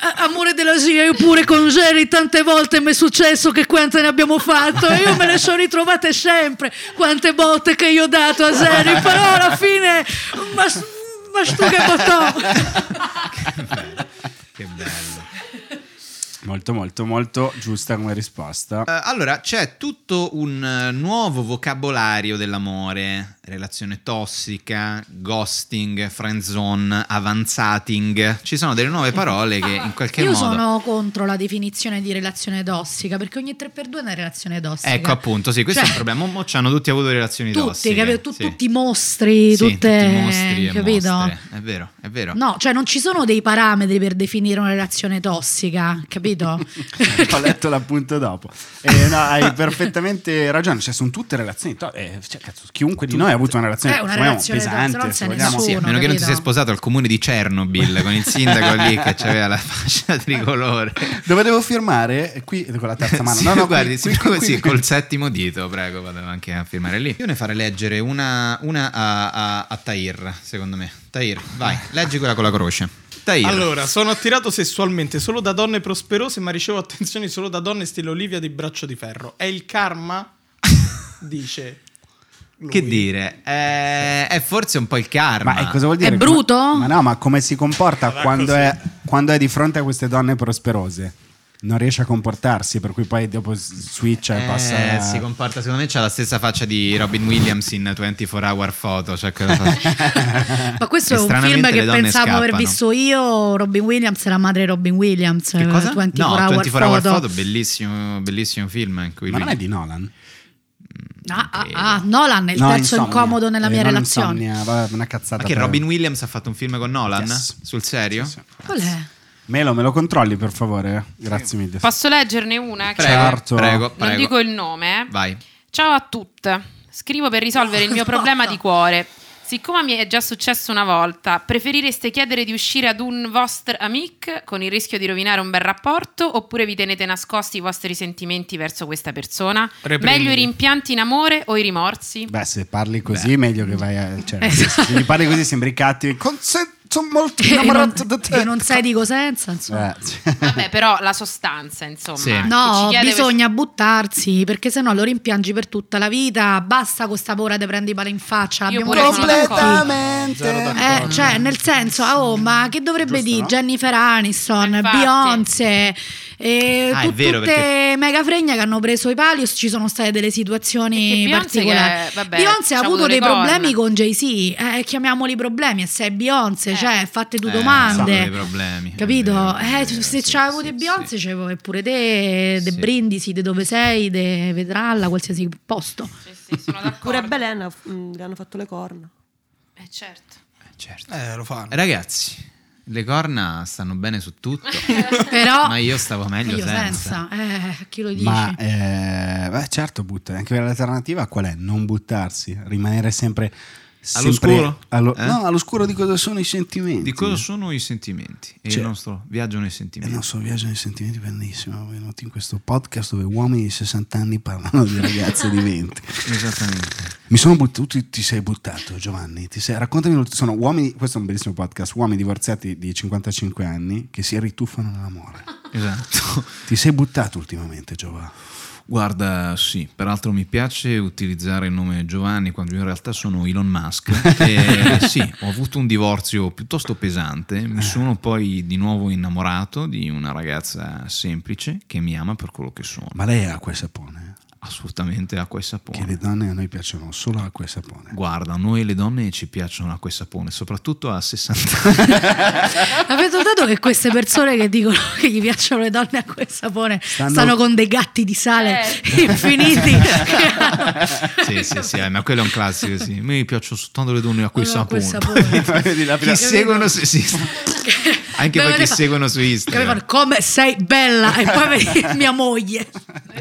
[SPEAKER 9] A- amore della zia, io pure con Jerry tante volte mi è successo che quante ne abbiamo fatto e io me le sono ritrovate sempre. Quante botte che io ho dato a Jerry, però alla fine... Ma, s- ma stu che bottò.
[SPEAKER 2] Che bello.
[SPEAKER 1] Molto, molto, molto giusta come risposta.
[SPEAKER 2] Eh, allora, c'è tutto un eh, nuovo vocabolario dell'amore, relazione tossica, ghosting, friendzone, avanzating. Ci sono delle nuove parole che in qualche
[SPEAKER 9] Io
[SPEAKER 2] modo...
[SPEAKER 9] sono contro la definizione di relazione tossica, perché ogni 3x2 è una relazione tossica.
[SPEAKER 2] Ecco appunto, sì, questo
[SPEAKER 9] Cioè,
[SPEAKER 2] è un problema. Mo ci hanno tutti avuto relazioni
[SPEAKER 9] Tutti,
[SPEAKER 2] tossiche.
[SPEAKER 9] capito? Tu-
[SPEAKER 2] sì.
[SPEAKER 9] Tutti i mostri,
[SPEAKER 2] Sì,
[SPEAKER 9] tutte,
[SPEAKER 2] tutti i mostri e
[SPEAKER 9] capito?
[SPEAKER 2] mostre. È vero, è vero.
[SPEAKER 9] No, cioè non ci sono dei parametri per definire una relazione tossica, capito?
[SPEAKER 1] Ho letto l'appunto dopo. Eh, no, hai perfettamente ragione. Cioè, sono tutte relazioni. to- eh, cioè, cazzo, chiunque di noi ha avuto una relazione,
[SPEAKER 9] Eh, una
[SPEAKER 1] se vogliamo,
[SPEAKER 9] relazione to- se
[SPEAKER 1] pesante.
[SPEAKER 9] non
[SPEAKER 1] se
[SPEAKER 9] se ne
[SPEAKER 1] vogliamo.
[SPEAKER 9] sono.
[SPEAKER 2] Sì, a meno che non ti
[SPEAKER 9] capito?
[SPEAKER 2] sei sposato al comune di Chernobyl con il sindaco lì che aveva la fascia tricolore.
[SPEAKER 1] Dove devo firmare? Eh, Qui con la terza mano.
[SPEAKER 2] Sì,
[SPEAKER 1] No, no, qui,
[SPEAKER 2] guardi,
[SPEAKER 1] qui,
[SPEAKER 2] siccome-
[SPEAKER 1] qui,
[SPEAKER 2] sì,
[SPEAKER 1] qui.
[SPEAKER 2] col settimo dito, prego, vado anche a firmare lì. Io ne farei leggere una, una a, a, a Tahir, secondo me. Tahir, vai, leggi quella con la croce. Tahir.
[SPEAKER 3] Allora, sono attirato sessualmente solo da donne prosperose, ma ricevo attenzioni solo da donne stile Olivia di braccio di ferro. È il karma? Dice. lui.
[SPEAKER 2] che dire? Eh, è forse un po' il karma.
[SPEAKER 1] Ma eh, cosa vuol dire?
[SPEAKER 9] È bruto?
[SPEAKER 1] Ma, ma no, ma come si comporta
[SPEAKER 3] Sarà
[SPEAKER 1] quando
[SPEAKER 3] così.
[SPEAKER 1] è, quando è di fronte a queste donne prosperose? Non riesce a comportarsi, per cui poi dopo s- switcha e
[SPEAKER 2] Eh,
[SPEAKER 1] passa.
[SPEAKER 2] si comporta secondo me c'ha la stessa faccia di Robin Williams in 24 Hour Photo cioè quella faccia-
[SPEAKER 9] Ma questo è un
[SPEAKER 2] stranamente
[SPEAKER 9] film
[SPEAKER 2] le
[SPEAKER 9] che
[SPEAKER 2] donne
[SPEAKER 9] pensavo aver
[SPEAKER 2] scappano.
[SPEAKER 9] visto io, Robin Williams e la madre di Robin Williams.
[SPEAKER 2] che cosa?
[SPEAKER 9] 24
[SPEAKER 2] no,
[SPEAKER 9] Hour
[SPEAKER 2] 24 Hour
[SPEAKER 9] Photo.
[SPEAKER 2] Photo, bellissimo, bellissimo film in cui
[SPEAKER 1] Ma non
[SPEAKER 2] lui-
[SPEAKER 1] è di Nolan?
[SPEAKER 9] Ah, ah, ah, Nolan è il
[SPEAKER 1] No,
[SPEAKER 9] terzo
[SPEAKER 1] Insomnia.
[SPEAKER 9] incomodo nella
[SPEAKER 1] Eh,
[SPEAKER 9] mia
[SPEAKER 1] non
[SPEAKER 9] relazione.
[SPEAKER 1] Insomnia, va- una cazzata.
[SPEAKER 2] Ma che
[SPEAKER 1] per-
[SPEAKER 2] Robin Williams ha fatto un film con Nolan?
[SPEAKER 1] Yes.
[SPEAKER 2] Sul serio?
[SPEAKER 1] Sì, sì.
[SPEAKER 9] Qual è?
[SPEAKER 1] Melo, me lo controlli per favore? Grazie mille.
[SPEAKER 5] Posso leggerne una? Che-
[SPEAKER 2] Prego,
[SPEAKER 1] Certo.
[SPEAKER 2] prego,
[SPEAKER 1] Non
[SPEAKER 5] Non
[SPEAKER 2] prego.
[SPEAKER 5] dico il nome. eh.
[SPEAKER 2] Vai.
[SPEAKER 5] Ciao a tutte. Scrivo per risolvere il mio problema di cuore. Siccome mi è già successo una volta, preferireste chiedere di uscire ad un vostro amic con il rischio di rovinare un bel rapporto oppure vi tenete nascosti i vostri sentimenti verso questa persona?
[SPEAKER 3] Reprimili.
[SPEAKER 5] Meglio i rimpianti in amore o i rimorsi?
[SPEAKER 1] Beh, se parli così, meglio che vai a. Cioè,
[SPEAKER 9] Esatto.
[SPEAKER 1] Se gli parli così sembri cattivi. Con- se- sono molto
[SPEAKER 9] Che non,
[SPEAKER 1] innamorato di te.
[SPEAKER 9] che non sai di cosenza, insomma.
[SPEAKER 1] Eh, cioè,
[SPEAKER 5] Vabbè, però la sostanza, insomma.
[SPEAKER 2] Sì.
[SPEAKER 5] Chi ci
[SPEAKER 9] No,
[SPEAKER 5] chiede
[SPEAKER 9] bisogna buttarsi perché sennò lo rimpiangi per tutta la vita. Basta con sta paura di prendi pala in faccia.
[SPEAKER 5] Io
[SPEAKER 9] l'abbiamo
[SPEAKER 5] pure
[SPEAKER 9] presa
[SPEAKER 5] sono d'accordo.
[SPEAKER 9] tutti.
[SPEAKER 3] Zero
[SPEAKER 1] Completamente.
[SPEAKER 9] Eh, cioè, nel senso, ah, oh, ma che dovrebbe
[SPEAKER 1] Giusto,
[SPEAKER 9] dire
[SPEAKER 1] no?
[SPEAKER 9] Jennifer Aniston,
[SPEAKER 5] Eh, Infatti.
[SPEAKER 9] Beyoncé, eh,
[SPEAKER 2] Ah, è
[SPEAKER 9] tu-
[SPEAKER 2] vero,
[SPEAKER 9] tutte
[SPEAKER 2] perché-
[SPEAKER 9] mega fregna che hanno preso i pali? o Ci sono state delle
[SPEAKER 5] Perché
[SPEAKER 9] situazioni
[SPEAKER 5] Beyoncé
[SPEAKER 9] particolari.
[SPEAKER 5] che, vabbè, diciamo
[SPEAKER 9] Beyoncé ha
[SPEAKER 5] c'ha avuto
[SPEAKER 9] avuto
[SPEAKER 5] le
[SPEAKER 9] dei problemi
[SPEAKER 5] corna.
[SPEAKER 9] con Jay-Z, eh, chiamiamoli problemi. E se è Beyoncé,
[SPEAKER 5] Eh.
[SPEAKER 9] cioè, fate tu
[SPEAKER 2] Eh, sono dei
[SPEAKER 9] domande.
[SPEAKER 2] problemi. è
[SPEAKER 9] Capito?
[SPEAKER 2] vero, è
[SPEAKER 9] eh,
[SPEAKER 2] vero,
[SPEAKER 9] se
[SPEAKER 2] sì,
[SPEAKER 9] c'avevo
[SPEAKER 2] sì,
[SPEAKER 9] dei
[SPEAKER 2] sì.
[SPEAKER 9] Beyoncé, c'avevo pure te, de
[SPEAKER 2] Sì.
[SPEAKER 9] Brindisi, de dove sei, de Vedralla, qualsiasi posto.
[SPEAKER 5] Sì, sì, sono d'accordo.
[SPEAKER 6] Pure a Belen mm, le hanno fatto le corna.
[SPEAKER 5] Eh, certo.
[SPEAKER 2] Eh, certo.
[SPEAKER 3] Eh, lo fanno.
[SPEAKER 2] Ragazzi, le corna stanno bene su tutto.
[SPEAKER 9] Però
[SPEAKER 2] ma io stavo meglio,
[SPEAKER 9] meglio senza,
[SPEAKER 2] senza.
[SPEAKER 9] eh, chi lo dice?
[SPEAKER 1] Ma eh, beh, certo, butta. Anche l'alternativa qual è? Non buttarsi, rimanere sempre. sempre
[SPEAKER 2] All'oscuro?
[SPEAKER 1] allo-
[SPEAKER 2] Eh?
[SPEAKER 1] No, all'oscuro di cosa sono i sentimenti.
[SPEAKER 2] Di cosa sono i sentimenti? E
[SPEAKER 1] Cioè- Eh,
[SPEAKER 2] il nostro viaggio nei
[SPEAKER 1] Il
[SPEAKER 2] sentimenti.
[SPEAKER 1] nostro viaggio nei sentimenti è bellissimo. Benvenuti in questo podcast dove uomini di 60 anni parlano di ragazze di 20.
[SPEAKER 2] Esattamente.
[SPEAKER 1] Mi sono buttato, tu ti sei buttato Giovanni, ti sei, raccontami, sono uomini, questo è un bellissimo podcast, uomini divorziati di 55 anni che si rituffano nell'amore.
[SPEAKER 2] Esatto.
[SPEAKER 1] Ti sei buttato ultimamente Giovanni?
[SPEAKER 2] Guarda, sì, peraltro mi piace utilizzare il nome Giovanni quando in realtà sono Elon Musk. E sì, ho avuto un divorzio piuttosto pesante, mi
[SPEAKER 1] Eh.
[SPEAKER 2] sono poi di nuovo innamorato di una ragazza semplice che mi ama per quello che sono.
[SPEAKER 1] Ma lei è acqua e sapone.
[SPEAKER 2] Assolutamente acqua e sapone.
[SPEAKER 1] Che le donne a noi piacciono solo acqua e sapone.
[SPEAKER 2] Guarda, noi le donne ci piacciono acqua e sapone, soprattutto a 60 anni.
[SPEAKER 9] Avete notato che queste persone che dicono che gli piacciono le donne a quel sapone stanno,
[SPEAKER 1] Stanno-
[SPEAKER 9] con dei gatti di sale
[SPEAKER 5] Eh.
[SPEAKER 9] infiniti?
[SPEAKER 2] sì, sì, sì, eh, ma quello è un classico, sì. Mi piacciono soltanto le donne a quel
[SPEAKER 9] Allora, quel
[SPEAKER 2] sapone.
[SPEAKER 9] sapone.
[SPEAKER 1] Vedi, la
[SPEAKER 2] Chi
[SPEAKER 1] prima-
[SPEAKER 2] seguono su sì, sì. Anche
[SPEAKER 9] Me lo
[SPEAKER 2] perché
[SPEAKER 9] devo-
[SPEAKER 2] seguono su
[SPEAKER 9] Che mi
[SPEAKER 2] Instagram.
[SPEAKER 9] fanno, come sei bella e poi vedi mia moglie.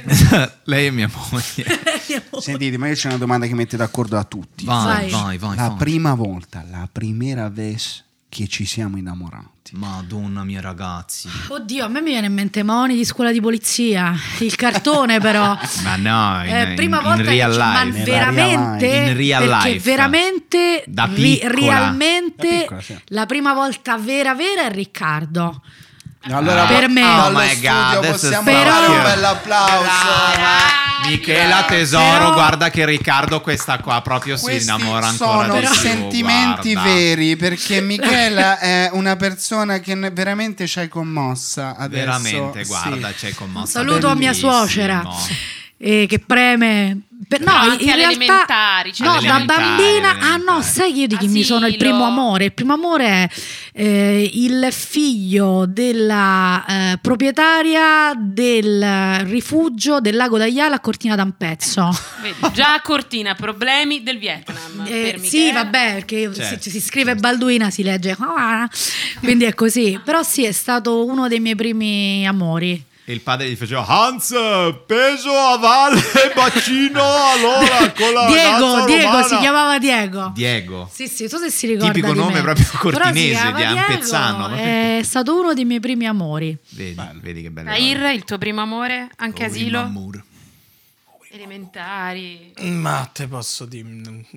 [SPEAKER 2] Lei è mia moglie.
[SPEAKER 1] Sentite, ma io c'è una domanda che mette d'accordo a tutti.
[SPEAKER 9] Vai.
[SPEAKER 2] Vai, vai, vai.
[SPEAKER 1] la
[SPEAKER 2] vai.
[SPEAKER 1] prima volta, la prima vez che ci siamo innamorati.
[SPEAKER 2] Madonna mia, ragazzi.
[SPEAKER 9] Oddio, a me mi viene in mente Moni di scuola di polizia, il cartone però.
[SPEAKER 2] Ma no, in,
[SPEAKER 9] Eh, prima
[SPEAKER 2] in- in
[SPEAKER 9] volta che
[SPEAKER 2] real
[SPEAKER 9] ci- ma
[SPEAKER 2] life.
[SPEAKER 1] vera-
[SPEAKER 9] veramente
[SPEAKER 2] life. In real
[SPEAKER 9] perché
[SPEAKER 2] life.
[SPEAKER 9] veramente
[SPEAKER 2] Da
[SPEAKER 9] ri-
[SPEAKER 2] piccola.
[SPEAKER 9] realmente
[SPEAKER 1] Da piccola, sì.
[SPEAKER 9] la prima volta vera vera è Riccardo
[SPEAKER 11] Allora,
[SPEAKER 9] Per me.
[SPEAKER 11] dallo
[SPEAKER 2] Oh my
[SPEAKER 11] studio
[SPEAKER 2] God, this is
[SPEAKER 11] possiamo
[SPEAKER 9] Però-
[SPEAKER 11] fare un bel applauso.
[SPEAKER 2] Michela tesoro,
[SPEAKER 9] Però-
[SPEAKER 2] guarda che Riccardo questa qua proprio si
[SPEAKER 11] Questi
[SPEAKER 2] innamora ancora
[SPEAKER 11] sono
[SPEAKER 2] di più,
[SPEAKER 11] sentimenti
[SPEAKER 2] guarda.
[SPEAKER 11] veri perché Michela è una persona che ne- veramente ci hai commossa adesso.
[SPEAKER 2] Veramente,
[SPEAKER 11] Sì.
[SPEAKER 2] guarda, c'è commossa.
[SPEAKER 9] saluto a mia
[SPEAKER 2] bellissimo.
[SPEAKER 9] suocera eh, che preme per- no,
[SPEAKER 5] Però anche
[SPEAKER 9] in
[SPEAKER 5] alle
[SPEAKER 9] realtà
[SPEAKER 5] elementari, cioè
[SPEAKER 9] No,
[SPEAKER 5] alle
[SPEAKER 9] da
[SPEAKER 5] elementari,
[SPEAKER 9] bambina, ah
[SPEAKER 2] elementari.
[SPEAKER 9] no, sai io di chi mi sono il
[SPEAKER 5] Asilo.
[SPEAKER 9] primo amore? Il primo amore è eh, il figlio della eh, proprietaria del rifugio del lago d'Aiala a Cortina d'Ampezzo.
[SPEAKER 5] Vedi, già a Cortina, problemi del Vietnam.
[SPEAKER 9] Eh,
[SPEAKER 5] per
[SPEAKER 9] sì,
[SPEAKER 5] Michela.
[SPEAKER 9] vabbè, perché
[SPEAKER 2] Certo,
[SPEAKER 9] se si scrive Balduina si legge Havana, quindi è così. Però sì, è stato uno dei miei primi amori.
[SPEAKER 2] E il padre gli faceva Hans, peso a valle, bacino allora con la
[SPEAKER 9] Diego,
[SPEAKER 2] danza
[SPEAKER 9] Diego,
[SPEAKER 2] romana."
[SPEAKER 9] si chiamava Diego.
[SPEAKER 2] Diego.
[SPEAKER 9] Sì, sì, so se si ricorda.
[SPEAKER 2] Tipico
[SPEAKER 9] di
[SPEAKER 2] nome
[SPEAKER 9] me.
[SPEAKER 2] proprio
[SPEAKER 9] Però si
[SPEAKER 2] cortinese,
[SPEAKER 9] chiamava
[SPEAKER 2] di
[SPEAKER 9] Diego,
[SPEAKER 2] Ampezzano, ma
[SPEAKER 9] È stato uno dei miei primi amori.
[SPEAKER 2] Vedi, vedi che bello.
[SPEAKER 5] Tahir, il tuo primo amore, anche asilo,
[SPEAKER 2] Amore. Eh.
[SPEAKER 5] elementari.
[SPEAKER 12] Ma te posso dire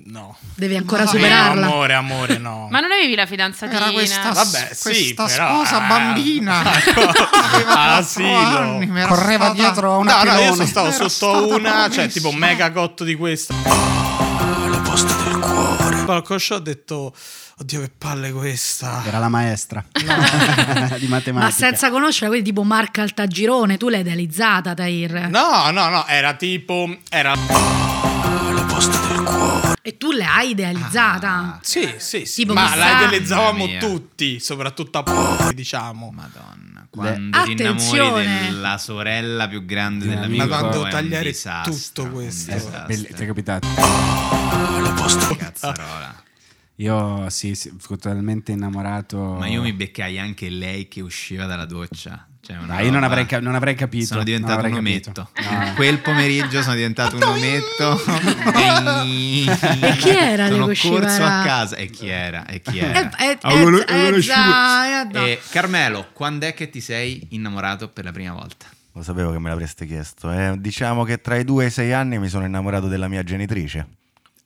[SPEAKER 12] no.
[SPEAKER 9] Devi ancora
[SPEAKER 12] Sì,
[SPEAKER 9] superarla.
[SPEAKER 12] Amore, amore, no.
[SPEAKER 5] Ma non avevi la fidanzatina?
[SPEAKER 11] Era questa,
[SPEAKER 12] Vabbè, sì,
[SPEAKER 11] questa
[SPEAKER 12] però-
[SPEAKER 11] sposa bambina.
[SPEAKER 12] Ah,
[SPEAKER 11] Quattro
[SPEAKER 12] sì,
[SPEAKER 11] anni, mi era
[SPEAKER 1] Correva
[SPEAKER 11] stata-
[SPEAKER 1] dietro a una
[SPEAKER 12] No, no, io
[SPEAKER 1] pilone.
[SPEAKER 12] sono stato
[SPEAKER 11] Era
[SPEAKER 12] sotto
[SPEAKER 11] stata
[SPEAKER 12] una, cioè
[SPEAKER 11] promessa.
[SPEAKER 12] tipo un mega cotto di questa.
[SPEAKER 10] alla posta del cuore,
[SPEAKER 12] Porco show ho detto, oddio che palle questa.
[SPEAKER 1] Era la maestra di matematica.
[SPEAKER 9] Ma senza conoscerla, quindi tipo Marca Altagirone, tu l'hai idealizzata, Tahir.
[SPEAKER 12] No, no, no, era tipo, era...
[SPEAKER 10] alla posta del cuore,
[SPEAKER 9] E tu l'hai idealizzata.
[SPEAKER 12] Sì, sì, sì.
[SPEAKER 9] Tipo
[SPEAKER 12] Ma
[SPEAKER 9] chissà.
[SPEAKER 12] la
[SPEAKER 2] Mamma
[SPEAKER 12] idealizzavamo
[SPEAKER 2] mia.
[SPEAKER 12] tutti, soprattutto a
[SPEAKER 2] Oh.
[SPEAKER 12] p- diciamo.
[SPEAKER 2] Madonna, quando ti innamori
[SPEAKER 9] Attenzione.
[SPEAKER 2] della sorella più grande dell'amico
[SPEAKER 12] Ma quando
[SPEAKER 2] è
[SPEAKER 12] tagliare
[SPEAKER 2] un disastro,
[SPEAKER 12] tutto
[SPEAKER 2] un
[SPEAKER 12] questo.
[SPEAKER 2] disastro.
[SPEAKER 1] Eh, Bell- ti è capitato?
[SPEAKER 10] alla posta
[SPEAKER 2] Cazzarola.
[SPEAKER 1] Io sì, sì, sono totalmente innamorato.
[SPEAKER 2] Ma io mi beccai anche lei che usciva dalla doccia. Cioè, una
[SPEAKER 1] Dai, io non
[SPEAKER 2] roba-
[SPEAKER 1] avrei, cap- non avrei capito.
[SPEAKER 2] Sono diventato
[SPEAKER 1] non
[SPEAKER 2] un
[SPEAKER 1] avrei
[SPEAKER 2] ometto.
[SPEAKER 1] capito. No.
[SPEAKER 2] Quel pomeriggio sono diventato un ometto.
[SPEAKER 9] E chi era
[SPEAKER 2] Sono
[SPEAKER 9] Diego Scivara?
[SPEAKER 2] corso a casa. E chi era? E chi era?
[SPEAKER 9] Eh, eh,
[SPEAKER 12] Ah,
[SPEAKER 9] eh,
[SPEAKER 1] Allora-
[SPEAKER 9] eh,
[SPEAKER 1] allora scivo-
[SPEAKER 9] già, eh, no.
[SPEAKER 2] E Carmelo, quando è che ti sei innamorato per la prima volta?
[SPEAKER 8] Lo sapevo che me l'avreste chiesto. eh. Diciamo che tra i due e i sei anni mi sono innamorato della mia genitrice.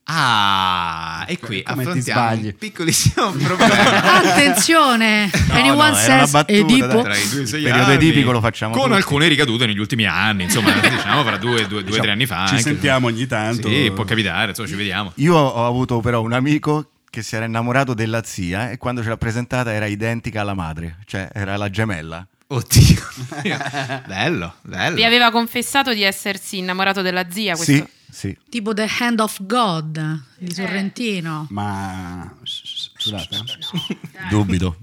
[SPEAKER 2] Ah, e qui
[SPEAKER 1] Come ti
[SPEAKER 2] affrontiamo
[SPEAKER 1] sbagli?
[SPEAKER 2] un piccolissimo problema.
[SPEAKER 9] Attenzione!
[SPEAKER 8] No,
[SPEAKER 9] Anyone
[SPEAKER 8] no, era una
[SPEAKER 9] says
[SPEAKER 8] battuta,
[SPEAKER 9] Edipo.
[SPEAKER 8] dai.
[SPEAKER 2] Tra i due e i sei
[SPEAKER 8] Il periodo
[SPEAKER 2] anni,
[SPEAKER 8] edipico lo facciamo
[SPEAKER 2] con
[SPEAKER 8] tutti.
[SPEAKER 2] alcune ricadute negli ultimi anni, insomma, diciamo fra due, due, due, tre anni fa.
[SPEAKER 1] Ci
[SPEAKER 2] anche.
[SPEAKER 1] sentiamo ogni tanto.
[SPEAKER 2] Sì, può capitare, insomma, ci vediamo.
[SPEAKER 8] Io ho avuto però un amico che si era innamorato della zia e quando ce l'ha presentata era identica alla madre, cioè era la gemella.
[SPEAKER 2] Oddio, mio. bello, bello.
[SPEAKER 5] Vi aveva confessato di essersi innamorato della zia, questo.
[SPEAKER 8] Sì, sì.
[SPEAKER 9] Tipo The Hand of God di Sorrentino.
[SPEAKER 1] Ma. Scusate. eh.
[SPEAKER 8] Dubito.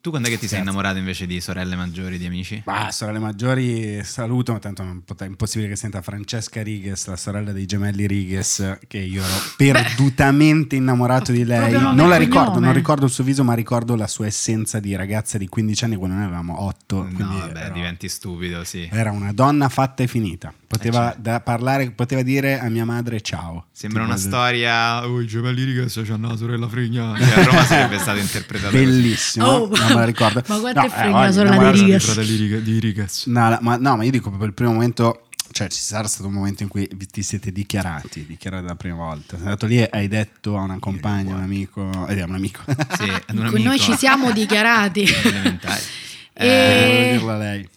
[SPEAKER 2] Tu quando è che ti sei innamorato invece di sorelle maggiori, di amici?
[SPEAKER 1] Bah, sorelle maggiori, saluto, ma tanto non pot- è impossibile che senta Francesca Righes, la sorella dei gemelli Righes, che io ero perdutamente innamorato di lei.
[SPEAKER 9] proprio
[SPEAKER 1] Non,
[SPEAKER 9] nome e
[SPEAKER 1] la
[SPEAKER 9] cognome.
[SPEAKER 1] ricordo, non ricordo il suo viso, ma ricordo la sua essenza di ragazza di 15 anni quando noi avevamo 8.
[SPEAKER 2] No,
[SPEAKER 1] Oh, quindi eh,
[SPEAKER 2] vabbè,
[SPEAKER 1] ero-
[SPEAKER 2] diventi stupido, sì.
[SPEAKER 1] Era una donna fatta e finita.
[SPEAKER 2] Eh,
[SPEAKER 1] Poteva
[SPEAKER 2] certo.
[SPEAKER 1] da parlare, poteva dire a mia madre ciao.
[SPEAKER 2] Sembra
[SPEAKER 1] Ti
[SPEAKER 2] una
[SPEAKER 1] voglio-
[SPEAKER 2] storia... Oh, i gemelli Rigas c'hanno la sorella fregna. Cioè, a Roma sarebbe stata interpretata così.
[SPEAKER 1] bellissima.
[SPEAKER 9] Oh,
[SPEAKER 1] non me la ricordo. eh,
[SPEAKER 9] ma guarda che fregna,
[SPEAKER 1] voglio-
[SPEAKER 9] sorella di
[SPEAKER 1] innamorarsi-
[SPEAKER 9] Rigas.
[SPEAKER 2] di Rigas.
[SPEAKER 1] No, la- ma, no, ma io dico proprio il primo momento. Cioè, ci sarà stato un momento in cui vi- ti siete dichiarati, dichiarati la prima volta. Sei andato lì e hai detto a una compagna, un amico, eh, a un amico.
[SPEAKER 2] Sì, ad un
[SPEAKER 9] Ah, Con noi
[SPEAKER 2] amico.
[SPEAKER 9] ci siamo dichiarati.
[SPEAKER 2] Elementari.
[SPEAKER 9] E-
[SPEAKER 1] Eh, volevo dirlo a lei.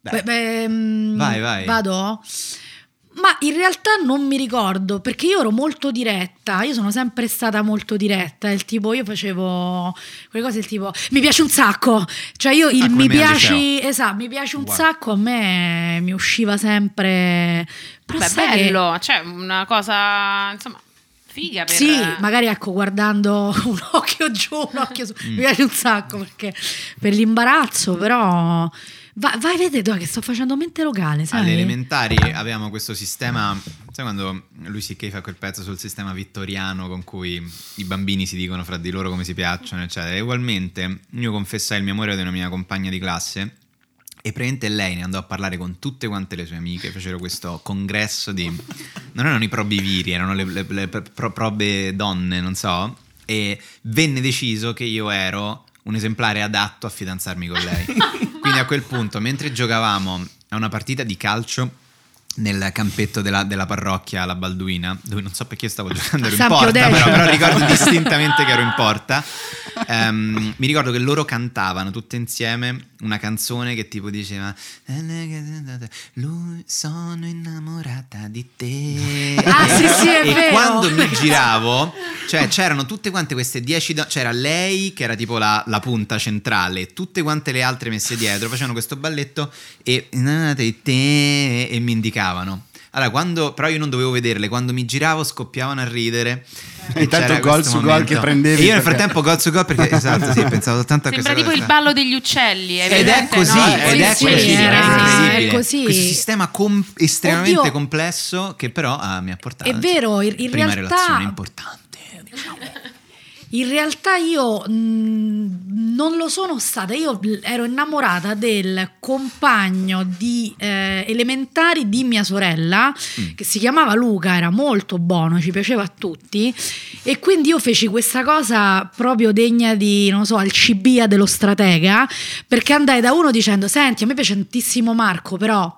[SPEAKER 9] Beh, beh, mm,
[SPEAKER 2] Vai, vai.
[SPEAKER 9] Vado? Ma in realtà non mi ricordo perché io ero molto diretta, io sono sempre stata molto diretta, il tipo io facevo quelle cose del tipo mi piace un sacco, cioè io il
[SPEAKER 13] come
[SPEAKER 9] mi
[SPEAKER 13] me al
[SPEAKER 9] piaci,
[SPEAKER 13] liceo.
[SPEAKER 9] esatto, mi piace un
[SPEAKER 13] Uguale.
[SPEAKER 9] sacco a me mi usciva sempre però
[SPEAKER 5] Beh,
[SPEAKER 9] sai che-
[SPEAKER 5] bello, cioè una cosa, insomma, figa per... eh.
[SPEAKER 9] Sì, magari ecco guardando un occhio giù, un occhio su,
[SPEAKER 5] Mm.
[SPEAKER 9] mi piace un sacco perché per l'imbarazzo, però va- vai vedete che sto facendo mente locale, sai?
[SPEAKER 2] Alle elementari avevamo questo sistema, sai quando lui si fa quel pezzo sul sistema vittoriano con cui i bambini si dicono fra di loro come si piacciono, eccetera. E ugualmente io confessai il mio amore ad una mia compagna di classe e praticamente lei ne andò a parlare con tutte quante le sue amiche, fecero questo congresso di... non erano i probi viri, erano le, le- le pro- probe donne, non so, e venne deciso che io ero un esemplare adatto a fidanzarmi con lei. Quindi a quel punto, mentre giocavamo a una partita di calcio nel campetto della, della parrocchia, la Balduina, dove non so perché io stavo giocando, ero in
[SPEAKER 13] Sampio
[SPEAKER 2] porta,
[SPEAKER 13] Decio.
[SPEAKER 2] però, però ricordo distintamente che ero in porta. Ehm, mi ricordo che loro cantavano tutte insieme una canzone che tipo diceva Lui sono innamorata di te.
[SPEAKER 13] Ah, sì, sì, è
[SPEAKER 2] e
[SPEAKER 13] vero.
[SPEAKER 2] quando mi giravo, cioè c'erano tutte quante queste 10 do- c'era lei che era tipo la, la punta centrale, e tutte quante le altre messe dietro facevano questo balletto e innamorata di te e mi indicavano. Allora, quando, però io non dovevo vederle, quando mi giravo scoppiavano a ridere.
[SPEAKER 1] E intanto
[SPEAKER 2] c'era
[SPEAKER 1] gol
[SPEAKER 2] Cioè, questo
[SPEAKER 1] su gol
[SPEAKER 2] momento.
[SPEAKER 1] che prendevi
[SPEAKER 2] E io nel
[SPEAKER 1] perché-
[SPEAKER 2] frattempo gol su gol perché esatto, sì, pensavo soltanto a
[SPEAKER 5] Sembra
[SPEAKER 2] questa
[SPEAKER 5] tipo il
[SPEAKER 2] cosa.
[SPEAKER 5] ballo degli uccelli, hai
[SPEAKER 2] Ed è
[SPEAKER 5] presente,
[SPEAKER 2] così,
[SPEAKER 5] no?
[SPEAKER 2] ed è
[SPEAKER 5] Sì,
[SPEAKER 2] così,
[SPEAKER 5] sì,
[SPEAKER 2] è
[SPEAKER 5] era-
[SPEAKER 2] incredibile.
[SPEAKER 9] è così.
[SPEAKER 2] Questo sistema com- estremamente
[SPEAKER 9] Oddio.
[SPEAKER 2] complesso che però ah, mi ha portato.
[SPEAKER 9] È vero, in, in
[SPEAKER 2] prima relazione
[SPEAKER 9] realtà
[SPEAKER 2] importante. diciamo.
[SPEAKER 9] In realtà io mh, non lo sono stata, io l- ero innamorata del compagno di eh, elementari di mia sorella,
[SPEAKER 2] Mm.
[SPEAKER 9] che si chiamava Luca, era molto buono, ci piaceva a tutti, e quindi io feci questa cosa proprio degna di, non so, alcibia dello stratega, perché andai da uno dicendo, senti, a me piace tantissimo Marco, però...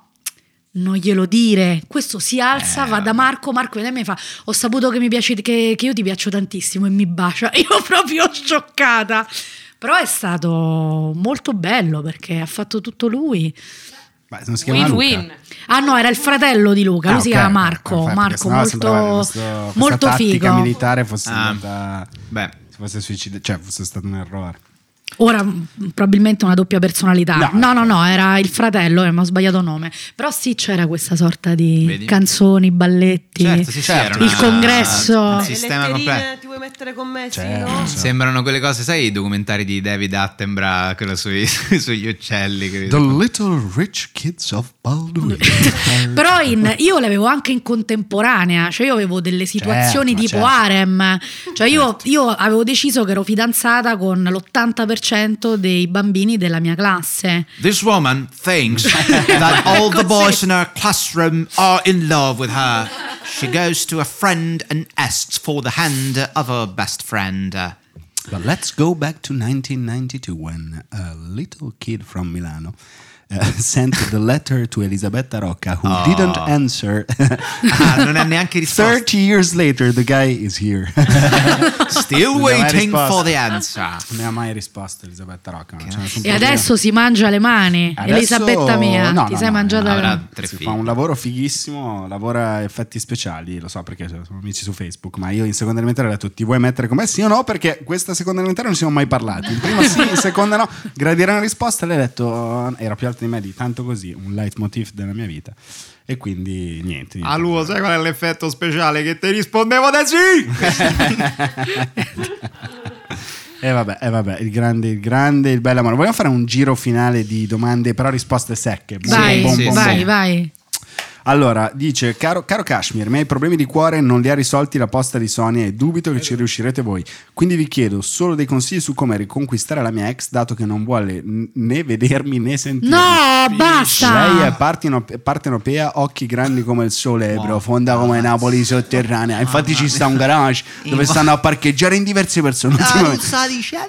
[SPEAKER 9] Non glielo dire, questo si
[SPEAKER 1] Eh,
[SPEAKER 9] alza, va da Marco, Marco viene da me e mi fa, ho saputo che mi piaci, che, che io ti piaccio tantissimo e mi bacia. Io proprio scioccata. Però è stato molto bello perché ha fatto tutto lui.
[SPEAKER 1] Ma non si chiama Luca?
[SPEAKER 9] Ah no, era il fratello di Luca,
[SPEAKER 1] Ah,
[SPEAKER 9] lui si
[SPEAKER 1] ok,
[SPEAKER 9] chiama
[SPEAKER 1] ok,
[SPEAKER 9] Marco,
[SPEAKER 1] infatti,
[SPEAKER 9] Marco
[SPEAKER 1] perché sennò sembrava che
[SPEAKER 9] molto,
[SPEAKER 1] questo- questa
[SPEAKER 9] molto
[SPEAKER 1] tattica
[SPEAKER 9] figo.
[SPEAKER 1] militare fosse
[SPEAKER 2] Ah,
[SPEAKER 1] andata- fosse suicida- cioè fosse stato un errore.
[SPEAKER 9] Ora mh, probabilmente una doppia personalità. No,
[SPEAKER 1] ecco.
[SPEAKER 9] no, no, era il fratello, eh, ma ho sbagliato nome. Però sì, c'era questa sorta di
[SPEAKER 2] Vedi?
[SPEAKER 9] canzoni, balletti,
[SPEAKER 2] Certo, sì, sì, era
[SPEAKER 9] il
[SPEAKER 2] una-
[SPEAKER 9] congresso.
[SPEAKER 2] un sistema completo.
[SPEAKER 6] Ti vuoi mettere con me?
[SPEAKER 2] Certo.
[SPEAKER 6] Sì, no?
[SPEAKER 2] Sembrano quelle cose, sai, i documentari di David Attenborough, quello sui- sugli uccelli. che-
[SPEAKER 1] The Little Rich Kids of Baldwin.
[SPEAKER 9] Però
[SPEAKER 1] Certo.
[SPEAKER 9] in- io le avevo anche in contemporanea, cioè io avevo delle situazioni
[SPEAKER 1] Certo,
[SPEAKER 9] tipo
[SPEAKER 1] certo.
[SPEAKER 9] harem, cioè io, io avevo deciso che ero fidanzata con l'80% dei bambini della mia classe.
[SPEAKER 2] This woman thinks that all the boys in her classroom are in love with her. She goes to a friend and asks for the hand of her best friend.
[SPEAKER 1] But let's go back to 1992 when a little kid from Milano uh, sent the letter to Elisabetta Rocca who
[SPEAKER 2] Oh.
[SPEAKER 1] didn't answer.
[SPEAKER 2] Ah, non ha neanche risposto.
[SPEAKER 1] 30 years later the guy is here. Non
[SPEAKER 2] Still
[SPEAKER 1] ha mai
[SPEAKER 2] waiting
[SPEAKER 1] risposto.
[SPEAKER 2] for the answer.
[SPEAKER 1] Non ha mai risposto Elisabetta Rocca. non c'è nessun
[SPEAKER 9] E
[SPEAKER 1] problema.
[SPEAKER 9] adesso si mangia le mani,
[SPEAKER 1] Adesso-
[SPEAKER 9] Elisabetta mia,
[SPEAKER 1] no,
[SPEAKER 9] ti
[SPEAKER 1] no,
[SPEAKER 9] sei
[SPEAKER 1] no,
[SPEAKER 9] mangiata
[SPEAKER 1] no,
[SPEAKER 9] le mani.
[SPEAKER 1] no. Si fa un lavoro fighissimo, lavora effetti speciali, lo so perché sono amici su Facebook, ma io in seconda elementare ho detto ti vuoi mettere con me? Sì o no? Perché questa seconda elementare non ci siamo mai parlati. In prima sì, in seconda no. Gradire una risposta, lei ha detto "Eh, era più alta di me di tanto così, un leitmotiv della mia vita. E quindi niente. niente.
[SPEAKER 7] Aluo, sai qual è l'effetto speciale? Che ti rispondevo da sì!
[SPEAKER 1] E vabbè, e vabbè, il grande, il grande, il bello amore. Vogliamo fare un giro finale di domande, però risposte secche. Bom,
[SPEAKER 9] Vai,
[SPEAKER 1] bom, bom,
[SPEAKER 9] vai,
[SPEAKER 1] bom.
[SPEAKER 9] vai.
[SPEAKER 1] Allora, dice, caro, caro Kashmir, i miei problemi di cuore non li ha risolti la posta di Sony e dubito che ci riuscirete voi. Quindi vi chiedo solo dei consigli su come riconquistare la mia ex, dato che non vuole n- né vedermi né sentirmi.
[SPEAKER 9] No, basta!
[SPEAKER 1] Lei è partino- partenopea, occhi grandi come il sole e profonda come Napoli sotterranea. Infatti ci sta un garage dove stanno a parcheggiare in diverse persone.
[SPEAKER 13] Ah,
[SPEAKER 1] ultimamente.
[SPEAKER 13] sta dicendo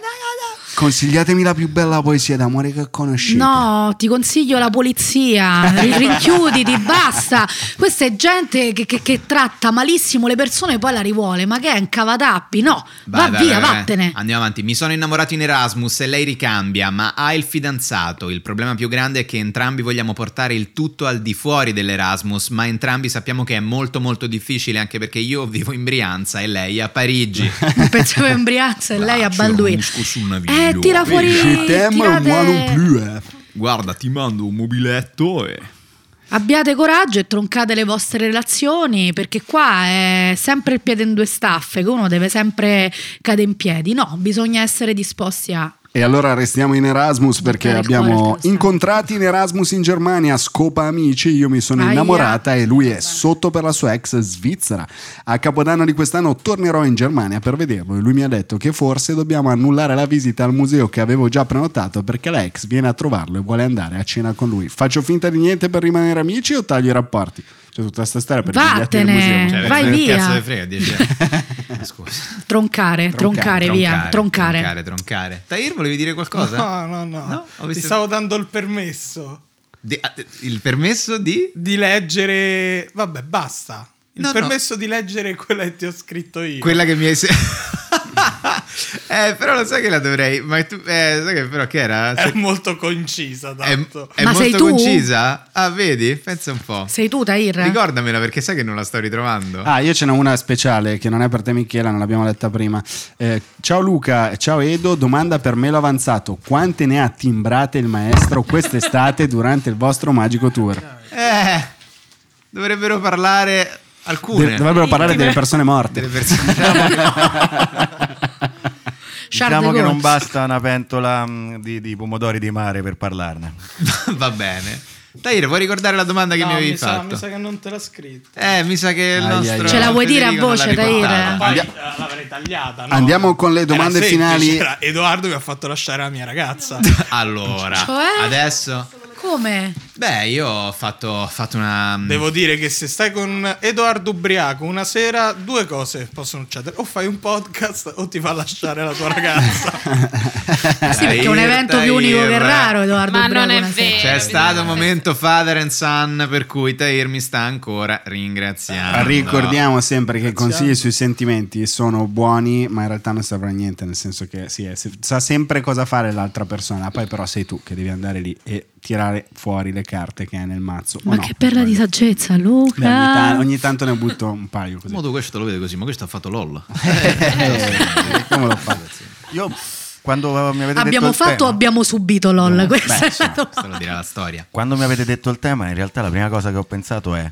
[SPEAKER 1] Consigliatemi la più bella poesia d'amore che conoscete.
[SPEAKER 9] No, ti consiglio la polizia, ri- rinchiuditi, basta. Questa è gente che, che- che tratta malissimo le persone e poi la rivuole. Ma che è un cavatappi? No,
[SPEAKER 2] Vai,
[SPEAKER 9] va
[SPEAKER 2] vai,
[SPEAKER 9] via,
[SPEAKER 2] vai, vai.
[SPEAKER 9] vattene. eh.
[SPEAKER 2] eh. Andiamo avanti. Mi sono innamorato in Erasmus e lei ricambia, ma ha il fidanzato. Il problema più grande è che entrambi vogliamo portare il tutto al di fuori dell'Erasmus, ma entrambi sappiamo che è molto molto difficile anche perché io vivo in Brianza e lei a Parigi.
[SPEAKER 9] Pensavo in Brianza e lei a Balduino. Eh, tira fuori. tirate-
[SPEAKER 1] eh.
[SPEAKER 2] Guarda, ti mando un mobiletto e...
[SPEAKER 9] Abbiate coraggio e troncate le vostre relazioni perché qua è sempre il piede in due staffe, che uno deve sempre cadere in piedi. No, bisogna essere disposti a...
[SPEAKER 1] E allora restiamo in Erasmus perché
[SPEAKER 9] Buttare il cuore
[SPEAKER 1] abbiamo incontrati in Erasmus in Germania, scopa amici, io mi sono
[SPEAKER 9] Aia.
[SPEAKER 1] innamorata e lui è sotto per la sua ex svizzera. A Capodanno di quest'anno tornerò in Germania per vederlo e lui mi ha detto che forse dobbiamo annullare la visita al museo che avevo già prenotato perché la ex viene a trovarlo e vuole andare a cena con lui. Faccio finta di niente per rimanere amici o taglio i rapporti? C'è tutta questa storia per il biglietto del
[SPEAKER 9] Vattene,
[SPEAKER 1] museo.
[SPEAKER 2] Eh,
[SPEAKER 9] Cioè, vai che via. cazzo
[SPEAKER 2] Te frega, dici? Eh, Scusa.
[SPEAKER 9] Troncare, troncare, via, troncare.
[SPEAKER 2] Troncare, troncare. Tahir, volevi dire qualcosa?
[SPEAKER 12] No, no, no.
[SPEAKER 2] ho
[SPEAKER 12] Ti
[SPEAKER 2] visto-
[SPEAKER 12] stavo dando il permesso.
[SPEAKER 2] Di- ah, il permesso di?
[SPEAKER 12] Di leggere... Vabbè, basta. Il
[SPEAKER 2] No, no.
[SPEAKER 12] permesso di leggere quella che ti ho scritto io.
[SPEAKER 2] Quella che mi hai... se- eh, però lo sai che la dovrei... Ma tu... Eh, sai che però che era?
[SPEAKER 12] È molto concisa,
[SPEAKER 2] È,
[SPEAKER 12] tanto.
[SPEAKER 2] è
[SPEAKER 9] Ma
[SPEAKER 2] molto
[SPEAKER 9] sei tu?
[SPEAKER 2] concisa? Ah, vedi? Pensa un po'.
[SPEAKER 9] Sei tu, Tahir?
[SPEAKER 2] Ricordamela perché sai che non la sto ritrovando.
[SPEAKER 1] Ah, io ce n'ho una speciale che non è per te, Michela, non l'abbiamo letta prima. Eh, ciao Luca, ciao Edo. Domanda per me l'avanzato: quante ne ha timbrate il maestro quest'estate durante il vostro magico tour?
[SPEAKER 2] Eh, dovrebbero parlare alcune.
[SPEAKER 1] De- dovrebbero parlare delle persone morte.
[SPEAKER 2] Delle persone-
[SPEAKER 8] Diciamo
[SPEAKER 2] de
[SPEAKER 8] che non
[SPEAKER 2] Gaulle.
[SPEAKER 8] basta una pentola mh, di, di pomodori di mare per parlarne.
[SPEAKER 2] Va bene. Tahir, vuoi ricordare la domanda che
[SPEAKER 12] No,
[SPEAKER 2] mi avevi
[SPEAKER 12] mi sa,
[SPEAKER 2] fatto?
[SPEAKER 12] mi sa che non te l'ha scritta.
[SPEAKER 2] Eh, mi sa che il nostro
[SPEAKER 9] Ce la vuoi dire a
[SPEAKER 2] Federico non l'ha
[SPEAKER 9] voce, Tahir?
[SPEAKER 2] riportata.
[SPEAKER 12] Poi
[SPEAKER 1] Andia-
[SPEAKER 12] eh, l'avrei tagliata. no?
[SPEAKER 1] Andiamo con le domande
[SPEAKER 12] Era semplice,
[SPEAKER 1] finali.
[SPEAKER 3] ah,
[SPEAKER 12] era Edoardo mi ha fatto lasciare la mia ragazza.
[SPEAKER 2] Allora,
[SPEAKER 9] Cioè?
[SPEAKER 2] adesso...
[SPEAKER 9] Come?
[SPEAKER 2] Beh, io ho fatto, ho fatto una...
[SPEAKER 14] Mm.
[SPEAKER 12] Devo dire che se stai con Edoardo Ubriaco una sera, due cose possono succedere: o fai un podcast o ti fa lasciare la tua ragazza.
[SPEAKER 8] Eh,
[SPEAKER 9] Sì, perché è un evento più unico che raro, Edoardo.
[SPEAKER 5] Ma
[SPEAKER 9] Bravo,
[SPEAKER 5] non è
[SPEAKER 9] una sera.
[SPEAKER 5] vero.
[SPEAKER 2] C'è stato un momento father and son per cui Tahir mi sta ancora ringraziando.
[SPEAKER 1] Ricordiamo sempre che i consigli sui sentimenti sono buoni, ma in realtà non servono a niente, nel senso che sì, eh, se- sa sempre cosa fare l'altra persona, poi però sei tu che devi andare lì e tirare fuori le carte che hai nel mazzo. o
[SPEAKER 9] Ma
[SPEAKER 8] Oh,
[SPEAKER 1] no.
[SPEAKER 9] che perla di saggezza, Luca.
[SPEAKER 1] Beh, ogni,
[SPEAKER 9] Ah.
[SPEAKER 1] ta- ogni tanto ne butto un paio
[SPEAKER 2] In
[SPEAKER 1] così.
[SPEAKER 2] modo questo lo vede così, ma questo ha fatto LOL.
[SPEAKER 1] Eh, come lo fa?
[SPEAKER 8] Io quando mi avete
[SPEAKER 9] abbiamo
[SPEAKER 8] detto il
[SPEAKER 9] fatto o
[SPEAKER 8] tema-
[SPEAKER 9] abbiamo subito LOL? Questa è la domanda.
[SPEAKER 2] Questo lo dirà la storia.
[SPEAKER 8] Quando mi avete detto il tema, in realtà la prima cosa che ho pensato è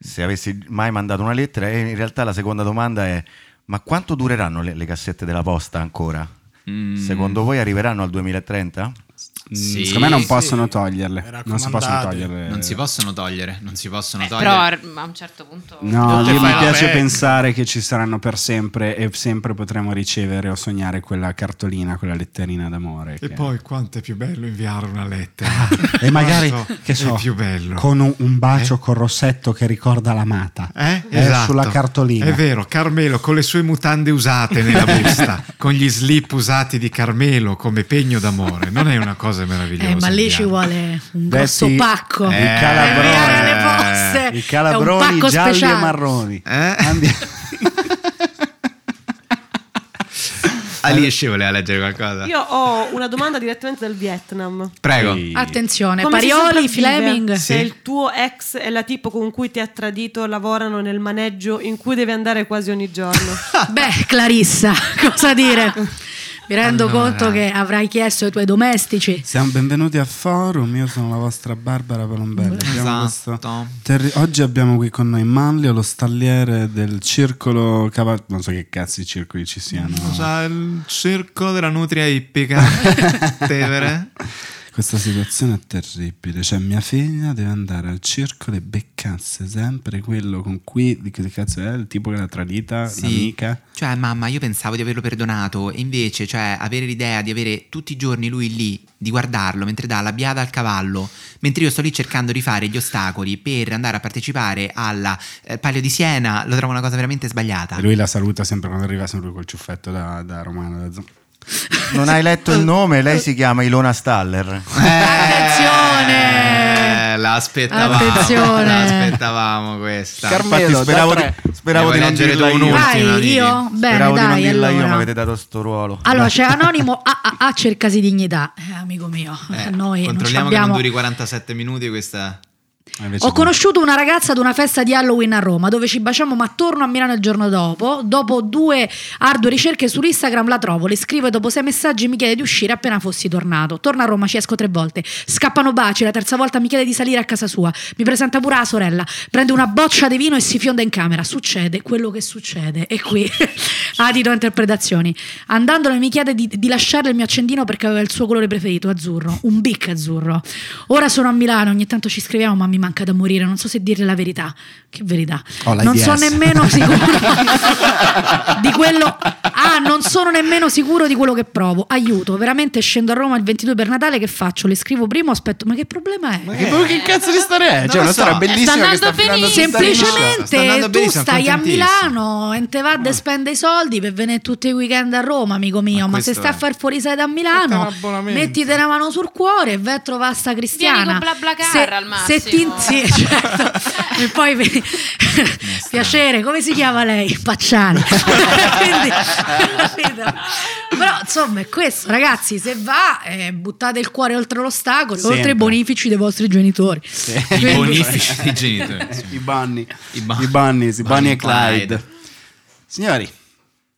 [SPEAKER 8] se avessi mai mandato una lettera e in realtà la seconda domanda è ma quanto dureranno le, le cassette della posta ancora?
[SPEAKER 2] Mm,
[SPEAKER 8] Secondo voi arriveranno al 2030?
[SPEAKER 2] sì,
[SPEAKER 1] mm, Secondo me non
[SPEAKER 2] sì.
[SPEAKER 1] possono toglierle. Non si
[SPEAKER 12] raccomandate.
[SPEAKER 1] possono toglierle.
[SPEAKER 2] Non si possono togliere, non si possono
[SPEAKER 5] Eh, Però
[SPEAKER 2] togliere.
[SPEAKER 5] ar- a un certo punto...
[SPEAKER 1] No,
[SPEAKER 12] Te
[SPEAKER 1] io mi
[SPEAKER 12] fai la
[SPEAKER 1] piace
[SPEAKER 12] pelle.
[SPEAKER 1] pensare che ci saranno per sempre e sempre potremo ricevere o sognare quella cartolina, quella letterina d'amore. che- Ah,
[SPEAKER 7] quanto è più bello inviare una lettera.
[SPEAKER 1] E magari
[SPEAKER 7] Questo
[SPEAKER 1] che so,
[SPEAKER 7] è più bello.
[SPEAKER 1] con un, un bacio con rossetto che ricorda l'amata.
[SPEAKER 7] Eh?
[SPEAKER 1] Eh, sulla cartolina.
[SPEAKER 7] È vero, Carmelo con le sue mutande usate nella busta, con gli slip usati di Carmelo come pegno d'amore. Non è una cosa meravigliosa?
[SPEAKER 9] Eh, ma lì
[SPEAKER 7] Diana?
[SPEAKER 9] ci vuole un
[SPEAKER 1] Beh,
[SPEAKER 9] grosso
[SPEAKER 1] sì.
[SPEAKER 9] pacco.
[SPEAKER 1] I
[SPEAKER 8] Eh,
[SPEAKER 9] per
[SPEAKER 1] calabroni.
[SPEAKER 9] inviare le poste.
[SPEAKER 1] I
[SPEAKER 9] È un
[SPEAKER 1] calabroni
[SPEAKER 9] pacco
[SPEAKER 1] gialli
[SPEAKER 9] speciale.
[SPEAKER 1] e marroni.
[SPEAKER 2] Eh?
[SPEAKER 1] Andiamo.
[SPEAKER 2] Alice voleva leggere qualcosa.
[SPEAKER 6] Io ho una domanda direttamente dal Vietnam.
[SPEAKER 2] Prego.
[SPEAKER 1] Sì.
[SPEAKER 9] Attenzione,
[SPEAKER 6] Come si
[SPEAKER 9] Parioli,
[SPEAKER 6] sopravvive
[SPEAKER 9] Fleming.
[SPEAKER 6] Se
[SPEAKER 2] Sì.
[SPEAKER 6] il tuo ex e la tipo con cui ti ha tradito lavorano nel maneggio in cui devi andare quasi ogni giorno.
[SPEAKER 9] Beh, Clarissa, cosa dire? Mi rendo
[SPEAKER 2] Allora.
[SPEAKER 9] conto che avrai chiesto ai tuoi domestici.
[SPEAKER 11] Siamo benvenuti a Forum, io sono la vostra Barbara Palombelli. Abbiamo questo
[SPEAKER 2] Esatto.
[SPEAKER 11] terri- Oggi abbiamo qui con noi Manlio, lo stalliere del circolo Cava- Non so che cazzo di circoli ci siano.
[SPEAKER 2] Sa il circolo della nutria ippica. Tevere.
[SPEAKER 11] Questa situazione è terribile. Cioè, mia figlia deve andare al circolo e beccasse sempre quello con cui. Di che cazzo è? Il tipo che l'ha tradita? L'amica?
[SPEAKER 2] Cioè, mamma, io pensavo di averlo perdonato, e invece, cioè, avere l'idea di avere tutti i giorni lui lì, di guardarlo mentre dà la biada al cavallo, mentre io sto lì cercando di fare gli ostacoli per andare a partecipare alla eh, Palio di Siena, lo trovo una cosa veramente sbagliata.
[SPEAKER 1] E lui la saluta sempre quando arriva, sempre col ciuffetto da, da romano. Da Zom-
[SPEAKER 8] Non hai letto il nome, lei si chiama Ilona Staller.
[SPEAKER 2] Eh, l'aspettavamo.
[SPEAKER 9] Attenzione.
[SPEAKER 2] L'aspettavamo questa.
[SPEAKER 8] Carmelo, Infatti speravo da di- tre. speravo di non dirla io.
[SPEAKER 9] Dai,
[SPEAKER 8] Ultimo, amici.
[SPEAKER 9] io? Bene,
[SPEAKER 8] Speravo
[SPEAKER 9] dai,
[SPEAKER 8] di non dirla io,
[SPEAKER 9] allora.
[SPEAKER 8] mi avete dato sto ruolo.
[SPEAKER 9] Allora, c'è Anonimo AAA cercasi dignità, eh, amico mio.
[SPEAKER 2] Eh,
[SPEAKER 9] Noi non ci
[SPEAKER 2] controlliamo che non
[SPEAKER 9] abbiamo
[SPEAKER 2] duri 47 minuti questa.
[SPEAKER 9] Ho conosciuto una ragazza ad una festa di Halloween a Roma dove ci baciamo ma torno a Milano il giorno dopo. Dopo due ardue ricerche su Instagram la trovo, le scrivo e dopo sei messaggi mi chiede di uscire appena fossi tornato. Torno a Roma, ci esco tre volte. Scappano baci, la terza volta mi chiede di salire a casa sua. Mi presenta pure la sorella, prende una boccia di vino e si fionda in camera. Succede quello che succede. E qui adito a interpretazioni. Andandole mi chiede di, di lasciarle il mio accendino perché aveva il suo colore preferito, azzurro. Un bic azzurro. Ora sono a Milano, ogni tanto ci scriviamo, ma mi manca da morire. Non so se dirle la verità. Che verità?
[SPEAKER 13] Ho la
[SPEAKER 9] non
[SPEAKER 13] IBS.
[SPEAKER 9] so nemmeno sicuro di quello. Ah, non sono nemmeno sicuro di quello che provo. Aiuto, veramente scendo a Roma il 22 per Natale. Che faccio? Le scrivo prima, o aspetto. Ma che problema è?
[SPEAKER 13] Che, che cazzo di storia è? C'è una storia bellissima che sta finendo sta
[SPEAKER 9] Semplicemente
[SPEAKER 13] andando
[SPEAKER 9] tu
[SPEAKER 13] benissimo,
[SPEAKER 9] stai a
[SPEAKER 13] contentissimo.
[SPEAKER 9] Milano e te va e spende i soldi per venire tutti i weekend a Roma, amico mio. Ma, se
[SPEAKER 13] questo
[SPEAKER 9] stai a
[SPEAKER 13] è.
[SPEAKER 9] far fuori sei da Milano,
[SPEAKER 13] l'abbonamento.
[SPEAKER 9] mettiti una mano sul cuore e vai a trovare sta cristiana.
[SPEAKER 5] Vieni con BlaBlaCar
[SPEAKER 9] se,
[SPEAKER 5] al massimo.
[SPEAKER 9] se ti- sì, certo. e poi vedi- piacere, come si chiama lei? Pacciani. Quindi, capito? Però insomma è questo, ragazzi, se va eh, buttate il cuore oltre l'ostacolo, oltre
[SPEAKER 1] Sempre.
[SPEAKER 9] i bonifici dei vostri genitori.
[SPEAKER 2] I bonifici dei genitori.
[SPEAKER 1] Eh, I banni.
[SPEAKER 2] I,
[SPEAKER 1] I banni, sì, Bonnie e Clyde.
[SPEAKER 2] Signori,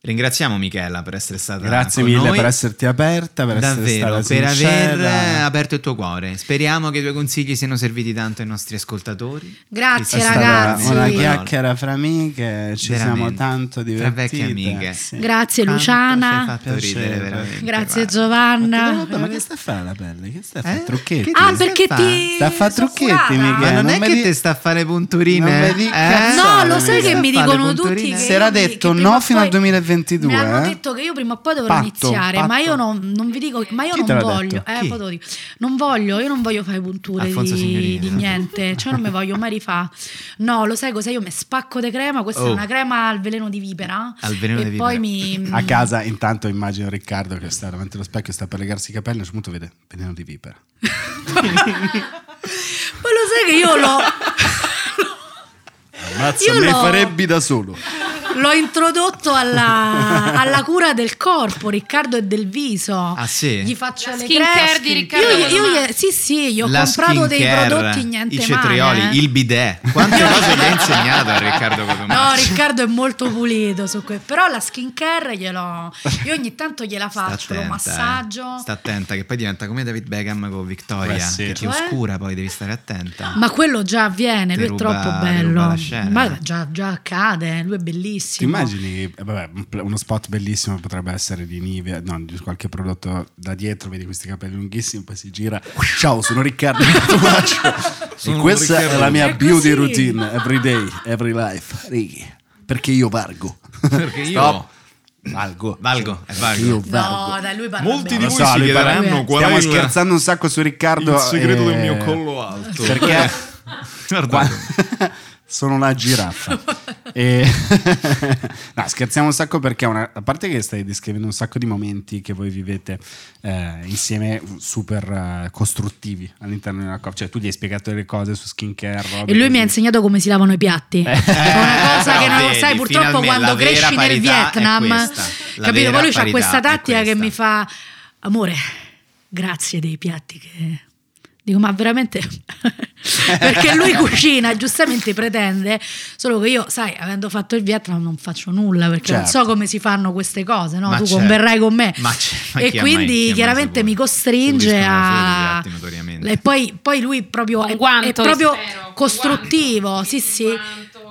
[SPEAKER 2] ringraziamo Michela per essere stata
[SPEAKER 1] Grazie
[SPEAKER 2] con
[SPEAKER 1] mille
[SPEAKER 2] Ecco, noi.
[SPEAKER 1] per esserti aperta, per
[SPEAKER 2] Davvero,
[SPEAKER 1] essere stata
[SPEAKER 2] per aver
[SPEAKER 1] sincera.
[SPEAKER 2] eh, aperto il tuo cuore. Speriamo che i tuoi consigli siano serviti tanto ai nostri ascoltatori.
[SPEAKER 1] È
[SPEAKER 9] Grazie
[SPEAKER 1] stata
[SPEAKER 9] ragazzi.
[SPEAKER 1] Una chiacchiera fra amiche, ci siamo
[SPEAKER 2] Veramente.
[SPEAKER 1] tanto
[SPEAKER 2] Tra
[SPEAKER 1] divertiti.
[SPEAKER 2] vecchie amiche.
[SPEAKER 9] Grazie
[SPEAKER 1] Eh, Tanto
[SPEAKER 9] Luciana.
[SPEAKER 1] ci hai fatto ridere, veramente.
[SPEAKER 9] Grazie Giovanna.
[SPEAKER 1] Ma, che sta a fare la pelle? Che sta a
[SPEAKER 2] Eh?
[SPEAKER 1] fare? Trucchetti?
[SPEAKER 9] Ah, perché ti
[SPEAKER 1] Sta a fare trucchetti, Michele. eh?
[SPEAKER 2] Ma Eh, non, è
[SPEAKER 1] mi
[SPEAKER 2] che
[SPEAKER 1] di-
[SPEAKER 2] te sta a fare punturine.
[SPEAKER 1] non mi di-
[SPEAKER 2] eh?
[SPEAKER 1] cazzate,
[SPEAKER 9] No, lo sai
[SPEAKER 1] Michele.
[SPEAKER 9] che mi
[SPEAKER 2] Sta a fare
[SPEAKER 9] dicono tutti
[SPEAKER 2] punturine?
[SPEAKER 9] che
[SPEAKER 1] Si era
[SPEAKER 9] io mi-
[SPEAKER 1] detto
[SPEAKER 9] che prima
[SPEAKER 1] no
[SPEAKER 9] o
[SPEAKER 1] fino
[SPEAKER 9] poi-
[SPEAKER 1] al 2022.
[SPEAKER 9] Mi hanno
[SPEAKER 1] eh?
[SPEAKER 9] detto che io prima o poi dovrò
[SPEAKER 1] Patto,
[SPEAKER 9] iniziare, ma
[SPEAKER 1] patto.
[SPEAKER 9] io non, non vi dico, ma io
[SPEAKER 1] Chi te
[SPEAKER 9] non
[SPEAKER 1] l'ha
[SPEAKER 9] voglio,
[SPEAKER 1] detto?
[SPEAKER 9] eh,
[SPEAKER 1] Chi?
[SPEAKER 9] poi te lo dico. non voglio, io non voglio fare punture
[SPEAKER 2] Alfonso
[SPEAKER 9] di,
[SPEAKER 2] Signorini,
[SPEAKER 9] di
[SPEAKER 2] esatto.
[SPEAKER 9] niente, cioè non mi voglio mai rifà. No, lo sai cos'è? Io mi spacco di crema, questa è
[SPEAKER 1] Oh.
[SPEAKER 9] una crema al veleno di vipera
[SPEAKER 1] Al veleno
[SPEAKER 9] e
[SPEAKER 1] di
[SPEAKER 9] poi mi
[SPEAKER 1] A casa intanto immagino Riccardo che sta davanti allo specchio e sta per legarsi i capelli, a un certo punto vede veleno di vipera.
[SPEAKER 9] Ma lo sai che io l'ho
[SPEAKER 1] Ammazza,
[SPEAKER 9] Io
[SPEAKER 1] me
[SPEAKER 9] lo-
[SPEAKER 1] farebbi da solo.
[SPEAKER 9] L'ho introdotto alla, alla cura del corpo, Riccardo, e del viso.
[SPEAKER 2] Ah, sì?
[SPEAKER 9] Gli faccio le
[SPEAKER 5] skincare
[SPEAKER 9] creme.
[SPEAKER 5] di Riccardo
[SPEAKER 9] Io, io-
[SPEAKER 5] Colomani.
[SPEAKER 9] io- sì, sì, gli ho
[SPEAKER 2] La
[SPEAKER 9] comprato dei
[SPEAKER 2] skincare,
[SPEAKER 9] prodotti niente
[SPEAKER 2] I cetrioli,
[SPEAKER 9] male. eh.
[SPEAKER 2] il bidet. Quante cose gli ha insegnato a Riccardo Cotomaccio?
[SPEAKER 9] No, Riccardo è molto pulito su questo. Però la skincare gliel'ho. Io ogni tanto gliela faccio, lo
[SPEAKER 2] attenta,
[SPEAKER 9] massaggio.
[SPEAKER 2] eh. Sta attenta che poi diventa come David Beckham con Victoria,
[SPEAKER 1] Eh sì.
[SPEAKER 2] che ti
[SPEAKER 9] Cioè?
[SPEAKER 2] oscura, poi devi stare attenta.
[SPEAKER 9] Ma quello già avviene,
[SPEAKER 2] Ti
[SPEAKER 9] lui
[SPEAKER 2] ruba-
[SPEAKER 9] è troppo
[SPEAKER 2] ti ruba
[SPEAKER 9] bello.
[SPEAKER 2] la scena.
[SPEAKER 9] Ma già, già accade, eh, lui è
[SPEAKER 1] Ti
[SPEAKER 9] bellissimo.
[SPEAKER 1] immagini, eh, vabbè, un pl- uno spot bellissimo potrebbe essere di Nivea, no, di qualche prodotto da dietro, vedi questi capelli lunghissimi, poi si gira. Ciao, sono Riccardo Tomaccio. e
[SPEAKER 11] Sono
[SPEAKER 1] questa
[SPEAKER 11] Riccardo.
[SPEAKER 1] è la mia
[SPEAKER 11] È così.
[SPEAKER 1] beauty routine, every day, every life. Righi, perché io vargo.
[SPEAKER 2] Perché io-
[SPEAKER 1] Stop. Valgo.
[SPEAKER 2] Valgo, è valgo.
[SPEAKER 1] Io
[SPEAKER 9] No, dai, lui parla
[SPEAKER 2] Molti
[SPEAKER 9] bene.
[SPEAKER 2] di voi si
[SPEAKER 1] lui parla-
[SPEAKER 2] chiederanno
[SPEAKER 1] stiamo
[SPEAKER 2] qual è il-
[SPEAKER 1] scherzando un sacco su Riccardo.
[SPEAKER 2] il segreto del mio
[SPEAKER 12] collo alto.
[SPEAKER 1] Perché
[SPEAKER 2] Guarda.
[SPEAKER 1] Qua- sono una giraffa. E- no, scherziamo un sacco perché una- a parte che stai descrivendo un sacco di momenti che voi vivete eh, insieme super eh, costruttivi all'interno di una coppia. Cioè, tu gli hai spiegato delle cose su skincare. robe
[SPEAKER 9] E lui mi ha
[SPEAKER 1] così.
[SPEAKER 9] insegnato come si lavano i piatti.
[SPEAKER 2] Eh.
[SPEAKER 9] È una cosa
[SPEAKER 1] però
[SPEAKER 2] Ah,
[SPEAKER 9] che non lo
[SPEAKER 1] vedi,
[SPEAKER 9] sai purtroppo
[SPEAKER 1] finalmente,
[SPEAKER 9] quando
[SPEAKER 1] la vera
[SPEAKER 9] cresci nel
[SPEAKER 1] parità è
[SPEAKER 9] Vietnam.
[SPEAKER 1] questa. La
[SPEAKER 9] Capito?
[SPEAKER 1] vera
[SPEAKER 9] Poi lui ha
[SPEAKER 1] parità
[SPEAKER 9] questa
[SPEAKER 1] è
[SPEAKER 9] tattica che mi fa amore. Grazie dei piatti che dico, ma veramente perché lui cucina, giustamente pretende, solo che io, sai, avendo fatto il Vietnam non faccio nulla perché non
[SPEAKER 2] Certo.
[SPEAKER 9] so come si fanno queste cose, no?
[SPEAKER 2] Ma
[SPEAKER 9] tu
[SPEAKER 2] certo.
[SPEAKER 9] converrai con me.
[SPEAKER 2] Ma c'è- ma
[SPEAKER 9] e
[SPEAKER 2] chi ha mai- chi ha
[SPEAKER 9] quindi
[SPEAKER 2] mai
[SPEAKER 9] chiaramente mi costringe
[SPEAKER 2] Subiscono
[SPEAKER 9] a
[SPEAKER 2] solo degli atti, notoriamente.
[SPEAKER 9] e poi, poi lui proprio è,
[SPEAKER 5] guanto
[SPEAKER 9] è proprio
[SPEAKER 5] estremo, un
[SPEAKER 9] costruttivo, sì, sì.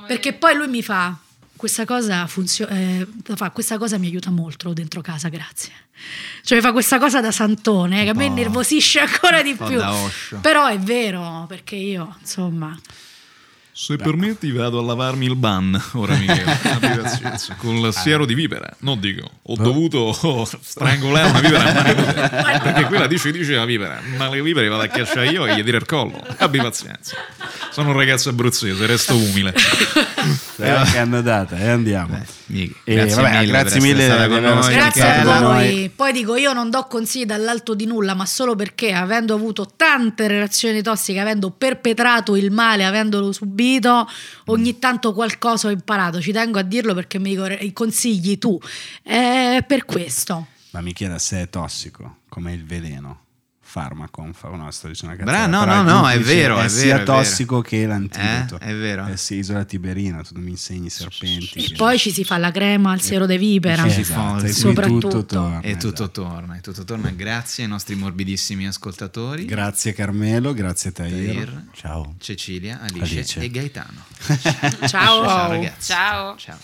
[SPEAKER 9] Perché poi lui mi fa questa cosa funziona questa cosa mi aiuta molto dentro casa, grazie. Cioè mi fa questa cosa da santone che a me
[SPEAKER 2] po'-
[SPEAKER 9] nervosisce ancora di
[SPEAKER 2] po'
[SPEAKER 9] più.
[SPEAKER 2] da Osho.
[SPEAKER 9] Però è vero, perché io, insomma,
[SPEAKER 15] Se
[SPEAKER 2] Ecco.
[SPEAKER 15] permetti vado a lavarmi il ban ora Michele, abbi pazienza, con
[SPEAKER 2] Ah.
[SPEAKER 15] il siero di vipera, non dico, ho
[SPEAKER 11] Eh.
[SPEAKER 15] dovuto oh, strangolare una vipera a mani nude, perché quella dice dice la vipera, ma le vipere vado a cacciare io e gli tiro il collo, abbi pazienza, sono un ragazzo abruzzese, resto umile.
[SPEAKER 2] Eh,
[SPEAKER 11] È
[SPEAKER 1] Eh,
[SPEAKER 11] anche annodata e andiamo. E
[SPEAKER 15] grazie
[SPEAKER 11] Eh, vabbè,
[SPEAKER 15] mille per
[SPEAKER 11] grazie
[SPEAKER 15] essere
[SPEAKER 11] mille
[SPEAKER 15] stata
[SPEAKER 11] di
[SPEAKER 15] con
[SPEAKER 11] aver
[SPEAKER 15] noi.
[SPEAKER 11] scherzato
[SPEAKER 9] Grazie a
[SPEAKER 11] con noi.
[SPEAKER 9] voi. Poi dico io non do consigli dall'alto di nulla, ma solo perché avendo avuto tante relazioni tossiche, avendo perpetrato il male, avendolo subito, ogni tanto qualcosa ho imparato. Ci tengo a dirlo perché mi dico i consigli tu. Eh, per questo.
[SPEAKER 1] Ma Michela, se è tossico, come il veleno, farmaco, fa- no, sto dicendo una
[SPEAKER 2] Bra-
[SPEAKER 1] cazzata,
[SPEAKER 2] no,
[SPEAKER 1] però
[SPEAKER 2] no,
[SPEAKER 1] il
[SPEAKER 2] no,
[SPEAKER 1] punto
[SPEAKER 2] è
[SPEAKER 1] dice,
[SPEAKER 2] vero, è
[SPEAKER 1] sia
[SPEAKER 2] vero, è
[SPEAKER 1] tossico
[SPEAKER 2] vero.
[SPEAKER 1] che l'antidoto.
[SPEAKER 2] Eh, è vero.
[SPEAKER 1] È sì, isola Tiberina, tu non mi insegni i serpenti.
[SPEAKER 9] E poi ci si fa la crema al siero de vipera.
[SPEAKER 1] Ci si fa, e esatto. quindi tutto torna, esatto.
[SPEAKER 2] e tutto torna, e tutto torna. Grazie ai nostri morbidissimi ascoltatori.
[SPEAKER 1] Grazie Carmelo, grazie Tahir.
[SPEAKER 2] Tahir.
[SPEAKER 1] Ciao.
[SPEAKER 2] Cecilia, Alice,
[SPEAKER 1] Alice.
[SPEAKER 2] e Gaetano.
[SPEAKER 3] Ciao.
[SPEAKER 2] Ciao ragazzi.
[SPEAKER 5] Ciao.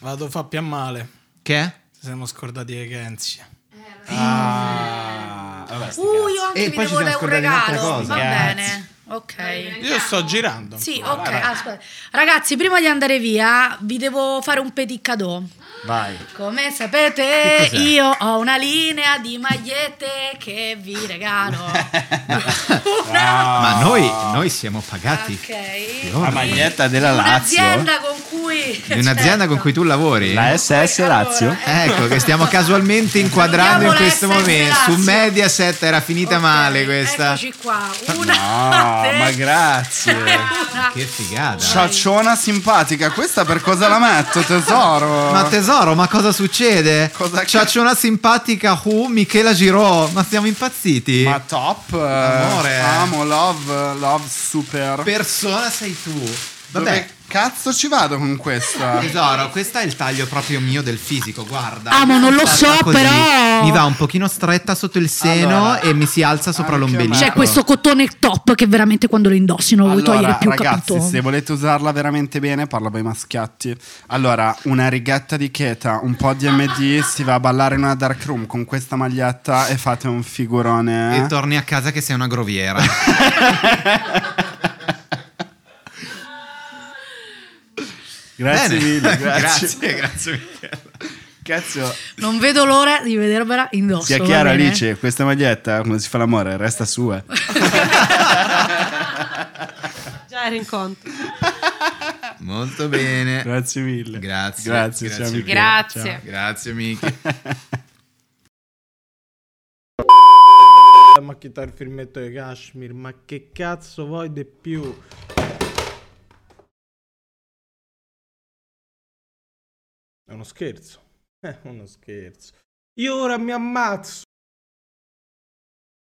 [SPEAKER 14] Vado fa più male.
[SPEAKER 2] Che?
[SPEAKER 14] Ci siamo scordati le Kenzie.
[SPEAKER 1] Ah,
[SPEAKER 9] Uh, io anche
[SPEAKER 14] E
[SPEAKER 9] vi
[SPEAKER 14] poi ci
[SPEAKER 9] devo
[SPEAKER 14] siamo
[SPEAKER 9] dare un
[SPEAKER 14] scordati un'altra
[SPEAKER 9] regalo.
[SPEAKER 14] cosa.
[SPEAKER 9] Va
[SPEAKER 14] Grazie.
[SPEAKER 9] bene. Ok.
[SPEAKER 14] Io sto girando.
[SPEAKER 9] Sì,
[SPEAKER 14] ancora.
[SPEAKER 9] ok. aspetta. Ragazzi, prima di andare via, vi devo fare un petit cadeau.
[SPEAKER 11] Vai.
[SPEAKER 9] Come
[SPEAKER 11] Che
[SPEAKER 9] sapete,
[SPEAKER 11] cos'è?
[SPEAKER 9] io ho una linea di magliette che vi regalo.
[SPEAKER 2] Ma noi, noi siamo pagati.
[SPEAKER 9] Ah, Ok.
[SPEAKER 2] La maglietta
[SPEAKER 11] della
[SPEAKER 9] Un'azienda con cui
[SPEAKER 2] Di un'azienda con cui tu lavori.
[SPEAKER 8] Eh,
[SPEAKER 2] La
[SPEAKER 11] SS Lazio.
[SPEAKER 2] Ecco, che stiamo casualmente inquadrando in
[SPEAKER 9] Chiamiamola
[SPEAKER 2] questo
[SPEAKER 9] SS
[SPEAKER 2] momento.
[SPEAKER 9] Lazio.
[SPEAKER 2] Su Mediaset era finita male questa.
[SPEAKER 9] Eccoci qua,
[SPEAKER 1] Ah,
[SPEAKER 11] No, ma grazie.
[SPEAKER 2] Che figata.
[SPEAKER 1] Ciacciona simpatica, questa per cosa la metto, tesoro?
[SPEAKER 2] Ma tesoro, ma cosa succede? Cosa C'è una simpatica Who, Michela Girò, ma siamo impazziti. Ma
[SPEAKER 1] top.
[SPEAKER 2] Amore.
[SPEAKER 1] Amo, love, love super.
[SPEAKER 2] Persona sei tu.
[SPEAKER 1] Vabbè.
[SPEAKER 2] Vabbè.
[SPEAKER 1] cazzo ci vado con questa?
[SPEAKER 2] Tesoro, questo è il taglio proprio mio del fisico, guarda.
[SPEAKER 9] Amo, Ah, non lo so,
[SPEAKER 2] Fatta così.
[SPEAKER 9] però-
[SPEAKER 2] Mi va un pochino stretta sotto il seno e mi si alza sopra l'ombelico.
[SPEAKER 9] C'è Cioè, questo cottone top che veramente quando lo indossi non lo vuoi
[SPEAKER 1] Allora,
[SPEAKER 9] togliere più,
[SPEAKER 1] ragazzi,
[SPEAKER 9] capito?
[SPEAKER 1] se volete usarla veramente bene, parlo per i maschiatti. Allora, una righetta di cheta, un po' di MD, si va a ballare in una dark room con questa maglietta e fate un figurone. eh.
[SPEAKER 2] E torni a casa che sei una groviera.
[SPEAKER 11] Grazie
[SPEAKER 2] Bene.
[SPEAKER 11] mille,
[SPEAKER 2] grazie,
[SPEAKER 11] grazie.
[SPEAKER 2] grazie Michela.
[SPEAKER 11] Cazzo.
[SPEAKER 9] Non vedo l'ora di vedervela indosso.
[SPEAKER 1] Sia
[SPEAKER 9] va
[SPEAKER 1] chiaro,
[SPEAKER 9] bene?
[SPEAKER 1] Alice, questa maglietta, quando si fa l'amore, resta sua.
[SPEAKER 6] Già era in conto.
[SPEAKER 2] Molto bene.
[SPEAKER 1] Grazie mille.
[SPEAKER 2] Grazie.
[SPEAKER 1] Grazie, ciao,
[SPEAKER 2] mille.
[SPEAKER 6] Michele. Grazie. Ciao.
[SPEAKER 2] Grazie Michi.
[SPEAKER 3] Ma chi il filmetto di Kashmir? Ma che cazzo vuoi di più? È uno scherzo. È uno scherzo. Io ora mi ammazzo.